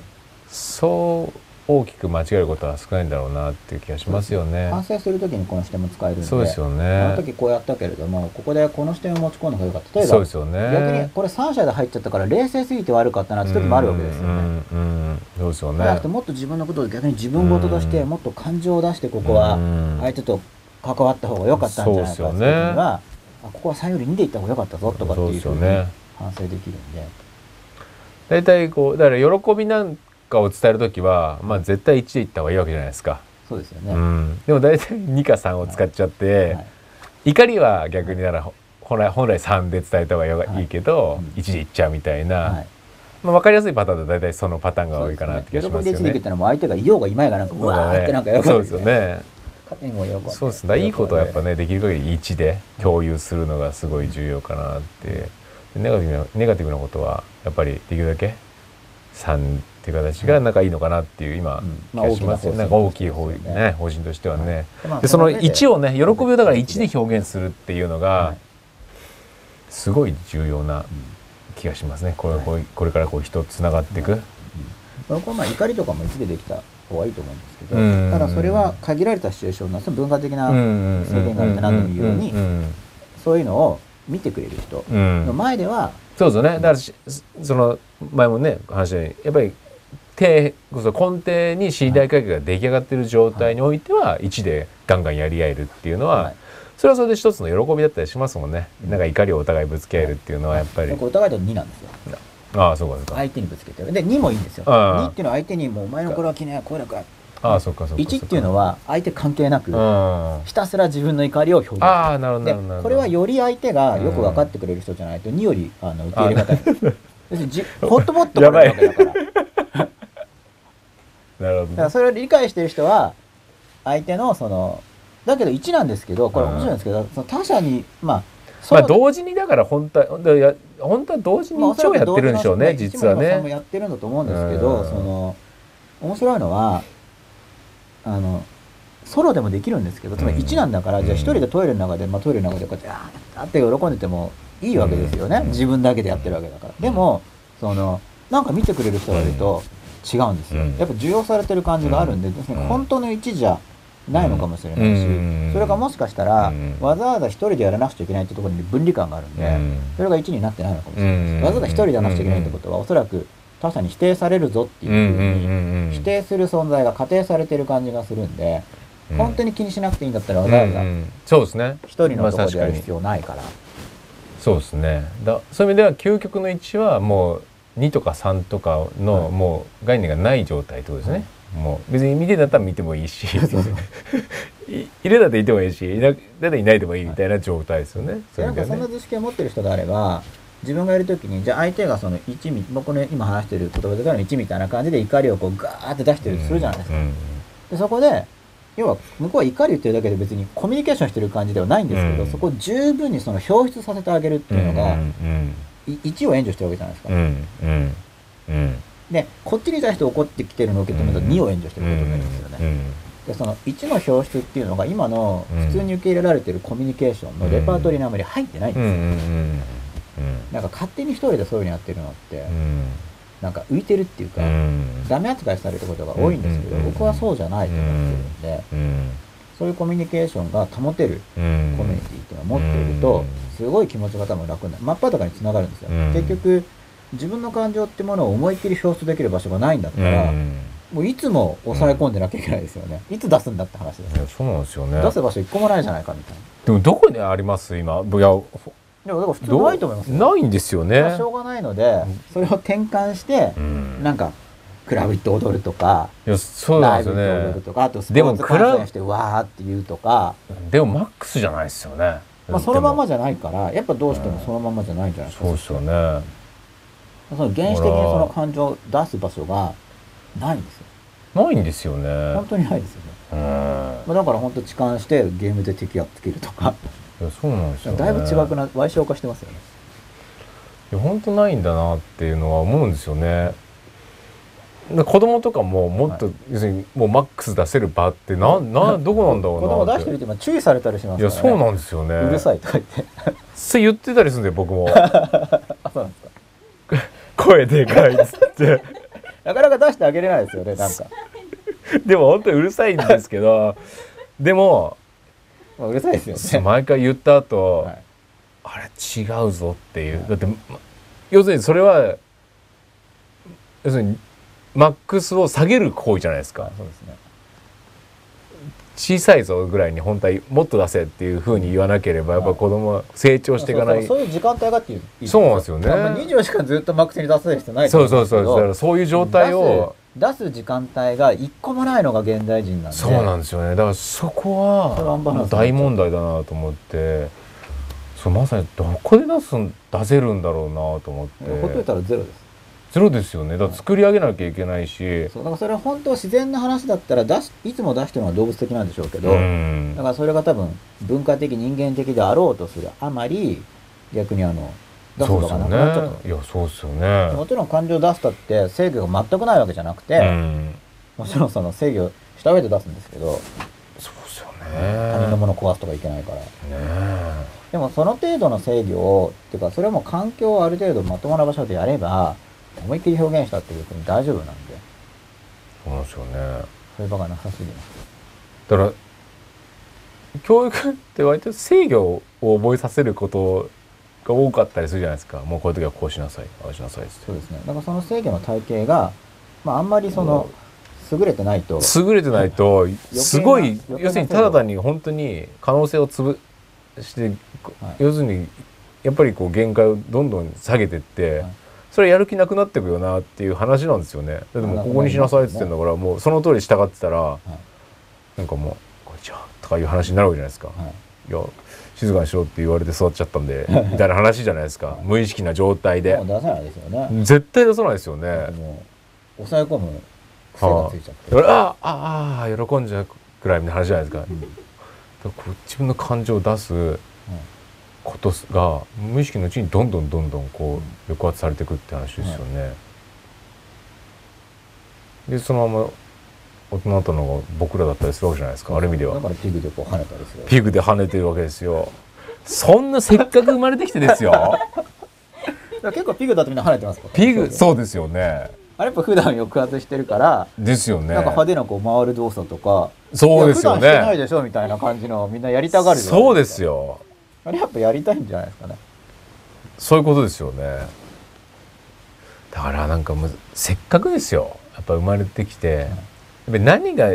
Speaker 2: そう大きく間違えることは少ないんだろうなっていう気がしますよね。
Speaker 1: 反省するときにこの視点も使えるんで
Speaker 2: そうですよ
Speaker 1: あの
Speaker 2: ね。
Speaker 1: 時こうやったけれどもここでこの視点を持ち込んだ方がよかった例えば
Speaker 2: そうですよ
Speaker 1: 逆
Speaker 2: ね
Speaker 1: に。これ3社で入っちゃったから冷静すぎて悪かったなって時もあるわけですよね、
Speaker 2: うんうんうんそうですよ
Speaker 1: じゃなくて
Speaker 2: ね。
Speaker 1: もっと自分のことを逆に自分事として
Speaker 2: うん
Speaker 1: もっと感情を出してここは
Speaker 2: うん
Speaker 1: 相手と関わった方が良かったんじゃないかっていう時には、あここは3より2で行った方が良かったぞとかって
Speaker 2: そう
Speaker 1: い
Speaker 2: で
Speaker 1: うふ
Speaker 2: す
Speaker 1: う
Speaker 2: よ
Speaker 1: に
Speaker 2: ね。
Speaker 1: 反省できるんで
Speaker 2: 大体こうだから喜びなんかを伝える時は、まあ、絶対1でいった方がいいわけじゃないですか、
Speaker 1: そうですよ
Speaker 2: う
Speaker 1: ね、
Speaker 2: ん、でも大体2か3を使っちゃって、
Speaker 1: はい
Speaker 2: 怒りは逆にならほ本来本来3で伝えた方がよが
Speaker 1: はい
Speaker 2: いいけど、
Speaker 1: うん
Speaker 2: 1でいっちゃうみたいな、
Speaker 1: はい
Speaker 2: まあ、分かりやすいパターンだと大体そのパターンが
Speaker 1: そう
Speaker 2: 多
Speaker 1: で
Speaker 2: い
Speaker 1: す
Speaker 2: かな
Speaker 1: ね
Speaker 2: って気
Speaker 1: 喜
Speaker 2: がしま
Speaker 1: びで
Speaker 2: すよ
Speaker 1: 1で行
Speaker 2: ね
Speaker 1: った。のも相手がいようがいまいがなんかうわーってなんかよか
Speaker 2: そう
Speaker 1: っ
Speaker 2: です
Speaker 1: た
Speaker 2: よね。
Speaker 1: 勝手にもよかった
Speaker 2: そうですね。いいことはやっぱねできる限り1で共有するのがすごい重要かなってでネガティブなネガティブなことはやっぱりできるだけ3っていう形がなんかいいのかなっていう今
Speaker 1: うん
Speaker 2: 気がしますよね
Speaker 1: まあ
Speaker 2: なんか大きい方
Speaker 1: 大きな方針
Speaker 2: ね方針としてはね
Speaker 1: まあ
Speaker 2: でその
Speaker 1: その上で
Speaker 2: 1をね喜びをだから1で表現するっていうの
Speaker 1: は
Speaker 2: が
Speaker 1: い
Speaker 2: すごい重要な気がしますねこれこうこれからこう人つながっていく
Speaker 1: そのこまあ怒りとかも1でできた方がいいと思うんですけど
Speaker 2: うん
Speaker 1: ただそれは限られたシチュエーションのその文化的な制限があるって何でも言うように
Speaker 2: うん
Speaker 1: そういうのを見てくれる人
Speaker 2: うん
Speaker 1: の前では
Speaker 2: そうですよね。だからし、その前もね、話したように、やっぱり。底こそ根底に信頼関係が出来上がってる状態においては1でガンガンやり合えるっていうのは
Speaker 1: は
Speaker 2: それはそれで一つの喜びだったりしますもんねなんか怒りをお互いぶつけ合えるっていうのはやっぱり
Speaker 1: いこれお互いと2なんですよ
Speaker 2: ああそうかそうか
Speaker 1: 相手にぶつけてで2もいいんですよ
Speaker 2: うん
Speaker 1: 2っていうのは相手にもうお前のこれは気ねえこうだから
Speaker 2: ああそうかそうか
Speaker 1: 1っていうの
Speaker 2: は
Speaker 1: は相手関係なく
Speaker 2: あ
Speaker 1: ひたすら自分の怒りを表現する
Speaker 2: あーなるほどな
Speaker 1: で
Speaker 2: るほどなるほど
Speaker 1: これはより相手がよく分かってくれる人じゃないと2よりあの受け入れ 方が要するにじホットポットからなわけだからだ
Speaker 2: なるほ
Speaker 1: から
Speaker 2: ど
Speaker 1: それを理解してる人は相手のそのだけど1なんですけどこれ
Speaker 2: うん
Speaker 1: 面白いんですけどその他者にまあそ
Speaker 2: ま
Speaker 1: の
Speaker 2: あ同時にだから本当は本当はや本当は同時
Speaker 1: まあ
Speaker 2: に
Speaker 1: おそ
Speaker 2: 一
Speaker 1: ら
Speaker 2: 応
Speaker 1: く
Speaker 2: やってるんでしょうね
Speaker 1: 同時の人
Speaker 2: 実は
Speaker 1: 一門さんも
Speaker 2: ね
Speaker 1: やってるんだと思うんですけど、
Speaker 2: うん
Speaker 1: その面白いのはあのソロでもできるんですけどつまり
Speaker 2: うん
Speaker 1: 1なんだから、じゃあ1人でトイレの中で、まあ、トイレの中でこうやってあーって喜んでてもいいわけですよね、
Speaker 2: うん
Speaker 1: 自分だけでやってるわけだから、でもそのなんか見てくれる人がいると違うんですよ、
Speaker 2: うん
Speaker 1: やっぱ受容されてる感じがあるんで、ですね
Speaker 2: うん
Speaker 1: 本当の1じゃないのかもしれないし、
Speaker 2: うん
Speaker 1: それがもしかしたら、
Speaker 2: うん
Speaker 1: わざわざ1人でやらなくちゃいけないってところに分離感があるんで、
Speaker 2: うん
Speaker 1: それが1になってないのかもしれない。
Speaker 2: うん
Speaker 1: わざわざ一人で話していけないってことは、おそらく他者に否定されるぞっていうふうに、否定する存在が仮定されてる感じがするんで、本当
Speaker 2: に
Speaker 1: に気にしなくていいんだったらわざわざ
Speaker 2: そうですね
Speaker 1: 一人のところでやる
Speaker 2: まあ確かに
Speaker 1: 必要ないから、
Speaker 2: そうですねだそういう意味では究極の1はもう2とか3とかの、
Speaker 1: はい
Speaker 2: もう概念がない状態ってことですね、もう別に見てんだったら見てもいい しいいるだっていてもいいしいなだっていないでもいいみたいな状態ですよね、そういう
Speaker 1: な
Speaker 2: 意
Speaker 1: んか
Speaker 2: 味で
Speaker 1: そ
Speaker 2: は
Speaker 1: ん
Speaker 2: ね
Speaker 1: な図式を持ってる人であれば、自分がいるときに、じゃあ相手がその1み、僕の今話してる言葉での1みたいな感じで怒りをこうガーって出してるとするじゃないですか。
Speaker 2: うん
Speaker 1: でそこで要は向こうは怒り言ってるだけで別にコミュニケーションしてる感じではないんですけど、
Speaker 2: うん
Speaker 1: そこを十分にその表出させてあげるっていうのが、
Speaker 2: うん
Speaker 1: い1を援助してるわけじゃないですか
Speaker 2: うんう。んうんうん
Speaker 1: でこっちに対して怒ってきてるのを受け止めたら
Speaker 2: うん
Speaker 1: 2を援助して
Speaker 2: う
Speaker 1: ることに
Speaker 2: ん
Speaker 1: なりますよね、
Speaker 2: うん
Speaker 1: でその1の表出っていうのが今の
Speaker 2: うん
Speaker 1: 普通に受け入れられてるコミュニケーションのレパートリーのあまり入ってないん
Speaker 2: うんう
Speaker 1: ですよ、
Speaker 2: んうんうん
Speaker 1: なんか勝手に一人でそういうのやってるのって
Speaker 2: うん
Speaker 1: なんか浮いてるっていうか、
Speaker 2: うん
Speaker 1: ダメ扱いされることが多いんですけど、
Speaker 2: うんうんうん
Speaker 1: 僕はそうじゃないと思ってるんで、
Speaker 2: うん
Speaker 1: そういうコミュニケーションが保てる
Speaker 2: うん
Speaker 1: コミュニティっていうのを持っていると、
Speaker 2: うん
Speaker 1: すごい気持ちが多分楽になる。真っ裸につながるんですよ。
Speaker 2: うん
Speaker 1: 結局、自分の感情ってものを思いっきり表出できる場所がないんだったら、
Speaker 2: うん
Speaker 1: もういつも抑え込んでなきゃいけないですよね。いつ出すんだって話です
Speaker 2: い。やそうなんですよね
Speaker 1: 出す場所一個もないじゃないかみたいな。
Speaker 2: でもどこにあります今いや
Speaker 1: でも、だから普通
Speaker 2: どう
Speaker 1: ないと思いますよ。
Speaker 2: ないんですよ
Speaker 1: それは
Speaker 2: ね
Speaker 1: しょうがないので、それを転換して
Speaker 2: う、ん
Speaker 1: なんか、クラブ行って踊るとか、
Speaker 2: いやそうな
Speaker 1: ラ
Speaker 2: ん
Speaker 1: イブ
Speaker 2: で
Speaker 1: 行って踊る
Speaker 2: すよね
Speaker 1: とか、あとスポ
Speaker 2: でも
Speaker 1: ーツ観
Speaker 2: クラ
Speaker 1: 戦してわーって言うとか、
Speaker 2: でもマックスじゃないですよね
Speaker 1: まあ、そのまま
Speaker 2: で
Speaker 1: じゃないから、やっぱどうしてもそのままじゃないんじゃない
Speaker 2: も
Speaker 1: です
Speaker 2: そ
Speaker 1: か。
Speaker 2: うですよね
Speaker 1: その原始的にその感情を出す場所がないんですよ。
Speaker 2: ないんですよね
Speaker 1: 本当にないですよね。
Speaker 2: うんいや
Speaker 1: まあ、だから本当痴漢してゲームで敵やっつけるとか、
Speaker 2: そうなんですよ、ね、
Speaker 1: だいぶ違く
Speaker 2: い
Speaker 1: な、歪償化してますよね。
Speaker 2: や本当ないんだなっていうのは思うんですよねで子供とかももっと、要するにもうマックス出せる場ってななどこなんだろ
Speaker 1: 子
Speaker 2: うな
Speaker 1: 供出
Speaker 2: っ
Speaker 1: しててるって今注意されたりしま
Speaker 2: い
Speaker 1: すから
Speaker 2: や
Speaker 1: ね。
Speaker 2: そうなんですよね
Speaker 1: うる
Speaker 2: い
Speaker 1: さいとか言って。
Speaker 2: そう言ってたりするんだよ僕も
Speaker 1: あ、そうなんですか。
Speaker 2: 声でかいっつって
Speaker 1: なかなか出してあげれないですよね、なんか。
Speaker 2: でも本当にうるさいんですけどでも
Speaker 1: まあ、うるさいですよね。
Speaker 2: 毎回言った後、
Speaker 1: はい
Speaker 2: あれ違うぞっていう、だってま要するにそれは要するにマックスを下げる行為じゃないですか
Speaker 1: そうですね。
Speaker 2: 小さいぞぐらいに本体もっと出せっていうふうに言わなければやっぱ子供は成長していかない、
Speaker 1: そうそうそういう時間帯がっていう
Speaker 2: そうなんですよね
Speaker 1: 二24時間ずっとマックスに出す必要ないと
Speaker 2: そう
Speaker 1: 思ん
Speaker 2: そう
Speaker 1: ですけ
Speaker 2: そう
Speaker 1: ど
Speaker 2: だからそういう状態を
Speaker 1: 出す出す時間帯が一個もないのが現代人なんで
Speaker 2: そうなん
Speaker 1: で
Speaker 2: ですよねだからそこ
Speaker 1: それはア
Speaker 2: は
Speaker 1: ンバランス
Speaker 2: 大問題だなと思ってそうまさにどこで出すん出せるんだろうなと思って
Speaker 1: ほっといたらゼロです
Speaker 2: ゼロですよねだから作り上げなきゃいけないし
Speaker 1: そうだからそれは本当自然な話だったら出しいつも出してるのは動物的なんでしょうけど、
Speaker 2: ん
Speaker 1: だからそれが多分文化的人間的であろうとするあまり逆にあの出す
Speaker 2: そう
Speaker 1: の
Speaker 2: です
Speaker 1: が
Speaker 2: よ
Speaker 1: なく
Speaker 2: ね
Speaker 1: なっちゃった、。
Speaker 2: いや、そうですよね。
Speaker 1: もちろん感情を出したって制御が全くないわけじゃなくて、
Speaker 2: うん。
Speaker 1: もちろんその制御した上で出すんですけど
Speaker 2: そうですよ
Speaker 1: 他人の
Speaker 2: ね。
Speaker 1: ものを壊すとかいけないから
Speaker 2: ね
Speaker 1: でもその程度の制御を、っていうかそれも環境をある程度まともな場所でやれば、思いっきり表現したって別に大丈夫なんで、
Speaker 2: そうなんですよね。
Speaker 1: そういう場がなさすぎます。
Speaker 2: だから、教育って割と制御を覚えさせることが多かったりするじゃないですか。もうこういう時はこうしなさい、ああしなさいっつ
Speaker 1: そ
Speaker 2: っ
Speaker 1: うですね。だからその制御の体系が、まああんまりその、優れてないと、
Speaker 2: て。優れてないと、
Speaker 1: な
Speaker 2: すご
Speaker 1: 余
Speaker 2: い
Speaker 1: 計、な
Speaker 2: 要するにただ単に本当に可能性をつぶして、
Speaker 1: はい
Speaker 2: 要するに、やっぱりこう限界をどんどん下げてって、
Speaker 1: はい
Speaker 2: それやる気なくなってくよなっていう話なんですよね。だってもうここにしなさいって言ってんだから、もうその通り従ってたら、なんかもう、これじゃあとかいう話になるわけじゃないですか。
Speaker 1: はい。
Speaker 2: いや、静かにしろって言われて育っちゃったんで、みたいな話じゃないですか。無意識な状態で
Speaker 1: もう。出さないですよね。
Speaker 2: 絶対出さないですよね。
Speaker 1: もう、抑え込む癖が
Speaker 2: は
Speaker 1: ついちゃって。
Speaker 2: い、だからああああ喜んじゃうくらいの話じゃないですか,、だからこう自分の感情を出すことが無意識のうちにどんどんどんどんこう抑圧されていくって話ですよね、でそのまま大人になったのが僕らだったりするわけじゃないですか、ある意味で
Speaker 1: だ
Speaker 2: は
Speaker 1: からピグでこう跳ねたりする。
Speaker 2: ピグで跳ねてるわけですよそんなせっかく生まれてきてで すよ
Speaker 1: だから結構ピグだとみんな跳ねてますから
Speaker 2: ピグそうですよね
Speaker 1: あれやっぱ普段抑圧してるから、
Speaker 2: ですよね
Speaker 1: なんか派手なこう回る動作とか、
Speaker 2: そうです
Speaker 1: い
Speaker 2: よ
Speaker 1: や普段してない
Speaker 2: ね
Speaker 1: でしょみたいな感じのみんなやりたがるじゃない
Speaker 2: そうですよ
Speaker 1: あれやっぱやりたいんじゃないですかね
Speaker 2: そういうことですよね。だからなんかむせっかくですよ。やっぱ生まれてきて、やっぱり何が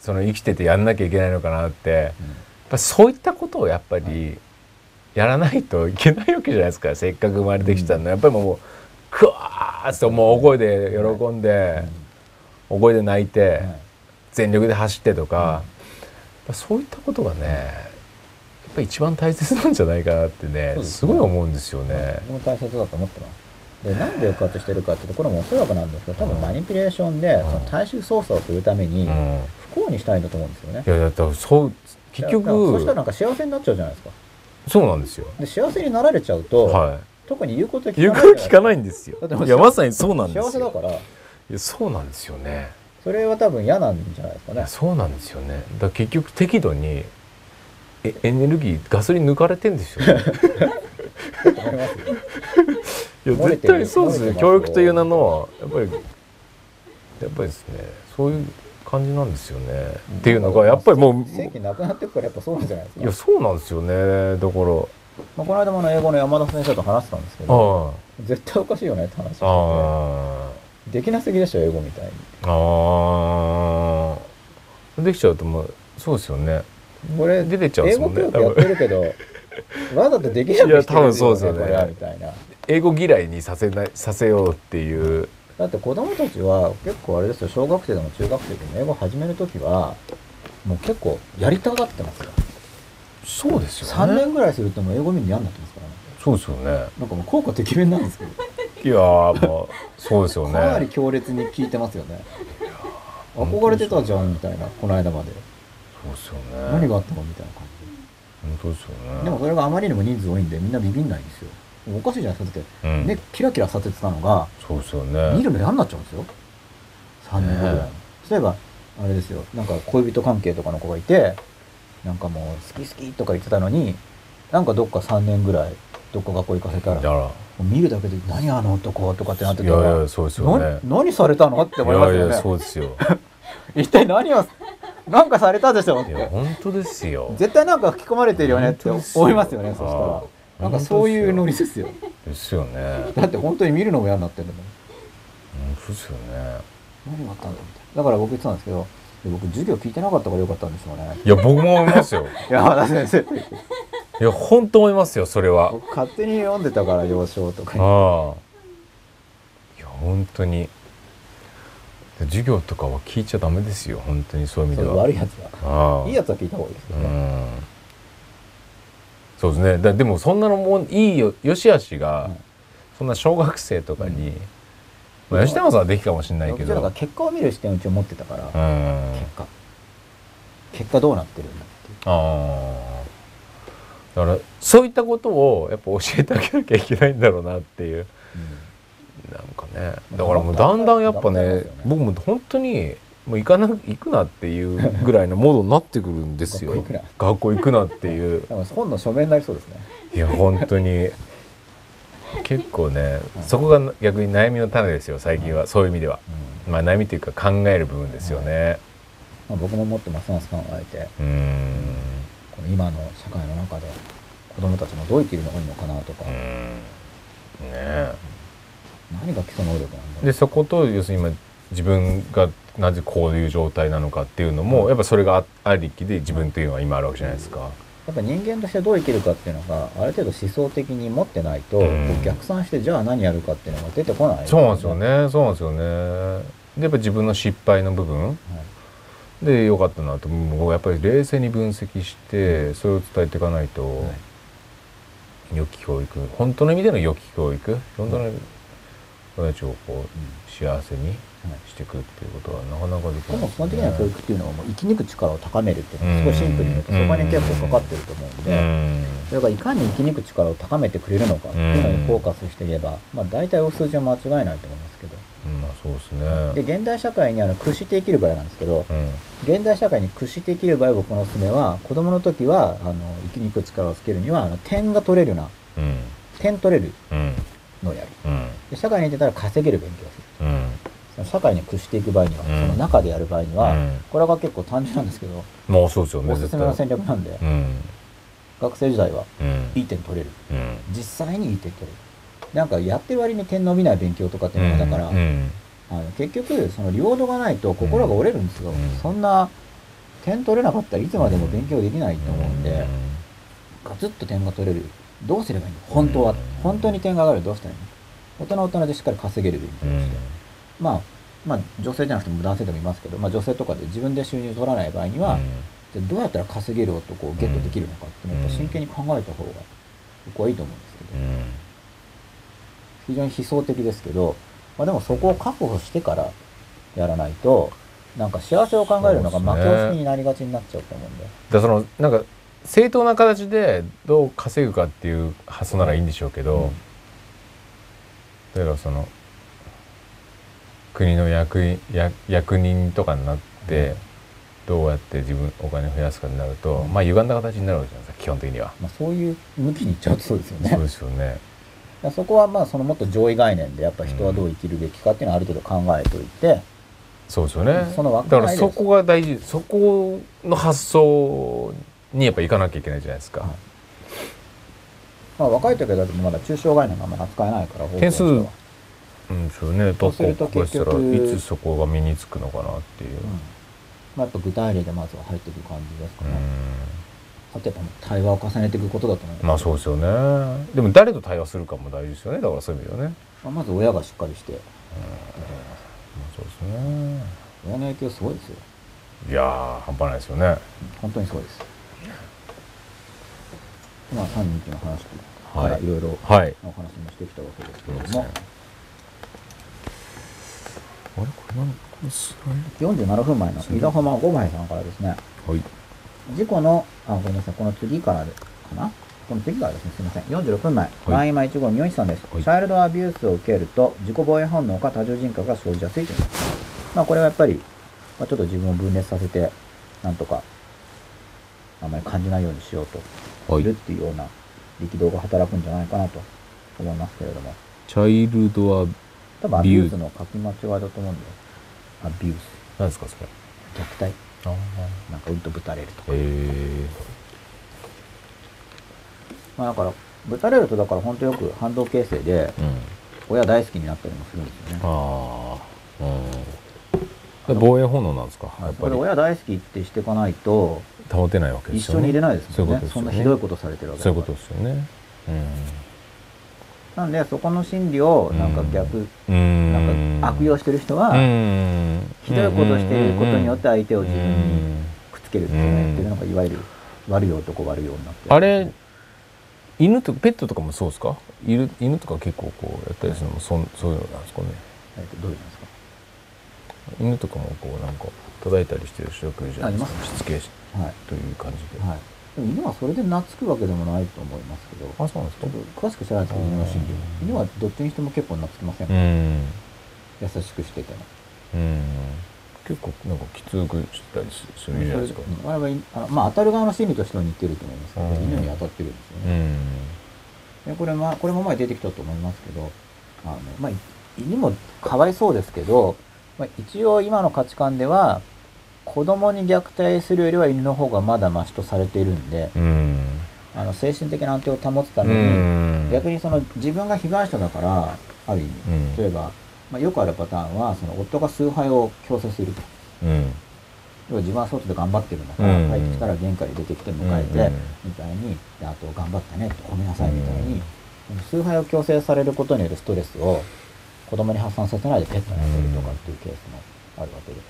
Speaker 2: その生きててやんなきゃいけないのかなって、やっぱそういったことをやっぱりやらないといけないわけじゃないですか。せっかく生まれてきたの、やっぱりもうクワーッともう大声で喜んで、大声で泣いて、全力で走ってとか、やっぱそういったことがね、やっぱり一番大切なんじゃないかなって
Speaker 1: そ
Speaker 2: ね、
Speaker 1: うですね
Speaker 2: すごい思うんですよね。
Speaker 1: 僕も大切だと思ってますでなんで抑圧してるかってところもおそらくなんですけど多分マニピュレーションでその大衆操作をするために
Speaker 2: うん
Speaker 1: 不幸にしたいんだと思うんですよね
Speaker 2: いやだからそう結
Speaker 1: だからそしたらなん
Speaker 2: 局
Speaker 1: か幸せになっちゃうじゃないですか
Speaker 2: そうなんですよ。
Speaker 1: で幸せになられちゃうと、
Speaker 2: は
Speaker 1: 特に言うこと聞
Speaker 2: い。言う
Speaker 1: か
Speaker 2: こ
Speaker 1: ない
Speaker 2: と聞かないいんですよ
Speaker 1: だっても。う
Speaker 2: いやまさにそうなんで
Speaker 1: 幸
Speaker 2: す
Speaker 1: せだ
Speaker 2: よ。
Speaker 1: から
Speaker 2: いやそうなんですよね。
Speaker 1: それは多分嫌なんじゃないですか
Speaker 2: い
Speaker 1: ね
Speaker 2: やそうなんですよね。だから結局適度にえ エネルギーガソリン抜かれてんですよ、ね。
Speaker 1: 思いますよ
Speaker 2: いや
Speaker 1: 漏れ
Speaker 2: 絶
Speaker 1: てる
Speaker 2: 対そうです
Speaker 1: 漏れて
Speaker 2: ね
Speaker 1: ますよ
Speaker 2: 教育という名のはやっぱりやっぱりですねそういう感じなんですよね、っていうのがやっぱりもう
Speaker 1: 正規なくなってくからやっぱそうなんじゃないです
Speaker 2: い
Speaker 1: か
Speaker 2: やそうなんですよねだから
Speaker 1: まあ、この間もあの英語の山田先生と話してたんですけど
Speaker 2: あ
Speaker 1: 絶対おかしいよねって話をし
Speaker 2: あ
Speaker 1: て
Speaker 2: あ
Speaker 1: てできなすぎでしょ英語みたいに
Speaker 2: あああできちゃうともうそうですよね
Speaker 1: これ
Speaker 2: 出てっちゃうんで
Speaker 1: 英
Speaker 2: すも
Speaker 1: 語
Speaker 2: ん
Speaker 1: 教
Speaker 2: ね
Speaker 1: 育
Speaker 2: 多
Speaker 1: やっ
Speaker 2: 分
Speaker 1: てるけどわざとできなくして
Speaker 2: い
Speaker 1: る
Speaker 2: や多分そうですよね
Speaker 1: これはみたいな
Speaker 2: 英語嫌いにさせないさせようっていう
Speaker 1: だって子供たちは結構あれですよ小学生でも中学生でも英語始めるときはもう結構やりたがってますよ
Speaker 2: そうです
Speaker 1: 3年ぐらいするともう英語見るの嫌になってますからね
Speaker 2: そうですよね
Speaker 1: なんかもう効果てきめんなん ですけど、
Speaker 2: いやーまあそうですよ
Speaker 1: か
Speaker 2: ね
Speaker 1: なり強烈に効いてますよ ね憧れてたじゃんみたいなこの間まで
Speaker 2: そうですよね
Speaker 1: 何があったのみたいな感
Speaker 2: 本当ですよね
Speaker 1: じでもそれがあまりにも人数多いんでみんなビビんないんですよおかしいじゃないですかだっ
Speaker 2: う
Speaker 1: て
Speaker 2: ん
Speaker 1: ねキラキラさせてたのが
Speaker 2: そうですよ
Speaker 1: 見
Speaker 2: ね
Speaker 1: るの嫌になっちゃうんですよ3年後ぐらいに、
Speaker 2: ね
Speaker 1: 例えばあれですよなんか恋人関係とかの子がいてなんかもう好き好きとか言ってたのになんかどっか3年ぐらいどっか学校行かせたら
Speaker 2: だ
Speaker 1: も
Speaker 2: か
Speaker 1: う見るだけで「何あの男」とかってなって
Speaker 2: らい
Speaker 1: たら
Speaker 2: やいやそうですよね
Speaker 1: な何されたのって思いますよね
Speaker 2: いやいやそうですよ
Speaker 1: 一体何をなんかされたでしょっ
Speaker 2: い
Speaker 1: て
Speaker 2: や本当ですよ
Speaker 1: 絶対なんか吹き込まれてるよねって
Speaker 2: 本当ですよ
Speaker 1: 思いますよねそした
Speaker 2: は
Speaker 1: ら
Speaker 2: い
Speaker 1: なんかそういうノリですよ
Speaker 2: ですよね
Speaker 1: だって本当に見るのも嫌になってるんだもん
Speaker 2: 本当ですよね
Speaker 1: 何があったんだみたいなだから僕言ってたんですけどいや僕授業聞いてなかったからよかったんでしょうね
Speaker 2: いや僕も思いますよ
Speaker 1: 山田先生って
Speaker 2: いや本当思いますよそれは
Speaker 1: 僕勝手に読んでたから幼少とかに
Speaker 2: ああいや本当にで授業とかは聞いちゃダメですよ本当にそういう意味
Speaker 1: そ
Speaker 2: で
Speaker 1: う
Speaker 2: は
Speaker 1: 悪いやつは
Speaker 2: ああ
Speaker 1: いいやつは聞いた方がいいです
Speaker 2: う
Speaker 1: よね
Speaker 2: んそうですねだでもそんなのもんいいよよしあしが、
Speaker 1: うん
Speaker 2: そんな小学生とかに、
Speaker 1: うん
Speaker 2: まあ、吉永さんはできたかもしれないけ
Speaker 1: 僕なん
Speaker 2: ど
Speaker 1: か結果を見る視点を一応持ってたから
Speaker 2: うんあ
Speaker 1: 結果結果どうなってるんだっていう
Speaker 2: あだからそういったことをやっぱ教えてあげなきゃいけないんだろうなっていう
Speaker 1: うん
Speaker 2: なんかねだからもうだんだんやっぱね
Speaker 1: 頑張りますよね
Speaker 2: 僕も本当にもう行かな行くなっていうぐらいのモードになってくるんですよ
Speaker 1: 学校行くな
Speaker 2: 学校行くなっていう
Speaker 1: 多分本の書面になりそうですね
Speaker 2: いや本当に結構ねそこが逆に悩みの種ですよ最近はそういう意味ではまあ悩みっていうか考える部分ですよね
Speaker 1: まあ、僕も持ってますます考えて
Speaker 2: うーん
Speaker 1: この今の社会の中で子供たちもどう生きるのがいいのかなとか、
Speaker 2: うーんねえ
Speaker 1: 何が基礎能力なんだろう
Speaker 2: でそこと要するに今自分がなぜこういう状態なのかっていうのもやっぱそれがあありきで自分というのは今あるわけじゃないですか。
Speaker 1: やっぱ人間としてどう生きるかっていうのがある程度思想的に持ってないと、
Speaker 2: うん
Speaker 1: 逆算してじゃあ何やるかっていうのが出てこない
Speaker 2: そうなんですよねそうなんですよね。でやっぱ自分の失敗の部分で良かったなともうやっぱり冷静に分析してそれを伝えていかないと、
Speaker 1: は
Speaker 2: 良き教育本当の意味での良き教育本当の子たちをこう幸せにしていくっていうことはなかなかでき
Speaker 1: で
Speaker 2: ない
Speaker 1: も基本
Speaker 2: ですよね、
Speaker 1: 的には教育っていうのはもう生き抜く力を高めるっていうのはすごいシンプルに言うとそ
Speaker 2: うん
Speaker 1: こに結構かかってると思うんで、それがいかに生き抜く力を高めてくれるのかっていうのにフォーカスしていれば、まあ大体お数字は間違いないと思いますけど、
Speaker 2: うん、うんまあそうですね
Speaker 1: で現代社会にあの屈して生きる場合なんですけど
Speaker 2: うん
Speaker 1: 現代社会に屈して生きる場合僕のおすすめは子供の時はあの生き抜く力をつけるにはあの点が取れるな
Speaker 2: うん
Speaker 1: 点取れる
Speaker 2: うん
Speaker 1: のをやる
Speaker 2: うん
Speaker 1: で社会に出たら稼げる勉強をする
Speaker 2: うん
Speaker 1: その社会に屈していく場合には、
Speaker 2: うん
Speaker 1: その中でやる場合には、
Speaker 2: うん
Speaker 1: これが結構単純なんですけど、
Speaker 2: まあそうですよね
Speaker 1: おすすめの戦
Speaker 2: 絶
Speaker 1: 略なんで、
Speaker 2: 対うん
Speaker 1: 学生時代は
Speaker 2: うん
Speaker 1: いい点取れる
Speaker 2: うん
Speaker 1: 実際にいい点取れるなんかやってる割に点伸びない勉強とかっていうのがだから、
Speaker 2: うん
Speaker 1: あの結局その領土がないと心が折れるんですよ、
Speaker 2: うん
Speaker 1: そんな点取れなかったらいつまでも勉強できないと思うんで、ガツッと点が取れるどうすればいいの本当は、
Speaker 2: うん
Speaker 1: 本当に点が上がるどうしたらいいの大人は大人でしっかり稼げる勉強
Speaker 2: う
Speaker 1: を
Speaker 2: ん
Speaker 1: して、まあまあ女性じゃなくても男性でもいますけど、まあ、女性とかで自分で収入取らない場合には、じゃあどうやったら稼げる男をゲットできるのかっていうのをやっぱ真剣に考えた方が僕はいいと思うんですけど、
Speaker 2: うんうん
Speaker 1: 非常に悲壮的ですけど、まあ、でもそこを確保してからやらないとなんか幸せを考えるのが
Speaker 2: そうですね
Speaker 1: 負け惜しみになりがちになっちゃうと思うんで
Speaker 2: だからそのなんか正当な形でどう稼ぐかっていう発想ならいいんでしょうけど、例えばその国の役員役役人とかになって、どうやって自分お金を増やすかになると、まあ歪んだ形になるわけじゃないですか基本的には。
Speaker 1: まあ、そういう向きにいっちゃうとそうですよね
Speaker 2: そうですよね。
Speaker 1: らそこはまあそのもっと上位概念でやっぱ人はどう生きるべきかっていうのはある程度考えといて、
Speaker 2: そうですよね
Speaker 1: その枠
Speaker 2: だか
Speaker 1: 内
Speaker 2: ら
Speaker 1: で
Speaker 2: そこが大事そこの発想にやっぱ行かなきゃいけないじゃないですか、
Speaker 1: はいまあ若い時はだってまだ抽象概念があんまり扱えないから
Speaker 2: 点数
Speaker 1: 方向としては
Speaker 2: うんそうね
Speaker 1: そ
Speaker 2: ど
Speaker 1: うすると
Speaker 2: こかしたら
Speaker 1: 結
Speaker 2: い
Speaker 1: 局
Speaker 2: つそこが身につくのかなっていう、
Speaker 1: うんまあ、やっぱ具体例でまずは入っていく感じですか
Speaker 2: う
Speaker 1: ね、
Speaker 2: ん
Speaker 1: あとやっぱもう対話を重ねていくことだと思います、
Speaker 2: まあそうですよねでも誰と対話するかも大事ですよねだからそういう意味ではね、
Speaker 1: まあまず親がしっかりして
Speaker 2: まあ、そうですね
Speaker 1: 親の影響すごいですよ
Speaker 2: いやー半端ないですよね
Speaker 1: 本当にそうですまあ3人の話か
Speaker 2: はい
Speaker 1: らいろいろ
Speaker 2: はい
Speaker 1: お話もしてきたわけですけ
Speaker 2: そう
Speaker 1: れど
Speaker 2: です
Speaker 1: も
Speaker 2: ねあれこれなんこれスライ
Speaker 1: 47分前の伊沢浜5枚さんからですね
Speaker 2: ドはい
Speaker 1: 事故の、あ、ごめんなさい、この次からで、かなこの次からですね、すみません。46分前、
Speaker 2: い
Speaker 1: 前今1号、三好さんです、
Speaker 2: はい
Speaker 1: チャイルドアビュースを受けると、自己防衛反応か多重人格が生じやすいという。まあ、これはやっぱり、まあ、ちょっと自分を分裂させて、なんとか、あまり感じないようにしようと、
Speaker 2: はいい
Speaker 1: るっていうような力道が働くんじゃないかなと思いますけれども。
Speaker 2: チャイルドは
Speaker 1: 多分、アビ
Speaker 2: ビュー
Speaker 1: ュースの書き間違いだと思うんで、アビュース、
Speaker 2: 何ですかそれ
Speaker 1: 虐待、
Speaker 2: あ
Speaker 1: なんかうんとぶたれるとか。
Speaker 2: えー、
Speaker 1: まあ、だから、ぶたれると、だから本当よく反動形成で、
Speaker 2: うん
Speaker 1: 親大好きになったりもするんですよね。
Speaker 2: ああうんで防衛本能なんですかやっ
Speaker 1: こ
Speaker 2: ぱ
Speaker 1: れ
Speaker 2: り
Speaker 1: 親大好きってしていかないと
Speaker 2: 保てないわけで
Speaker 1: 一
Speaker 2: す
Speaker 1: 緒
Speaker 2: よ
Speaker 1: に
Speaker 2: ね
Speaker 1: 入れないですもんね。
Speaker 2: そ
Speaker 1: そ
Speaker 2: ういうことですよね
Speaker 1: んなひどいことされてるわけ
Speaker 2: そ
Speaker 1: だ
Speaker 2: う
Speaker 1: か
Speaker 2: いう
Speaker 1: ら
Speaker 2: ことですよね
Speaker 1: なんでそこの心理をなんか逆、
Speaker 2: うんうん
Speaker 1: なんか悪用
Speaker 2: し
Speaker 1: してる人は、
Speaker 2: うん
Speaker 1: ひどいことをしていることによって相手を自分
Speaker 2: う
Speaker 1: に
Speaker 2: ん
Speaker 1: くっつけるっていうねっていうのがいわゆる悪い男悪い女って
Speaker 2: あれ犬とペットとかもそうですか犬犬とか結構こうやったりするのもそんそういうのなんですかね
Speaker 1: えっとどういうんですか
Speaker 2: 犬とかもこうなんか叩いたりしてる人がいるじゃないで
Speaker 1: あ
Speaker 2: す
Speaker 1: い
Speaker 2: か
Speaker 1: ます
Speaker 2: しつけ
Speaker 1: はい、
Speaker 2: という感じで、
Speaker 1: はい、でも犬はそれで懐くわけでもないと思いますけど
Speaker 2: あそうなんです
Speaker 1: ちょ
Speaker 2: か
Speaker 1: っと詳しく知らないですけど犬の心
Speaker 2: う
Speaker 1: 理
Speaker 2: ん
Speaker 1: 犬はどっちにしても結構懐きません、
Speaker 2: うん
Speaker 1: 優しくしてても。
Speaker 2: うん結構なんかきつくしたりすするじゃないですか
Speaker 1: うん我々あのまあ、当たる側の心理としては似てると思いますけど、
Speaker 2: うん
Speaker 1: 犬に当たってるんですよ
Speaker 2: う
Speaker 1: ね。
Speaker 2: ん
Speaker 1: でこれまこれも前出てきたと思いますけど、あのまあ、い犬もかわいそうですけど、まあ、一応今の価値観では、子供に虐待するよりは犬の方がまだマシとされているんで、
Speaker 2: うん
Speaker 1: あの精神的な安定を保つた
Speaker 2: う
Speaker 1: めに、
Speaker 2: ん
Speaker 1: 逆にその自分が被害者だから、ある意味、
Speaker 2: うん
Speaker 1: 例えば、まあ、よくあるパターンは、その夫が崇拝を強制すると。
Speaker 2: うん
Speaker 1: 要は自分は外で頑張ってるんだから、
Speaker 2: うん
Speaker 1: 帰ってきたら玄関に出てきて迎えて、
Speaker 2: うん
Speaker 1: みたいにであと頑張ったねと褒めなさいみたいに、
Speaker 2: うん
Speaker 1: 崇拝を強制されることによるストレスを子供に発散させないでペットにあげるとかっていうケースもあるわけで、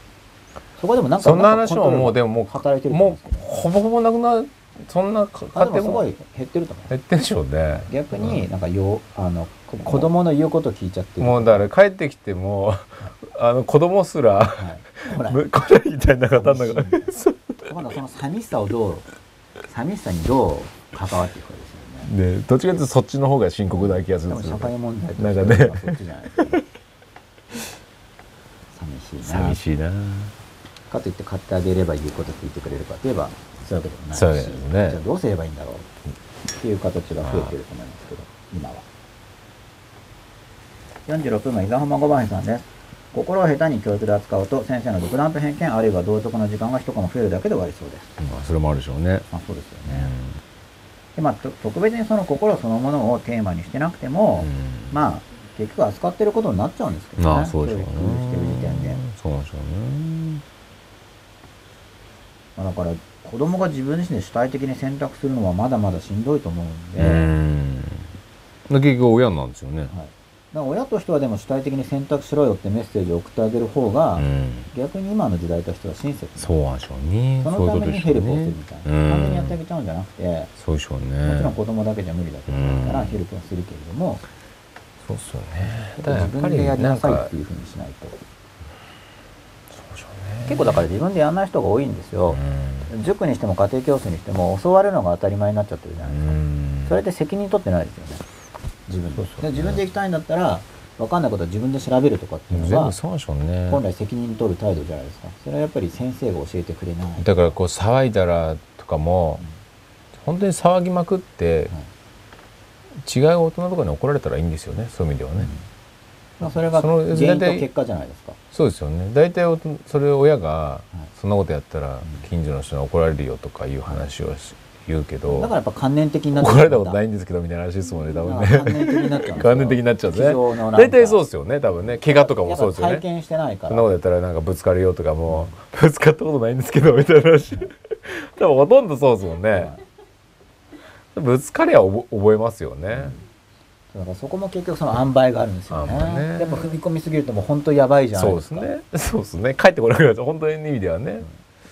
Speaker 1: そこでもなんか
Speaker 2: そんな
Speaker 1: か
Speaker 2: 話ももうでももう
Speaker 1: 働いてると思うん
Speaker 2: も
Speaker 1: です
Speaker 2: う
Speaker 1: けどね
Speaker 2: ほぼほぼなくなそんな
Speaker 1: あ
Speaker 2: 家
Speaker 1: でも
Speaker 2: 庭
Speaker 1: すご
Speaker 2: も
Speaker 1: い減ってると思う
Speaker 2: 減ってんでしょうね
Speaker 1: 逆
Speaker 2: う
Speaker 1: に
Speaker 2: ん
Speaker 1: なんかよあのこ子供の言うこと聞いちゃってる
Speaker 2: もうだから帰ってきても あの子供す ら
Speaker 1: はい、ほら
Speaker 2: む来ないみたいな方の
Speaker 1: 寂
Speaker 2: が
Speaker 1: しい今度はその寂しさをどう寂しさにどう関わっていくかですよね
Speaker 2: でどっちかというとそっちの方が深刻な気がす
Speaker 1: で
Speaker 2: るん
Speaker 1: も
Speaker 2: です
Speaker 1: 社
Speaker 2: よ
Speaker 1: 会問題と
Speaker 2: な
Speaker 1: し
Speaker 2: ん
Speaker 1: て
Speaker 2: か
Speaker 1: は
Speaker 2: ね
Speaker 1: そっちじゃないですか寂しいな
Speaker 2: 寂しいな
Speaker 1: かといって買ってあげれば言うこと聞いてくれるかといえばそういうわけでもないし
Speaker 2: そうですね
Speaker 1: じゃあどうすればいいんだろうっていう形が増えてると思いますけど今は46分前伊沢浜五番さんです心を下手に教育で扱うと先生の独断と偏見あるいは道徳の時間が一コマ増えるだけで終わりそうです
Speaker 2: まあそれもあるでしょうね
Speaker 1: まあそうですよね、でまあと特別にその心そのものをテーマにしてなくても、
Speaker 2: うん
Speaker 1: まあ、結局扱ってることになっちゃうんですけどね。
Speaker 2: ああそうでしょうね
Speaker 1: 教育してる時点で。
Speaker 2: そうなんでしょうね
Speaker 1: まあだから、子供が自分自身で主体的に選択するのはまだまだしんどいと思うんで、はい。
Speaker 2: うん。結局親なんですよね
Speaker 1: だ。から親としてはでも主体的に選択しろよってメッセージを送ってあげる方が、
Speaker 2: うん。
Speaker 1: 逆に今の時代としては親切
Speaker 2: そうなんでしょうね。
Speaker 1: そ
Speaker 2: そういう
Speaker 1: のため
Speaker 2: こと
Speaker 1: に
Speaker 2: でし
Speaker 1: ヘ
Speaker 2: ょう
Speaker 1: ルプをす
Speaker 2: ね
Speaker 1: るみたい。
Speaker 2: う
Speaker 1: な。簡単にやってあ
Speaker 2: ん。
Speaker 1: げちゃうんじゃなくて、
Speaker 2: そうでしょ
Speaker 1: も
Speaker 2: う
Speaker 1: ちろ
Speaker 2: ね
Speaker 1: ん。子供だけじゃ無理だけど、だから
Speaker 2: うん
Speaker 1: ヘルプはするけれども、
Speaker 2: そうっすよね。だからや
Speaker 1: 自
Speaker 2: っぱ
Speaker 1: 分
Speaker 2: り
Speaker 1: でやり
Speaker 2: な
Speaker 1: なんさい
Speaker 2: か
Speaker 1: っていうふうにしないと。
Speaker 2: そうでしょうね。
Speaker 1: 結構だから自分でやんない人が多いんですよ。塾にしても家庭教師にしても教わるのが当たり前になっちゃってるじゃないですか。
Speaker 2: うん。
Speaker 1: それで責任取ってないですよね自分で
Speaker 2: そうそう
Speaker 1: で自分で行きたいんだったら分かんないことは自分で調べるとかっていうの
Speaker 2: 全
Speaker 1: は
Speaker 2: 部そうなんでしょうね。
Speaker 1: 本来責任取る態度じゃないですかそれはやっぱり先生が教えてくれない、はい
Speaker 2: だからこう騒いだらとかも、本当に騒ぎまくって、違う大人とかに怒られたらいいんですよねそういう意味ではね、
Speaker 1: まあ、それが
Speaker 2: その
Speaker 1: 原因と
Speaker 2: 大体
Speaker 1: 結果じゃないですか。
Speaker 2: そうですよね大体おとそれを親が
Speaker 1: い
Speaker 2: そんなことやったら近所の人に怒られるよとかいう話をし言うけど
Speaker 1: だからやっぱ観念的になっ
Speaker 2: 怒られたことないいんですけどみたいな話ですもんね多分
Speaker 1: 観
Speaker 2: ね
Speaker 1: 念的になっちゃう んですよ。
Speaker 2: 観念的になっちゃうんですね
Speaker 1: 机上のなんか
Speaker 2: 大体そうですよね多分ね怪我とかもそうですよ
Speaker 1: やっぱ体
Speaker 2: ね
Speaker 1: 験してないから。
Speaker 2: そんなことやったらなんかぶつかるよとかも うぶつかったことないんですけどみたいな話 多分ほとんどそうですもんね
Speaker 1: はい
Speaker 2: ぶつかりゃ覚覚えますよね
Speaker 1: だからそこも結局その塩梅があるんですよね。
Speaker 2: 塩梅ね
Speaker 1: やっぱ踏み込みすぎるともう本当やばいじゃない
Speaker 2: そう
Speaker 1: で
Speaker 2: ですす
Speaker 1: か。
Speaker 2: ね そうですね帰ってこなくなっちゃう本当に意味ではね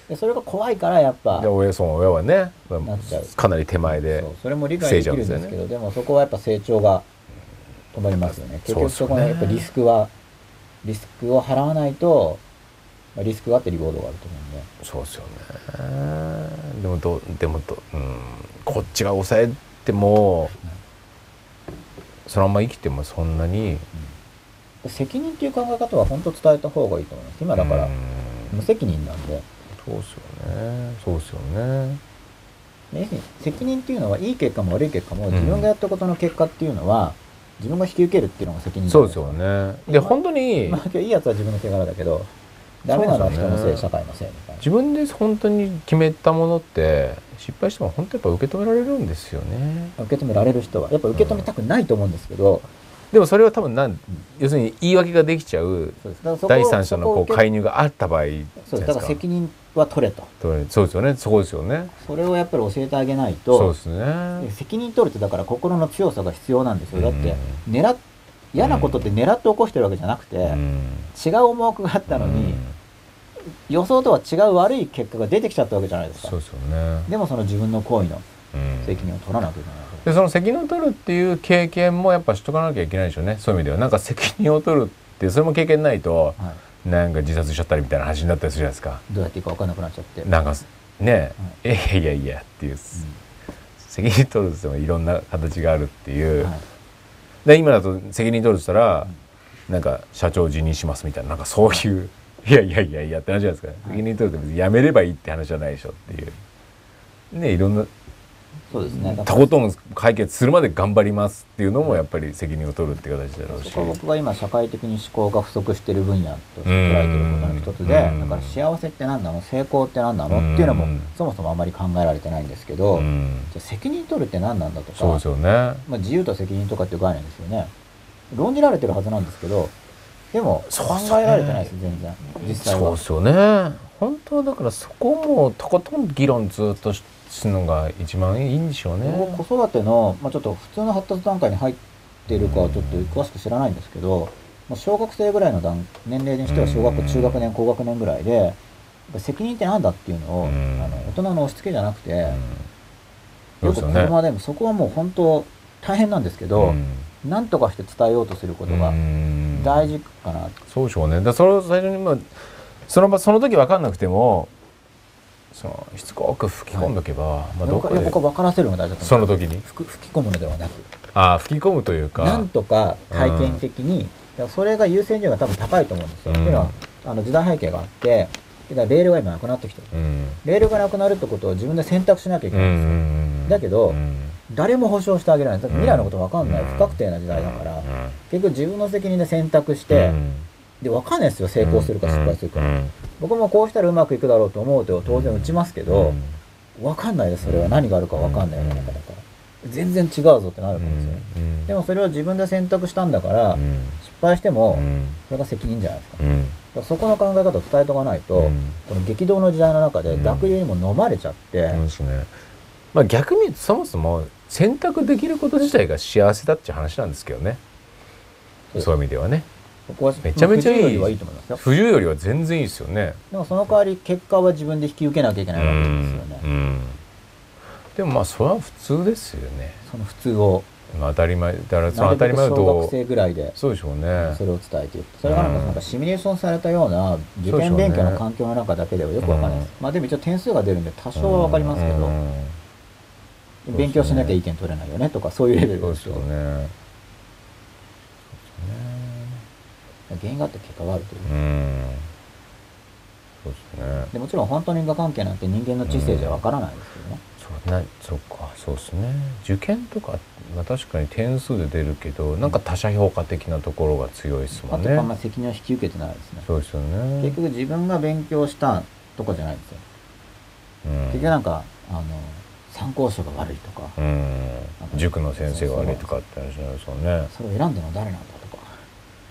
Speaker 1: でそれが怖いからやっぱ
Speaker 2: で。親その親はねまあ
Speaker 1: なっちゃう
Speaker 2: かなり手前で
Speaker 1: そうそれも理解できるんですけ
Speaker 2: 防い
Speaker 1: ど
Speaker 2: じ
Speaker 1: で,、
Speaker 2: ゃ
Speaker 1: もそこはやっぱ成長が止まりますよね結局そこのやっぱリスクは、リスクを払わないとまあリスクがあってリボードがあると思うんで
Speaker 2: そうですよねでもどうでもどう、うん、こっちが抑えてもそのまま生きてもそんなに
Speaker 1: で責任っていう考え方は本当伝えた方がいいと思います今だから
Speaker 2: うん
Speaker 1: 無責任なんで
Speaker 2: そうですよねそうですよね
Speaker 1: で要するに責任っていうのはいい結果も悪い結果も
Speaker 2: うん
Speaker 1: 自分がやったことの結果っていうのは自分が引き受けるっていうのが責任
Speaker 2: そうですよねで本当に
Speaker 1: まあ今日いいやつは自分の手柄だけどダメなのは人の
Speaker 2: そう
Speaker 1: せい、
Speaker 2: です
Speaker 1: 社
Speaker 2: よね
Speaker 1: 会のせいみたいな
Speaker 2: 自分で本当に決めたものって失敗しても本当やっぱ受け止められるんですよね
Speaker 1: 受け止められる人はやっぱ受け止めたくないと思うんですけど、
Speaker 2: でもそれは多分なん要するに言い訳ができちゃう
Speaker 1: そうですだからそこ
Speaker 2: 第三者の
Speaker 1: そこ
Speaker 2: こ
Speaker 1: を
Speaker 2: う
Speaker 1: 受け
Speaker 2: 介入があった場合じゃない
Speaker 1: そうですだ
Speaker 2: です
Speaker 1: か
Speaker 2: から
Speaker 1: 責任は取れと
Speaker 2: そうですよねそこですよね
Speaker 1: それをやっぱり教えてあげない
Speaker 2: そう
Speaker 1: と
Speaker 2: ですね
Speaker 1: 責任取るってだから心の強さが必要なんですよだって
Speaker 2: う
Speaker 1: 狙っ嫌なことって狙って起こしてるわけじゃなくて、
Speaker 2: うん
Speaker 1: 違う思惑があったのに、
Speaker 2: うん
Speaker 1: 予想とは違う悪い結果が出てきちゃったわけじゃないです
Speaker 2: そ
Speaker 1: か
Speaker 2: うですよね、
Speaker 1: でもその自分の行為の
Speaker 2: うん
Speaker 1: 責任を取らなきゃいけないわけ
Speaker 2: でその責任を取るっていう経験もやっぱしとかなきゃいけないでしょうねそういう意味ではなんか責任を取るってそれも経験ないと
Speaker 1: はい、
Speaker 2: なんか自殺しちゃったりみたいな話になったりするじゃないですか
Speaker 1: どうやっていいか分かんなくなっちゃって、
Speaker 2: なんかねえ、いやいやいやっていう、責任取るって言ってもいろんな形があるっていう、
Speaker 1: はい
Speaker 2: で今だと責任取るとしたら、なんか社長辞任しますみたいななんかそういういやいやいやいやって話じゃないですか、責任取るって別にやめればいいって話じゃないでしょっていうねいろんな
Speaker 1: そうですねだ
Speaker 2: と
Speaker 1: から
Speaker 2: ことん解決するまで頑張りますっていうのもやっぱり責任を取るって形だろうし
Speaker 1: そこは僕が今社会的に思考が不足している分野として捉えていることの一つで
Speaker 2: うん
Speaker 1: だから幸せって何なの成功って何なのっていうのも
Speaker 2: うん
Speaker 1: そもそもあまり考えられてないんですけど、
Speaker 2: うん
Speaker 1: じゃあ責任取るって何なんだとか
Speaker 2: そうですよね
Speaker 1: まあ、自由と責任とかっていう概念ですよね論じられてるはずなんですけどでも
Speaker 2: そう
Speaker 1: 考
Speaker 2: です
Speaker 1: え
Speaker 2: ね
Speaker 1: られてないです全然実際
Speaker 2: そう
Speaker 1: は
Speaker 2: ですよね本当はだからそこもとことん議論ずっとしするのが一番いいんでしょうね
Speaker 1: 僕子育ての、まあ、ちょっと普通の発達段階に入ってるかはちょっと詳しく知らないんですけど、まあ、小学生ぐらいの段年齢にしては小学校
Speaker 2: うん
Speaker 1: 中学年高学年ぐらいでやっぱ責任ってなんだっていうのを
Speaker 2: う
Speaker 1: あ
Speaker 2: ん
Speaker 1: の大人の押し付けじゃなくて
Speaker 2: うんそ
Speaker 1: よく
Speaker 2: うです
Speaker 1: 子
Speaker 2: よね
Speaker 1: 供はでもそこはもう本当大変なんですけどなんとかして伝えようとすることが
Speaker 2: うん
Speaker 1: 大事かな
Speaker 2: そうでしょうねだからそれを最初にまあその場その時分かんなくてもそのしつこく吹き込んどけば、まあどっ
Speaker 1: 僕
Speaker 2: か
Speaker 1: は僕
Speaker 2: で
Speaker 1: は分からせるのが大事だと
Speaker 2: そ
Speaker 1: 思
Speaker 2: の
Speaker 1: う
Speaker 2: 時に
Speaker 1: 吹く吹き込むのではなく
Speaker 2: ああ吹き込むというか
Speaker 1: なんとか体験的に、だからそれが優先順位が多分高いと思うんですよ。
Speaker 2: う
Speaker 1: っ
Speaker 2: ん
Speaker 1: ていうのは、あの時代背景があって、だからレールが今なくなってきてる。
Speaker 2: うん
Speaker 1: レールがなくなるってことを自分で選択しなきゃいけないんですよ。だけど
Speaker 2: うん
Speaker 1: 誰も保証してあげられない。だって未来のこと分かんない、
Speaker 2: うん
Speaker 1: 不確定な時代だから、
Speaker 2: うん
Speaker 1: 結局自分の責任で選択して、
Speaker 2: うん
Speaker 1: で、分かんないですよ、成功するか失敗するか。
Speaker 2: うん
Speaker 1: 僕もこうしたらうまくいくだろうと思うと当然打ちますけ
Speaker 2: う
Speaker 1: ど
Speaker 2: ん、
Speaker 1: 分かんないです、それは。何があるか分かんない世の中だから。全然違うぞってなる
Speaker 2: うん
Speaker 1: ですよね。
Speaker 2: ん
Speaker 1: でもそれを自分で選択したんだから
Speaker 2: う、ん
Speaker 1: 失敗しても
Speaker 2: う、ん
Speaker 1: それが責任じゃないですか。だ
Speaker 2: うん
Speaker 1: からそこの考え方を伝えとかないと、
Speaker 2: うん
Speaker 1: この激動の時代の中で
Speaker 2: うん
Speaker 1: 濁流にも飲まれちゃって、
Speaker 2: そうですねまあ逆に言うとそもそも選択できること自体が幸せだっていう話なんですけどね
Speaker 1: そう
Speaker 2: そういう意味ではね
Speaker 1: そこは
Speaker 2: めちゃめちゃいい
Speaker 1: まあ不自由よりはいいと思いますよ。
Speaker 2: 不自由よりは全然いいですよね
Speaker 1: でもその代わり結果は自分で引き受けなきゃいけないわけですよね。
Speaker 2: うんうんでもまあそれは普通ですよね、
Speaker 1: その普通を、
Speaker 2: まあ、当たり前だからそ
Speaker 1: な
Speaker 2: の当
Speaker 1: る
Speaker 2: た
Speaker 1: べ
Speaker 2: り
Speaker 1: く
Speaker 2: 前だ
Speaker 1: 小学
Speaker 2: と
Speaker 1: 生ぐらいで
Speaker 2: そうでしょうね
Speaker 1: それを伝えていく。それがなんか
Speaker 2: うん
Speaker 1: なんかシミュレーションされたような受験勉強の環境の中だけではよくわかんないです。まあでも一応点数が出るんで多少はわかりますけ
Speaker 2: う
Speaker 1: ど、
Speaker 2: んん
Speaker 1: 勉強しなきゃ意見取れないよねとかそういうレベル
Speaker 2: そう
Speaker 1: で
Speaker 2: ですす
Speaker 1: よ
Speaker 2: よ。ね
Speaker 1: 原因があって結果があるという。
Speaker 2: うんそうですね
Speaker 1: でもちろん本当の因果関係なんて人間の知性じゃわからないですけどね。
Speaker 2: そうなそっかそうですね受験とか、まあ、確かに点数で出るけどなんか他者評価的なところが強いですも
Speaker 1: あ
Speaker 2: ん
Speaker 1: と
Speaker 2: ね、
Speaker 1: かまあ責任を引き受けてないですね。
Speaker 2: そうですよね
Speaker 1: 結局自分が勉強したとかじゃないんですよ。
Speaker 2: うん
Speaker 1: 結局なんか、あの、参考書が悪いとか、
Speaker 2: うん塾の先生が悪いとかって話なんですよね
Speaker 1: それを選んだのは誰なんだとか、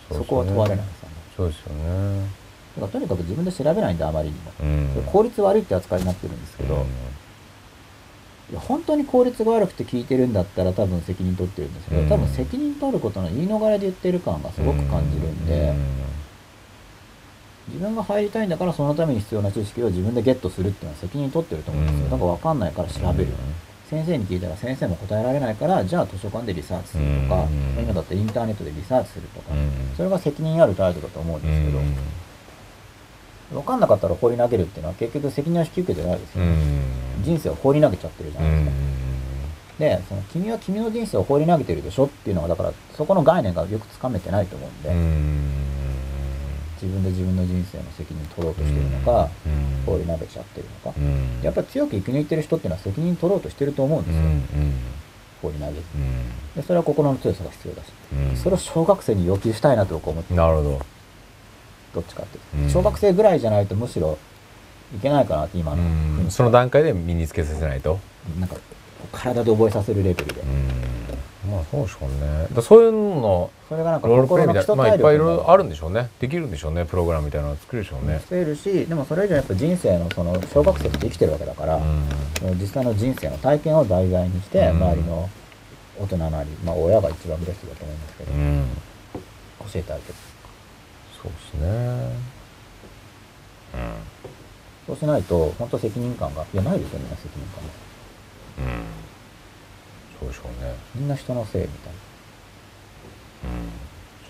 Speaker 2: うですよね
Speaker 1: そこは問われないですよね。
Speaker 2: そうですよね
Speaker 1: だからとにかく自分で調べないんであまりにも。
Speaker 2: うん
Speaker 1: で効率悪いって扱いになってるんですけど、いや本当に効率が悪くて聞いてるんだったら多分責任取ってるんですけど、
Speaker 2: うん
Speaker 1: 多分責任取ることの言い逃れで言ってる感がすごく感じるんで、自分が入りたいんだからそのために必要な知識を自分でゲットするっていうのは責任取ってると思うんですよ。
Speaker 2: うん
Speaker 1: だから分かんないから調
Speaker 2: うん
Speaker 1: べる。先生に聞いたら先生も答えられないから、じゃあ図書館でリサーチするとか、
Speaker 2: うん
Speaker 1: 今だってインターネットでリサーチするとか
Speaker 2: う、ん
Speaker 1: それが責任ある態度だと思うん
Speaker 2: う
Speaker 1: ですけど、
Speaker 2: ん
Speaker 1: 分かんなかったら放り投げるっていうのは結局責任を引き受けてないです
Speaker 2: う
Speaker 1: よね。
Speaker 2: ん
Speaker 1: 人生を放り投げちゃってるじゃ
Speaker 2: う
Speaker 1: ないですか。
Speaker 2: ん
Speaker 1: で、その君は君の人生を放り投げてるでしょっていうのが、だからそこの概念がよくつかめてないと思うんで、自分で自分の人生の責任取ろうとしてるのか、放り投げちゃってるのか。やっぱり強く生き抜いてる人っていうのは責任取ろうとしてると思うんですよ。放り投げずにで、それは心の強さが必要だし。それを小学生に要求したいなと僕は思って、
Speaker 2: なるほど
Speaker 1: どっちかっていうと
Speaker 2: うん
Speaker 1: 小学生ぐらいじゃないとむしろいけないかなって今の、
Speaker 2: うんその段階で身につけさせないと
Speaker 1: なんか体で覚えさせるレベルで。
Speaker 2: まあそうでしょうねだそういうの
Speaker 1: それがなんか
Speaker 2: ロールプ
Speaker 1: 心
Speaker 2: レイみ
Speaker 1: の基
Speaker 2: たい
Speaker 1: 礎
Speaker 2: なまあい
Speaker 1: 体
Speaker 2: っぱいい
Speaker 1: 力
Speaker 2: ろい
Speaker 1: に
Speaker 2: ろあるんでしょうねできるんでしょうねプログラムみたいなの作るでしょうね
Speaker 1: しているし、でもそれ以上やっぱ人生のその小学生として生きてるわけだから、実際の人生の体験を題材にして、
Speaker 2: うん
Speaker 1: 周りの大人なり、まあ親が一番ベストだと思うんですけど、
Speaker 2: う
Speaker 1: 教
Speaker 2: ん
Speaker 1: えてあげる。
Speaker 2: そうですね
Speaker 1: そうしないと、本当責任感が、いやないですよみんな責任感が。
Speaker 2: うんうんそうでしょうね
Speaker 1: みんな人のせいみたいな。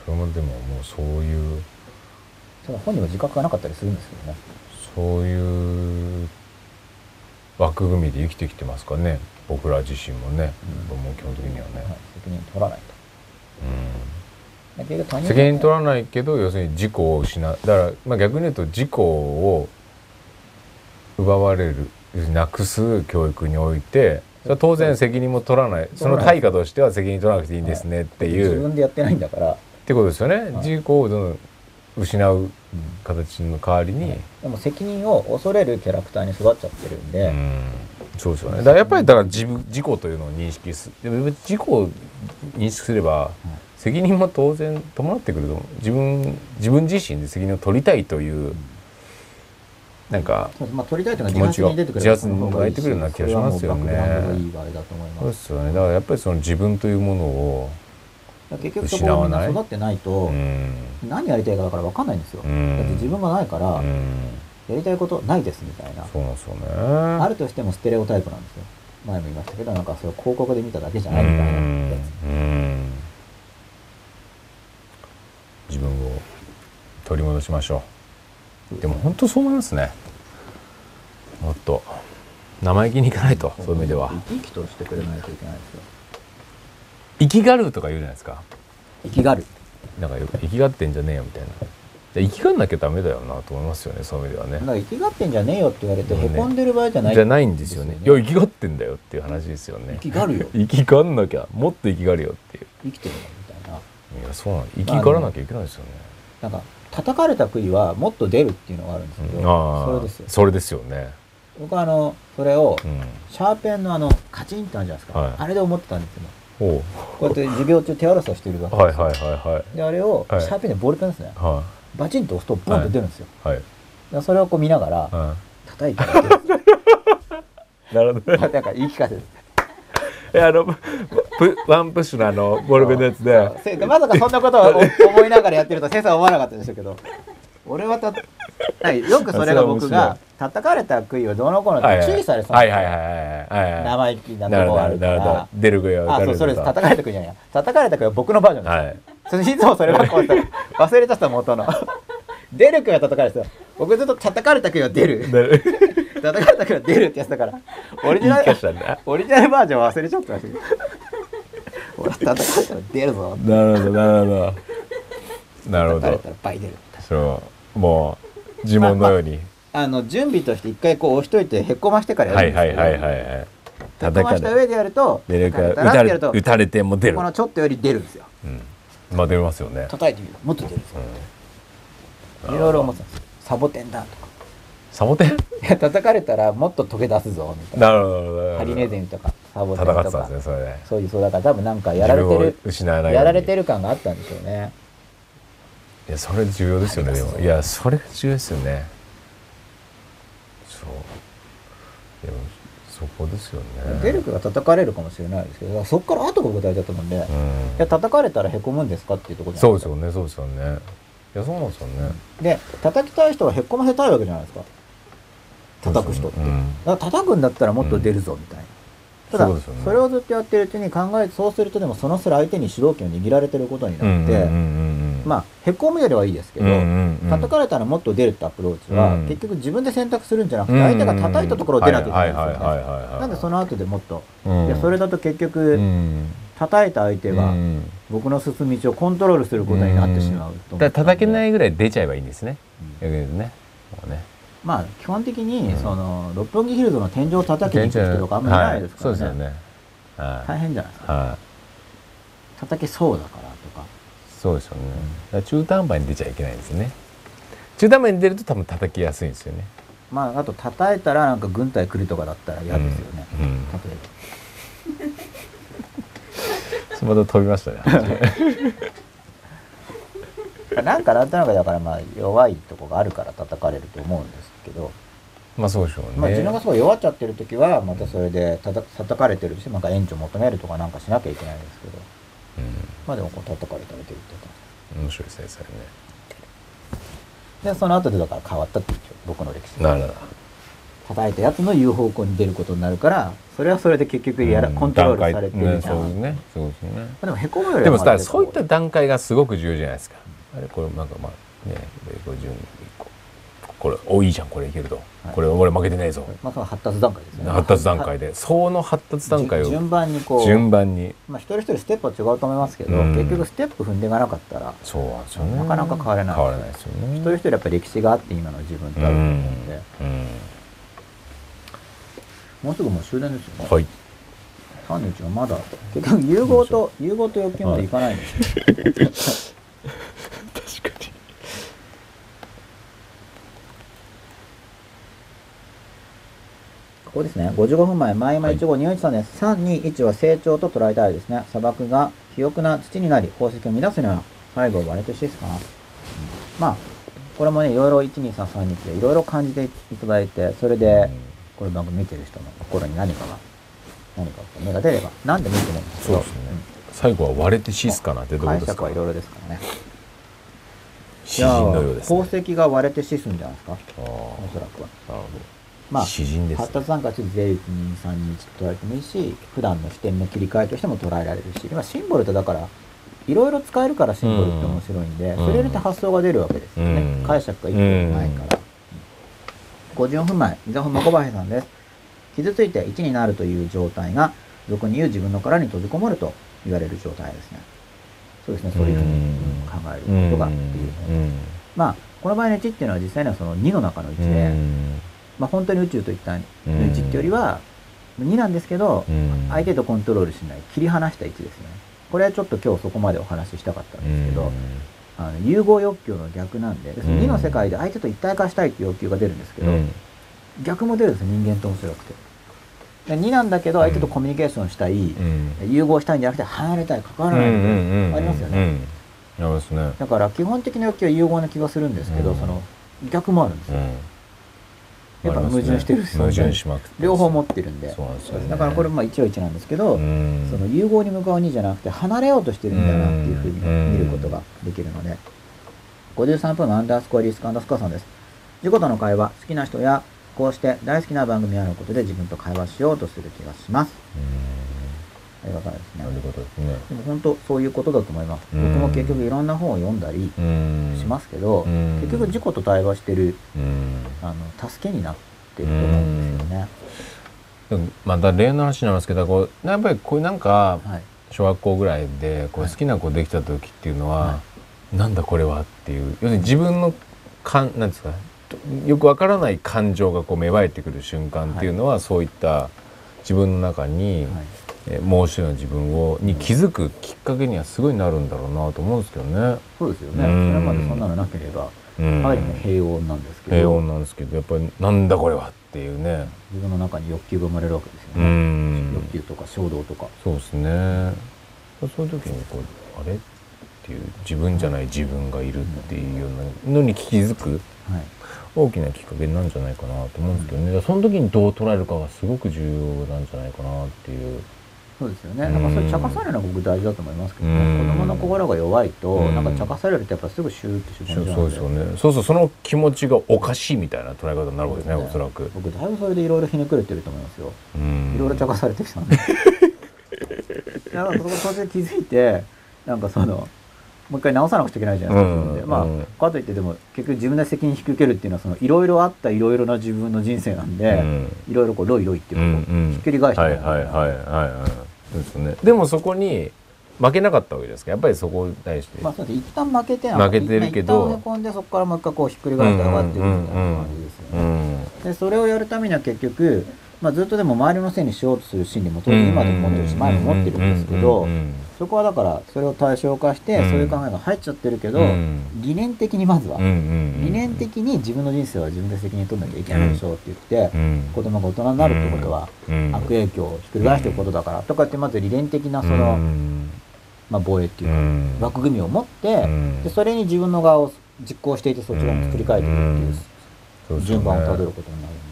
Speaker 2: それもでももうそういう
Speaker 1: ただ本人は自覚がなかったりするんですけどね。
Speaker 2: そういう枠組みで生きてきてますからね僕ら自身もね、
Speaker 1: うん
Speaker 2: もう基本的にはね、
Speaker 1: はい、責任取らないと。で結局他
Speaker 2: うん
Speaker 1: 人
Speaker 2: 責任取
Speaker 1: ら
Speaker 2: らないけど要するに自己を失うだから、まあ、逆に言うと自己を奪われる要するになくす教育においてそれは当然責任も取らないその対価としては責任取らなくていいんですねっていう、
Speaker 1: 自分でやってないんだから、
Speaker 2: ってことですよね、
Speaker 1: はい
Speaker 2: 自己をどんどん失う形の代わりに、
Speaker 1: でも責任を恐れるキャラクターに育っちゃってるんで、
Speaker 2: うんそうですよね。だからやっぱりだから自分事故というのを認識すでも事故を認識すれば責任も当然伴ってくると思う。自分自分自身で責任を取りたいというなんか
Speaker 1: そうですまあ、取りたいというの
Speaker 2: 気
Speaker 1: は
Speaker 2: 持
Speaker 1: 自
Speaker 2: ちが
Speaker 1: 発に出てくる
Speaker 2: 自発に湧いてくるような気がしますよね
Speaker 1: それはもうバックグラウンドがいい場合だと思い
Speaker 2: そう
Speaker 1: ま。
Speaker 2: ですすよね。だからやっぱりその自分というものを
Speaker 1: だから結局そこをみんな
Speaker 2: 失わな
Speaker 1: 育
Speaker 2: い
Speaker 1: ってないと、
Speaker 2: うん
Speaker 1: 何やりたいかだから分かんないんですよ。
Speaker 2: うん
Speaker 1: だって自分がないから、
Speaker 2: う
Speaker 1: や
Speaker 2: ん
Speaker 1: りたいことないですみたいな。
Speaker 2: そうなんですよね。
Speaker 1: あるとしてもステレオタイプなんですよ。前も言いましたけど、なんかそれを広告で見ただけじゃ
Speaker 2: う
Speaker 1: ないみたい
Speaker 2: ん
Speaker 1: なや
Speaker 2: うん自分を取り戻しましょう。
Speaker 1: つ。
Speaker 2: でも本当そう思いますねもっと生意気にいかないとそういう意味では
Speaker 1: 生き生きとしてくれないといけないですよ。
Speaker 2: 生きがるとか言うじゃないですか
Speaker 1: 生きがる。
Speaker 2: なんかよく生きがってんじゃねえよみたいなで生きがんなきゃダメだよなと思いますよねそういう意味では
Speaker 1: だ
Speaker 2: ね
Speaker 1: から生きがってんじゃねえよって言われて、
Speaker 2: うんね
Speaker 1: へこんでる場合じゃない、
Speaker 2: じゃないんですよね
Speaker 1: ですよね
Speaker 2: いや生きがってんだよっていう話ですよね
Speaker 1: 生きがる よ。
Speaker 2: 生きがんなきゃもっと生きがるよっていう
Speaker 1: 生きてるよみたいな。
Speaker 2: いやそうなの生きがらなきゃいけないですよね、
Speaker 1: なんか、叩かれた杭はもっと出るっていうのがあるんですけど、
Speaker 2: ああ
Speaker 1: それですよ。
Speaker 2: それですよね
Speaker 1: 僕はあの、それを
Speaker 2: う、ん
Speaker 1: シャーペンのあの、カチンってあるじゃないですか。
Speaker 2: はい
Speaker 1: あれで思ってたんですよ。
Speaker 2: おう
Speaker 1: こうやって授業中手荒さしてるわけですよ。
Speaker 2: はいはいは
Speaker 1: で、あれを、シ
Speaker 2: はい
Speaker 1: ャーペンでボールペンですね。
Speaker 2: いは
Speaker 1: バチンと押すと、ボンって出るんですよ。
Speaker 2: いはい
Speaker 1: でそれをこう見ながら、
Speaker 2: は
Speaker 1: 叩いてる わけで
Speaker 2: いなるほど
Speaker 1: す、なんか言い聞かせる。
Speaker 2: えあのプワンプッシュのあのボールペンのやつで
Speaker 1: そうせまさかそんなことを お思いながらやってると先生は思わなかったでしょうけど俺はたはいよくそれが僕が叩かれた杭をどうのこうのって注意されてたん
Speaker 2: はい
Speaker 1: ですよ
Speaker 2: はいはいはいはいはい
Speaker 1: 生意気な
Speaker 2: な
Speaker 1: と
Speaker 2: る
Speaker 1: こ
Speaker 2: ほ
Speaker 1: があ
Speaker 2: ど
Speaker 1: るか
Speaker 2: なるほど
Speaker 1: ら
Speaker 2: 出る声は
Speaker 1: あそうそれです叩かれた杭じゃないや叩かれた杭は僕のバージョンです、
Speaker 2: はい
Speaker 1: それいつもそれはこうやって忘れてた元の出る杭は叩かれてた僕ずっと叩かれた杭は出る叩かれた杭は出るってやつだからオリジ
Speaker 2: 言い
Speaker 1: ナル
Speaker 2: 返したんだ
Speaker 1: オリジナルバージョンは忘れちゃってましたけど俺は叩かれたら出るぞ
Speaker 2: なるほどなるほどなるほ
Speaker 1: 叩かれ
Speaker 2: ど
Speaker 1: たら倍出る
Speaker 2: それはもう呪文のように
Speaker 1: あの準備として一回こう押しといてへこましてからや
Speaker 2: は
Speaker 1: る
Speaker 2: い
Speaker 1: んです
Speaker 2: は
Speaker 1: け
Speaker 2: い
Speaker 1: ど、
Speaker 2: はいはいはい
Speaker 1: かま
Speaker 2: 叩
Speaker 1: し
Speaker 2: か
Speaker 1: た
Speaker 2: れ
Speaker 1: 上でやると
Speaker 2: で
Speaker 1: 叩
Speaker 2: 打
Speaker 1: かれたら
Speaker 2: た
Speaker 1: ってや
Speaker 2: れ
Speaker 1: ると
Speaker 2: 打たれても出る
Speaker 1: こ、のちょっとより出るんですよ
Speaker 2: うん、まあ出ますよね、
Speaker 1: 叩いてみるもっと出るんですよ
Speaker 2: うん、
Speaker 1: いろいろ思ってたんですよサボテンだとか
Speaker 2: サボテン
Speaker 1: いや叩かれたらもっと溶け出すぞみたいな
Speaker 2: なるほどなるほど
Speaker 1: ハリネズミとかサボテン
Speaker 2: 戦
Speaker 1: と
Speaker 2: ってたん
Speaker 1: か
Speaker 2: ですねそれで
Speaker 1: そういうそうだから多分なんかやられて
Speaker 2: 自
Speaker 1: る
Speaker 2: 分を失わないように
Speaker 1: やられてる感があったんでしょうね
Speaker 2: いやそれ重要ですよね
Speaker 1: あり
Speaker 2: で
Speaker 1: ます
Speaker 2: もいやそれが重要ですよねそうでもそこですよね
Speaker 1: デルクが叩かれるかもしれないですけどそこから後が具体だと思うんで、
Speaker 2: う
Speaker 1: い
Speaker 2: ん
Speaker 1: や叩かれたらへこむんですかっていうところじゃ
Speaker 2: そ
Speaker 1: な
Speaker 2: う
Speaker 1: い
Speaker 2: ですよねそうですよねいやそうなんですよね、
Speaker 1: で叩きたい人はへこませたいわけじゃないですか叩く人って、
Speaker 2: そうですよね
Speaker 1: だから叩くんだったらもっと出るぞみたいな、
Speaker 2: うん
Speaker 1: た
Speaker 2: そう
Speaker 1: だ
Speaker 2: ですよね
Speaker 1: それをずっとやってるうちに考えそうするとでもそのすら相手に主導権を握られてることに
Speaker 2: う
Speaker 1: な
Speaker 2: ん
Speaker 1: って、
Speaker 2: うんうんうんうん
Speaker 1: まあへこむよりはいいですけど、
Speaker 2: うんうんうん
Speaker 1: 叩かれたらもっと出るってアプローチは、
Speaker 2: うん
Speaker 1: 結局自分で選択するんじゃなくて相手が叩いたところを出なきゃいけないんですよね
Speaker 2: よ
Speaker 1: なんでそ
Speaker 2: の、
Speaker 1: の後でもっと、
Speaker 2: うん
Speaker 1: いやそれだと結局、
Speaker 2: うん
Speaker 1: 叩いた相手が
Speaker 2: うん
Speaker 1: 僕の進む道をコントロールすることになってしまうと思、
Speaker 2: だから叩けないいぐらい出ちゃえばいいんですね
Speaker 1: うん
Speaker 2: 逆に言うとねもうね
Speaker 1: まあ基本的に、
Speaker 2: うん
Speaker 1: その六本木ヒルズの天井を叩きに行く人とかあんまりいないですからね,、
Speaker 2: はいそうですよねはい、
Speaker 1: 大変じゃないですか
Speaker 2: はい
Speaker 1: 叩けそうだからとか
Speaker 2: そうですよね。だから中途半端に出ちゃいけないんですね。中途半端に出ると多分叩きやすいんですよね。
Speaker 1: まああと叩いたらなんか軍隊来るとかだったら嫌ですよね、
Speaker 2: うんうん
Speaker 1: 例え
Speaker 2: また飛びましたね。
Speaker 1: ばなんかなんとなくだからまあ弱いとこがあるから叩かれると思うんですけど、
Speaker 2: まあそうでしょうね。
Speaker 1: まあ自分がすごい弱っちゃってる時はまたそれで叩叩かれてるしなんか援助求めるとかなんかしなきゃいけないですけどまあでもこう叩かれたら出るとか。
Speaker 2: うん、面白いですね、それね。
Speaker 1: でその後でだから変わったっていう僕の歴史
Speaker 2: なるほど。
Speaker 1: 叩いたやつの言う方向に出ることになるからそれはそれで結局やら、コントロールされてるじゃん、
Speaker 2: 段階ねそうですね。そうですね。
Speaker 1: でもへこむよりは
Speaker 2: でも
Speaker 1: ま
Speaker 2: だ
Speaker 1: あ
Speaker 2: からそういった
Speaker 1: ある
Speaker 2: 段階がすごく重要じゃないですか。あれこれなんかまあね、50人こうこれおいいじゃんこれいけると。
Speaker 1: はい
Speaker 2: これ俺負けてねえぞ
Speaker 1: 程。度まあその発達段階ですよね
Speaker 2: 発達段階で、その発達段階
Speaker 1: 順
Speaker 2: を
Speaker 1: 順番にこう
Speaker 2: 順番に。
Speaker 1: まあ、一人一人ステップは違うと思いますけど、
Speaker 2: うん
Speaker 1: 結局ステップ踏んでいかなかったら
Speaker 2: そうなんですよね。
Speaker 1: なかなか変われない
Speaker 2: 変わらないですよね。
Speaker 1: 一人一人やっぱり歴史があって今の自分ってあると思うんで、
Speaker 2: は
Speaker 1: もうすぐもう終電ですよね、
Speaker 2: い。
Speaker 1: 31はまだ結局融合と融合と欲求までいかないんですよ
Speaker 2: 確かに。
Speaker 1: ここですね。55分前、前今1号2 1さんです。321は成長と捉えたいですね。砂漠が肥沃な土になり、宝石を乱すには、最後を割れてしいですかな。うんまあ、これもね、いろいろ12332でいろいろ感じていただいて、それで、この番組見てる人の心に何かが、何かこう目が出れば、何でもいいと思うんですけ
Speaker 2: そう
Speaker 1: ど、
Speaker 2: ですね。最後は割れてシスかなって
Speaker 1: うん
Speaker 2: どういう
Speaker 1: 解
Speaker 2: こと
Speaker 1: 釈は
Speaker 2: ですか
Speaker 1: い。ろいろですからね。
Speaker 2: 詩人のようです、ね。
Speaker 1: 宝石が割れて死すんじゃないですか。
Speaker 2: ああ、
Speaker 1: おそらくは。
Speaker 2: なるほど。
Speaker 1: まあ、
Speaker 2: 詩人です、ね
Speaker 1: 発。達なんかはちょっと税率2、3に捉えてもいいし、普段の視点の切り替えとしても捉えられるし、まあ、シンボルってだから、いろいろ使えるからシンボルって面白いんで、
Speaker 2: ん
Speaker 1: それによって発想が出るわけですよね。
Speaker 2: うん
Speaker 1: 解釈が一個ないから。54分前、伊沢真小林さんです。傷ついて1になるという状態が、俗に言う自分の殻に閉じこもると言われる状態ですね。そうですね、そういうふうにうん考えることがっていうね。まあ、この場合の1っていうのは実際にはその2の中の1で、まあ、本当に宇宙と一体の1ってよりは2なんですけど相手とコントロールしない切り離した1ですねこれはちょっと今日そこまでお話ししたかったんですけどあの融合欲求の逆なんでです
Speaker 2: うん
Speaker 1: 2の世界で相手と一体化したいっていう欲求が出るんですけど逆も出るんですよ人間と面白くてで2なんだけど相手とコミュニケーションしたい融合したいんじゃなくて離れたい関わらないみたいなありますよね
Speaker 2: ありますね。
Speaker 1: だから基本的な欲求は融合な気がするんですけど
Speaker 2: うん
Speaker 1: その逆もあるんですよやっぱ矛盾してるんですよね
Speaker 2: 矛盾しまくって
Speaker 1: 両方持ってるんで
Speaker 2: そうなんですよね
Speaker 1: だからこれまあ1は1なんですけど、
Speaker 2: うん
Speaker 1: その融合に向かうにじゃなくて離れようとしてるんだなっていうふうに
Speaker 2: うん
Speaker 1: 見ることができるので53分のアンダースコアリスクアンダースコアさんです事故との会話好きな人やこうして大好きな番組やのことで自分と会話しようとする気がしますありがたいですね
Speaker 2: なるほどですね。
Speaker 1: でも本当そういうことだと思います
Speaker 2: う
Speaker 1: 僕
Speaker 2: ん。
Speaker 1: も結局いろんな本を読んだりしますすけど
Speaker 2: うん
Speaker 1: 結局事故と対話してる
Speaker 2: うん
Speaker 1: あの助けになってると思うんですよね
Speaker 2: でもまた例の話になりますけどこうやっぱりこういうなんか
Speaker 1: はい
Speaker 2: 小学校ぐらいでこう
Speaker 1: はい
Speaker 2: 好きな子できた時っていうのは、
Speaker 1: は
Speaker 2: なんだこれはっていう要するに自分のかんなんですかよくわからない感情がこう芽生えてくる瞬間っていうのは、そういった自分の中に、
Speaker 1: はい
Speaker 2: えーもう一人の自分をに気づくきっかけにはすごいなるんだろうなと思うんですけどね。
Speaker 1: そうですよね。そ
Speaker 2: うん
Speaker 1: れまでそんなのなければ、
Speaker 2: うん
Speaker 1: ある意味平穏なんですけど、
Speaker 2: 平穏なんですけどやっぱりなんだこれはっていうね。
Speaker 1: 自分の中に欲求が生まれるわけですよ
Speaker 2: う
Speaker 1: ね。
Speaker 2: ん
Speaker 1: 欲求とか衝動とか。
Speaker 2: そうですね。そういう時にこうあれっていう自分じゃない自分がいるっていうようなのに気づく
Speaker 1: はい。
Speaker 2: 大きなきっかけなんじゃないかなと思うんですけどね。だからその時にどう捉えるかがすごく重要なんじゃないかなっていう。
Speaker 1: そうですよね。なんかそうれ
Speaker 2: ん
Speaker 1: 茶化されるのは僕大事だと思いますけど
Speaker 2: うん
Speaker 1: ね。子供の心が弱いと、
Speaker 2: うん
Speaker 1: なんか茶化されるとやっぱすぐシューってしま
Speaker 2: そう
Speaker 1: うじゃ
Speaker 2: そうですよね。そうそうその気持ちがおかしいみたいな捉え方になるわけですね。
Speaker 1: そう
Speaker 2: お
Speaker 1: です
Speaker 2: そ
Speaker 1: ね
Speaker 2: らく。
Speaker 1: 僕だいぶそれでいろいろひねくれてると思いますよ。
Speaker 2: うん
Speaker 1: いろいろ茶化されてきたんで。なんかそこ突然気づいて、なんかその、もう一回直さなくちゃいけないじゃないですか。自分で
Speaker 2: うん
Speaker 1: まあ、
Speaker 2: うん
Speaker 1: かといってでも結局自分で責任引き受けるっていうのはそのいろいろあったいろいろな自分の人生なん
Speaker 2: う
Speaker 1: で、
Speaker 2: ん
Speaker 1: いろいろこうロイロイって
Speaker 2: うん
Speaker 1: いうことを
Speaker 2: うん
Speaker 1: ひっくり返して
Speaker 2: は
Speaker 1: も
Speaker 2: い
Speaker 1: ら
Speaker 2: は
Speaker 1: う
Speaker 2: いはいはいはいですねでもそこに負けなかったわけじゃないですかやっぱりそこに対して、
Speaker 1: まあそうです一旦負けて
Speaker 2: 負けてるけど
Speaker 1: 一旦凹んでそこからもう一回こうひっくり返って上がっていくみたいな感じですよね、
Speaker 2: うん
Speaker 1: でそれをやるためには結局、まあ、ずっとでも周りのせいにしようとする心理も当然今でも持ってるし前も持ってるんですけど、
Speaker 2: うんうん
Speaker 1: そこはだからそれを対象化して
Speaker 2: うん
Speaker 1: そういう考えが入っちゃってるけど、
Speaker 2: うん
Speaker 1: 理念的にまずは、
Speaker 2: うんうんうん
Speaker 1: 理念的に自分の人生は自分で責任取んなきゃいけないでしょうって言って、
Speaker 2: うん
Speaker 1: 子供が大人になるってことは
Speaker 2: うん
Speaker 1: 悪影響をひっくり返していくことだからとかってまず理念的なその、
Speaker 2: うん
Speaker 1: まあ、防衛っていうか、
Speaker 2: うん
Speaker 1: 枠組みを持って、
Speaker 2: うん
Speaker 1: でそれに自分の側を実行していてそっち側も作り変えていくっていう
Speaker 2: そうですよね
Speaker 1: 順番をたどることになるんで、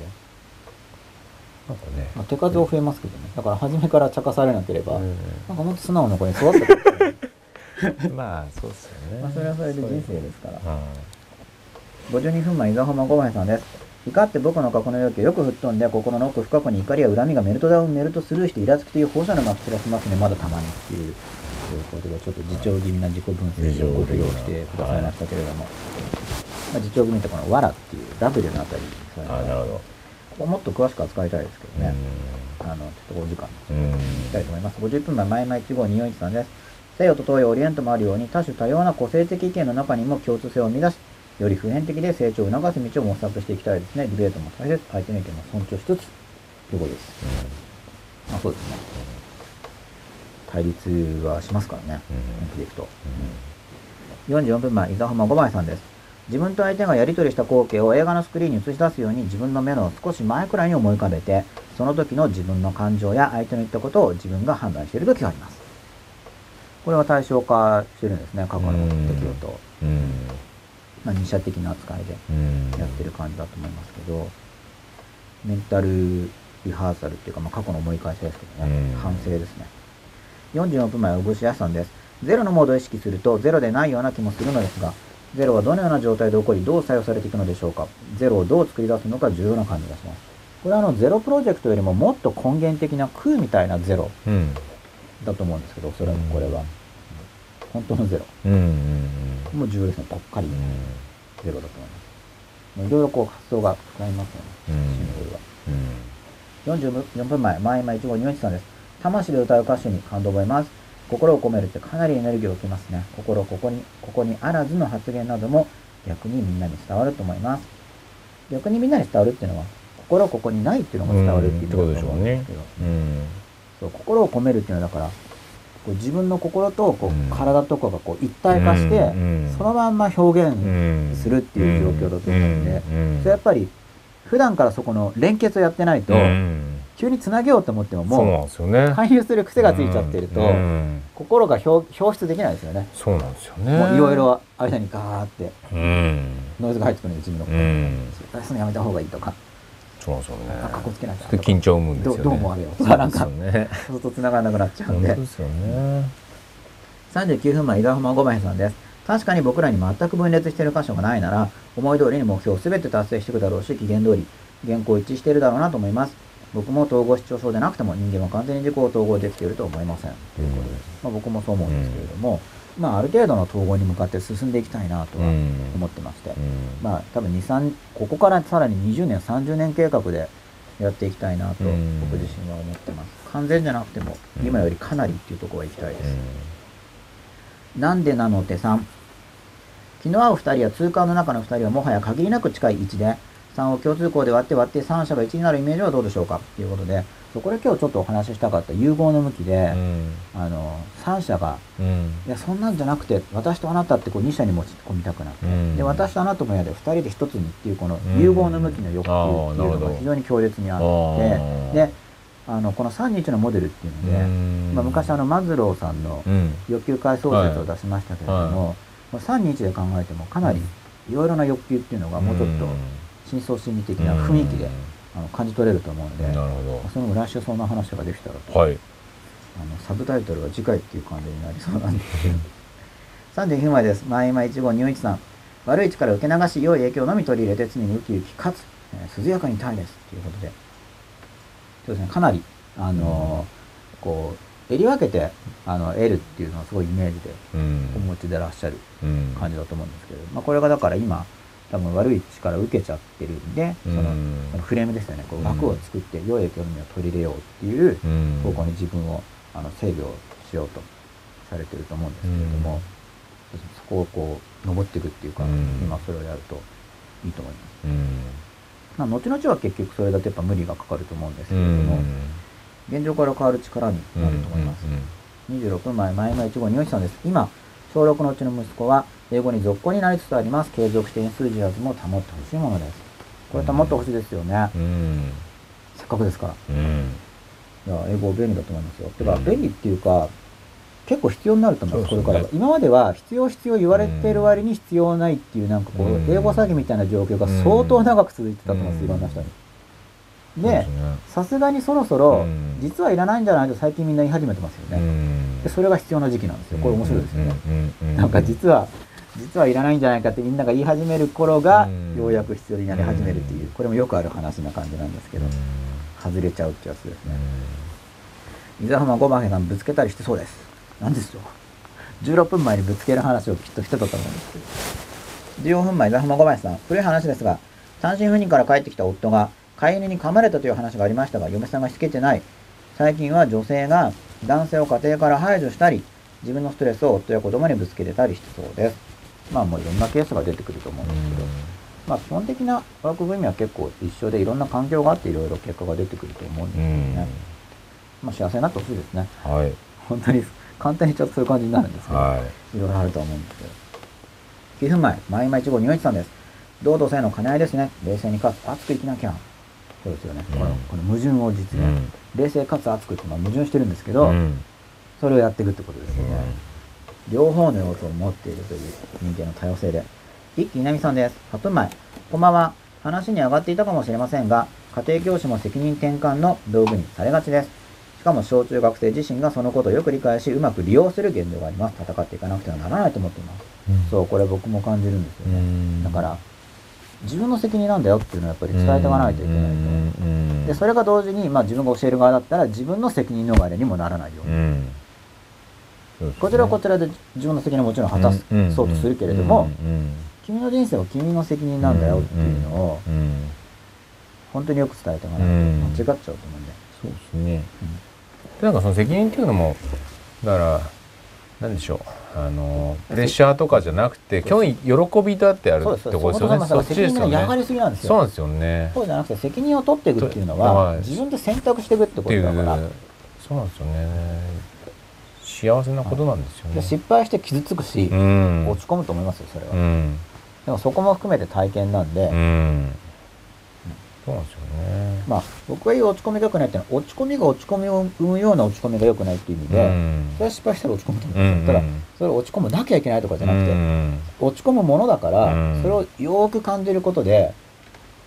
Speaker 2: なんかね
Speaker 1: まあ、手数は増えますけどねだから初めから茶化されなければ、
Speaker 2: う
Speaker 1: なんかもっと素直な子に育ってくる、
Speaker 2: んまあ そうですよね
Speaker 1: まあ、それはそれで人生ですから
Speaker 2: は
Speaker 1: 52分前伊沢浜小林さんです怒って僕の過去の要求よく吹っ飛んで心の奥深くに怒りや恨みがメルトダウンメルトスルーしてイラつきという放射能をまき散らしますねまだたまにっていうということでちょっと自重気味な自己分析をご提供してくださいましたけれども、まあ、自重気味ってこの「わら」っていう W のあたりそ
Speaker 2: い
Speaker 1: れ
Speaker 2: あなるほど
Speaker 1: ここもっと詳しく扱いたいですけどね、あのちょっとお時間
Speaker 2: うん
Speaker 1: いきたいと思います。50分前、前々1号241さんです。西洋と東洋、オリエントもあるように、多種多様な個性的意見の中にも共通性を生み出し、より普遍的で成長を促す道を模索していきたいですね。ディベートも大切、相手の意見も尊重しつつ、ということです。まあ、そうですね。対立はしますからね、
Speaker 2: うん
Speaker 1: 本気でいくと。44分前、伊沢浜五枚さんです。自分と相手がやり取りした光景を映画のスクリーンに映し出すように自分の目の少し前くらいに思い浮かべて、その時の自分の感情や相手の言ったことを自分が判断している時があります。これは対象化してるんですね、過去の出来事を。
Speaker 2: うんうん
Speaker 1: まあ、二者的な扱いで
Speaker 2: うん
Speaker 1: やってる感じだと思いますけど、メンタルリハーサルっていうか、まあ、過去の思い返しですけどね、
Speaker 2: うん
Speaker 1: 反省ですね。44分前、小串屋さんです。ゼロのモードを意識すると、ゼロでないような気もするのですが、ゼロはどのような状態で起こり、どう作用されていくのでしょうか。ゼロをどう作り出すのか重要な感じがします。これはあの、ゼロプロジェクトよりももっと根源的な空みたいなゼロ
Speaker 2: うん
Speaker 1: だと思うんですけど、それはこれは。本当のゼロ。
Speaker 2: うんうん
Speaker 1: もう重要ですね。ぽっかり
Speaker 2: うん
Speaker 1: ゼロだと思います。もういろいろこう発想が膨らみますよね。
Speaker 2: うん
Speaker 1: シンプルは。
Speaker 2: うん
Speaker 1: 44分前、前今1号2 4さんです。魂で歌う歌手に感動を覚えます。心を込めるってかなりエネルギーを受けますね。心ここに、ここにあらずの発言なども逆にみんなに伝わると思います。逆にみんなに伝わるっていうのは、心ここにないっていうのが伝わるっていう意味だと思うんですけど
Speaker 2: うん
Speaker 1: そう心を込めるっていうのはだから、こう自分の心とこ
Speaker 2: うん
Speaker 1: う体とかがこう一体化して、
Speaker 2: うんうん
Speaker 1: そのまんま表現
Speaker 2: うん
Speaker 1: するっていう状況だと思うんで
Speaker 2: うんうん
Speaker 1: それやっぱり普段からそこの連結をやってないと、
Speaker 2: うん
Speaker 1: 急につなげようと思っても
Speaker 2: そうな
Speaker 1: も
Speaker 2: んですよね
Speaker 1: う勧誘する癖がついちゃってると、
Speaker 2: うん
Speaker 1: 心が表表出できないですよね、
Speaker 2: そうなんですよ
Speaker 1: も
Speaker 2: ね
Speaker 1: ういろいろ間にガーって
Speaker 2: うん
Speaker 1: ノイズが入ってくるんで自分の
Speaker 2: う
Speaker 1: 声
Speaker 2: ん
Speaker 1: 絶対するのやめた方がいいとか
Speaker 2: そうなんですよね
Speaker 1: あかっこつけなきゃ
Speaker 2: ちょっと緊張を生むんですよね
Speaker 1: どどう思われよう
Speaker 2: そうなんですよね
Speaker 1: そうすると繋がらなくなっちゃう
Speaker 2: 本
Speaker 1: ん
Speaker 2: 当
Speaker 1: で
Speaker 2: ですよね
Speaker 1: 39分前伊沢浜五枚さんです確かに僕らに全く分裂している箇所がないなら思い通りに目標を全て達成していくだろうし期限通り原稿一致しているだろうなと思います僕も統合失調症でなくても人間は完全に自己を統合できていると思いませんまあ、僕もそう思うんですけれども、まあ、ある程度の統合に向かって進んでいきたいなと
Speaker 2: う
Speaker 1: は
Speaker 2: ん
Speaker 1: 思ってまして、
Speaker 2: うん
Speaker 1: まあ、多分2、3、ここからさらに20年、30年計画でやっていきたいなと、
Speaker 2: うん
Speaker 1: 僕自身は思ってます。完全じゃなくても、
Speaker 2: うん
Speaker 1: 今よりかなりっていうところは行きたいです。なんでなのって3。気の合う2人や通関の中の2人はもはや限りなく近い位置で、 3を共通項で割って割って3者が1になるイメージはどうでしょうかっていうことで、そこで今日ちょっとお話ししたかった融合の向きで、
Speaker 2: うん
Speaker 1: あの、3者が、
Speaker 2: うん
Speaker 1: いや、そんなんじゃなくて、私とあなたってこう2者に持ち込みたくなって、
Speaker 2: うん
Speaker 1: で、私とあなたもやで2人で1つにっていう、この
Speaker 2: うん
Speaker 1: 融合の向きの欲求って
Speaker 2: あー
Speaker 1: い
Speaker 2: なる
Speaker 1: う
Speaker 2: ほ
Speaker 1: の
Speaker 2: ど
Speaker 1: が非常に強烈にあ
Speaker 2: あ
Speaker 1: っ
Speaker 2: ー
Speaker 1: て、で、あの、この321のモデルっていうので、
Speaker 2: うん
Speaker 1: まあ、昔あの、マズローさんの
Speaker 2: うん
Speaker 1: 欲求回想説を出しましたけれども、まあ321で考えてもかなりいろいろな欲求っていうのがもうちょっと深層心理的な雰囲気であの感じ取れると思うの
Speaker 2: う
Speaker 1: で、
Speaker 2: んな
Speaker 1: ま
Speaker 2: るほ
Speaker 1: あその来週そんな話ができたらと、
Speaker 2: どはい
Speaker 1: あのサブタイトルは次回っていう感じになりそうなんですけど39枚です前今1号入一さん悪い力を受け流し良い影響のみ取り入れて常にウキウキかつ、えー涼やかに耐えですということでそうですねかなりあのーこう襟分けてあの得るっていうのはすごいイメージで
Speaker 2: うん
Speaker 1: お持ちでいらっしゃる
Speaker 2: うん
Speaker 1: 感じだと思うんですけど、まあ、これがだから今多分悪い力を受けちゃってるんでその,、
Speaker 2: うん
Speaker 1: そのフレームですよねこう枠を作って良い影響のみを取り入れようっていう
Speaker 2: うん
Speaker 1: 方向に自分をあの制御しようとされてると思うんですけれども、そこをこう登っていくっていうか、
Speaker 2: うん
Speaker 1: 今それをやるといいと思います。
Speaker 2: うん
Speaker 1: まあ、後々は結局それだとやっぱ無理がかかると思うんですけ
Speaker 2: う
Speaker 1: れども、
Speaker 2: ん
Speaker 1: 現状から変わる力になると思います。
Speaker 2: うん
Speaker 1: 26枚前が1号によしさんです。今、小6のうちの息子は英語に続行になりつつあります。継続して因数字やも保ってほしいものです。これ保ってほしいですよね。
Speaker 2: うん
Speaker 1: せっかくですから。
Speaker 2: うん
Speaker 1: いや、英語便利だと思いますよ。てか、
Speaker 2: うん
Speaker 1: 便利っていうか、結構必要になると思います、
Speaker 2: そうです
Speaker 1: こ
Speaker 2: ね
Speaker 1: れからは。今までは必要必要言われてる割に必要ないっていう、なんかこう、
Speaker 2: うん
Speaker 1: 英語詐欺みたいな状況が
Speaker 2: うん
Speaker 1: 相当長く続いてたと思います、
Speaker 2: うん
Speaker 1: いろんな人に。
Speaker 2: そう、
Speaker 1: です
Speaker 2: ね
Speaker 1: さすがにそろそろ、
Speaker 2: うん
Speaker 1: 実はいらないんじゃないと最近みんな言い始めてますよ
Speaker 2: う
Speaker 1: ね。
Speaker 2: ん
Speaker 1: でそれが必要な時期なんですよ。これ面白いですよね。
Speaker 2: うんうう
Speaker 1: なんか実は、実はいらないんじゃないかってみんなが言い始める頃が、
Speaker 2: うん
Speaker 1: ようやく必要になり始めるっていうう、
Speaker 2: ん
Speaker 1: これもよくある話な感じなんですけど、外れちゃうってやつです
Speaker 2: うん
Speaker 1: ね。伊沢浜五番兵さんぶつけたりしてそうです。なんですよ。16分前にぶつける話をきっとしてたと思うんですけど。14分前、伊沢浜五番兵さん。古い話ですが、単身赴任から帰ってきた夫が飼い犬に噛まれたという話がありましたが、嫁さんがしつけてない。最近は女性が男性を家庭から排除したり、自分のストレスを夫や子供にぶつけてたりしてそうです。まあもういろんなケースが出てくると思うんですけど、まあ基本的なワーク組は結構一緒でいろんな環境があっていろいろ結果が出てくると思うんです
Speaker 2: う
Speaker 1: よ
Speaker 2: ん
Speaker 1: ね。まあ幸せになってほしいですね。
Speaker 2: はい
Speaker 1: 本当に簡単にちょっとそういう感じになるんですけど、、
Speaker 2: はい
Speaker 1: ろいろあると思うんですけど9分前前今1号2一さんです堂々性の兼ね合いですね冷静にかつ熱く生きなきゃそうですよね、
Speaker 2: うん
Speaker 1: このこの矛盾を実
Speaker 2: い
Speaker 1: 現、冷静かつ熱くってまあ矛盾してるんですけど、
Speaker 2: うん
Speaker 1: それをやっていくってことですよね、両方の要素を持っているという人間の多様性で。一気稲見さんです。8分前。こんばんは。話に上がっていたかもしれませんが、家庭教師も責任転換の道具にされがちです。しかも小中学生自身がそのことをよく理解し、うまく利用する現状があります。戦っていかなくてはならないと思っています。そう、これ僕も感じるんですよね。
Speaker 2: ん
Speaker 1: だから、自分の責任なんだよっていうのはやっぱり伝えていかないといけないと思う。
Speaker 2: い
Speaker 1: で、それが同時に、まあ自分が教える側だったら自分の責任逃れにもならないように。こちらはこちらで自分の責任をもちろん果たす、そうとするけれども、君の人生は君の責任なんだよっていうのを、本当によく伝えてもらって、
Speaker 2: うん
Speaker 1: 間違っちゃうと思うんで。
Speaker 2: そうですねでなんかその責任っていうのもだからなんでしょうあのプレッシャーとかじゃなくて今日喜びだってある
Speaker 1: そう
Speaker 2: っ
Speaker 1: です、
Speaker 2: て
Speaker 1: そうです。
Speaker 2: こと
Speaker 1: 坂本
Speaker 2: ですよね
Speaker 1: さん
Speaker 2: そ
Speaker 1: が
Speaker 2: っち
Speaker 1: 責
Speaker 2: です
Speaker 1: 任
Speaker 2: よ
Speaker 1: のやが
Speaker 2: ね
Speaker 1: りすぎなんです
Speaker 2: そ
Speaker 1: よ。
Speaker 2: うなんですよね
Speaker 1: そうじゃなくて、責任を取っていくっていうのは
Speaker 2: は、い
Speaker 1: 自分で選択していくって
Speaker 2: っ
Speaker 1: こ
Speaker 2: てい
Speaker 1: と
Speaker 2: う
Speaker 1: だから、
Speaker 2: そうなんですよね幸せなことなんですよ
Speaker 1: で
Speaker 2: ね
Speaker 1: 失敗して傷つくし、
Speaker 2: うん
Speaker 1: 落ち込むと思いますよ、それは。
Speaker 2: うん
Speaker 1: でもそこも含めて体験なんで、
Speaker 2: うんそうなんですよね
Speaker 1: まあ、僕が言う落ち込みが良くないっていうのは、落ち込みが落ち込みを生むような落ち込みが良くないっていう意味で、
Speaker 2: うん
Speaker 1: それは失敗したら落ち込むと思
Speaker 2: う
Speaker 1: うんんですよ。ただ
Speaker 2: う、ん
Speaker 1: それは落ち込むなきゃいけないとかじゃなくて、
Speaker 2: うん
Speaker 1: 落ち込むものだから、
Speaker 2: うん
Speaker 1: それをよーく感じることで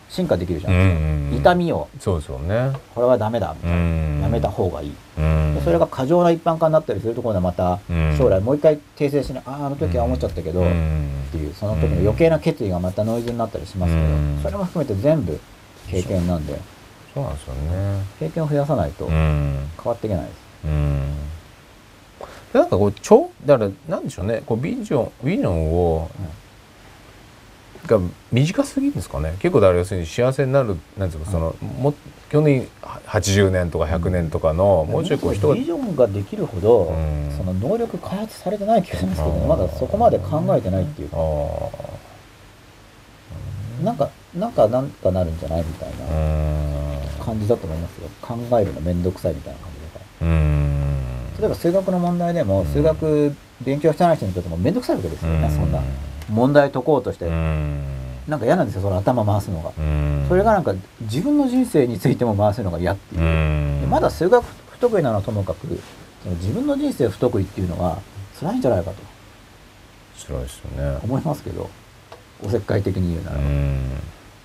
Speaker 1: 進化できるじゃ、
Speaker 2: うんんうん
Speaker 1: 痛みを
Speaker 2: そうですよね
Speaker 1: これはダメだみたいな、や
Speaker 2: や
Speaker 1: めた方がいい、
Speaker 2: うん
Speaker 1: でそれが過剰な一般化になったりするところでまた
Speaker 2: うん
Speaker 1: 将来もう一回訂正しない、あああの時は思っちゃったけど、
Speaker 2: う
Speaker 1: っ
Speaker 2: ん
Speaker 1: ていうその時の余計な決意がまたノイズになったりしますけど、
Speaker 2: うん
Speaker 1: それも含めて全部経験なんで
Speaker 2: そうなんですよね
Speaker 1: 経験を増やさないと
Speaker 2: う
Speaker 1: 変
Speaker 2: ん
Speaker 1: わっていけないです、
Speaker 2: うんなんかこう超だからなんでしょうねこうビジョンビジョンをが短すぎるんですかね結構だから要するに幸せになるなんていうかそのも基本的には80年とか100年とかのもうちょいこう人が
Speaker 1: ビジョンができるほど、
Speaker 2: うん
Speaker 1: その能力開発されてない気がしますけどね、
Speaker 2: うん
Speaker 1: まだそこまで考えてないっていうか
Speaker 2: ああ
Speaker 1: なんかなんかなんかなるんじゃないみたいな。
Speaker 2: うん
Speaker 1: 感じだと思いますよ考えるのめんどくさいみたいな感じだか
Speaker 2: うん
Speaker 1: ら例えば数学の問題でも、
Speaker 2: うん
Speaker 1: 数学勉強してない人にとってもめんどくさいわけですよね、そんな問題解こうとして、
Speaker 2: うん
Speaker 1: なんか嫌なんですよその頭回すのが、
Speaker 2: うん
Speaker 1: それがなんか自分の人生についても回すのが嫌っていうう、
Speaker 2: ん
Speaker 1: でまだ数学不得意なのはともかくその自分の人生不得意っていうのは辛いんじゃないかと
Speaker 2: 辛いですよね
Speaker 1: 思いますけどおせっかい的に言うなら
Speaker 2: う、ん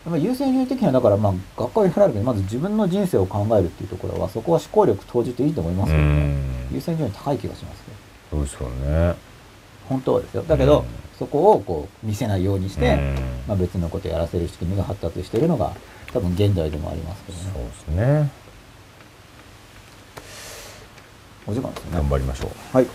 Speaker 1: やっぱ優先順位的にはだからまあ学会振られるけどまず自分の人生を考えるっていうところはそこは思考力投じていいと思いますよね、優先順位高い気がしますけど
Speaker 2: そうですよね
Speaker 1: 本当はですよだけど、
Speaker 2: うん
Speaker 1: そこをこう見せないようにして、
Speaker 2: うん
Speaker 1: まあ、別のことやらせる仕組みが発達しているのが多分現代でもありますけど
Speaker 2: そう
Speaker 1: ね
Speaker 2: ですね
Speaker 1: お時間ですね
Speaker 2: 頑張りましょう
Speaker 1: はい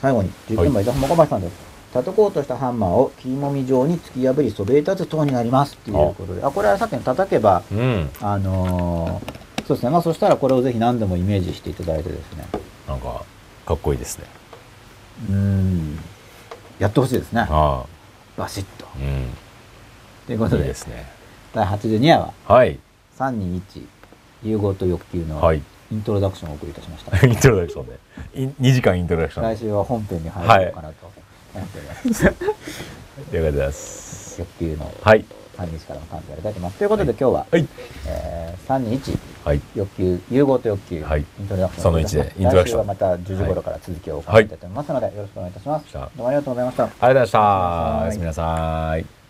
Speaker 1: 最後に10
Speaker 2: はい
Speaker 1: 分前田浜小林さんです、叩こうとしたハンマーを切りもみ状に突き破りそびえ立つ塔になりますっていうことであこれはさっきの叩けば
Speaker 2: うん
Speaker 1: あのーそうですねまあそしたらこれをぜひ何でもイメージしていただいてですね
Speaker 2: なんかかっこいいですね
Speaker 1: うんやってほしいですね
Speaker 2: あ
Speaker 1: バシッと
Speaker 2: あうん
Speaker 1: ということで
Speaker 2: いいですね
Speaker 1: 第82話は
Speaker 2: はい
Speaker 1: 321融合と欲求の
Speaker 2: はい
Speaker 1: イントロダクションをお送りいたしました、
Speaker 2: イントロダクションでい2時間イントロダクション
Speaker 1: 来週は本編に入ろうかなと思っております、
Speaker 2: でありがとうございます
Speaker 1: 欲求の
Speaker 2: はい
Speaker 1: 3日からの感想をいただきますということで今日は、
Speaker 2: はい
Speaker 1: えー、321
Speaker 2: はい
Speaker 1: 欲求融合と欲求、
Speaker 2: はい
Speaker 1: イントロダクションをお送りいたしま
Speaker 2: その一
Speaker 1: す
Speaker 2: でイントロダ
Speaker 1: 来
Speaker 2: クシ
Speaker 1: 週
Speaker 2: ョン
Speaker 1: はまた10時頃から続きをお送りいたいと思いますので、よろしくお願いいたします、
Speaker 2: はい
Speaker 1: どうもありがとうございました
Speaker 2: ありがとうございましたお
Speaker 1: お
Speaker 2: や
Speaker 1: や
Speaker 2: す
Speaker 1: す
Speaker 2: み
Speaker 1: み
Speaker 2: な
Speaker 1: な
Speaker 2: さい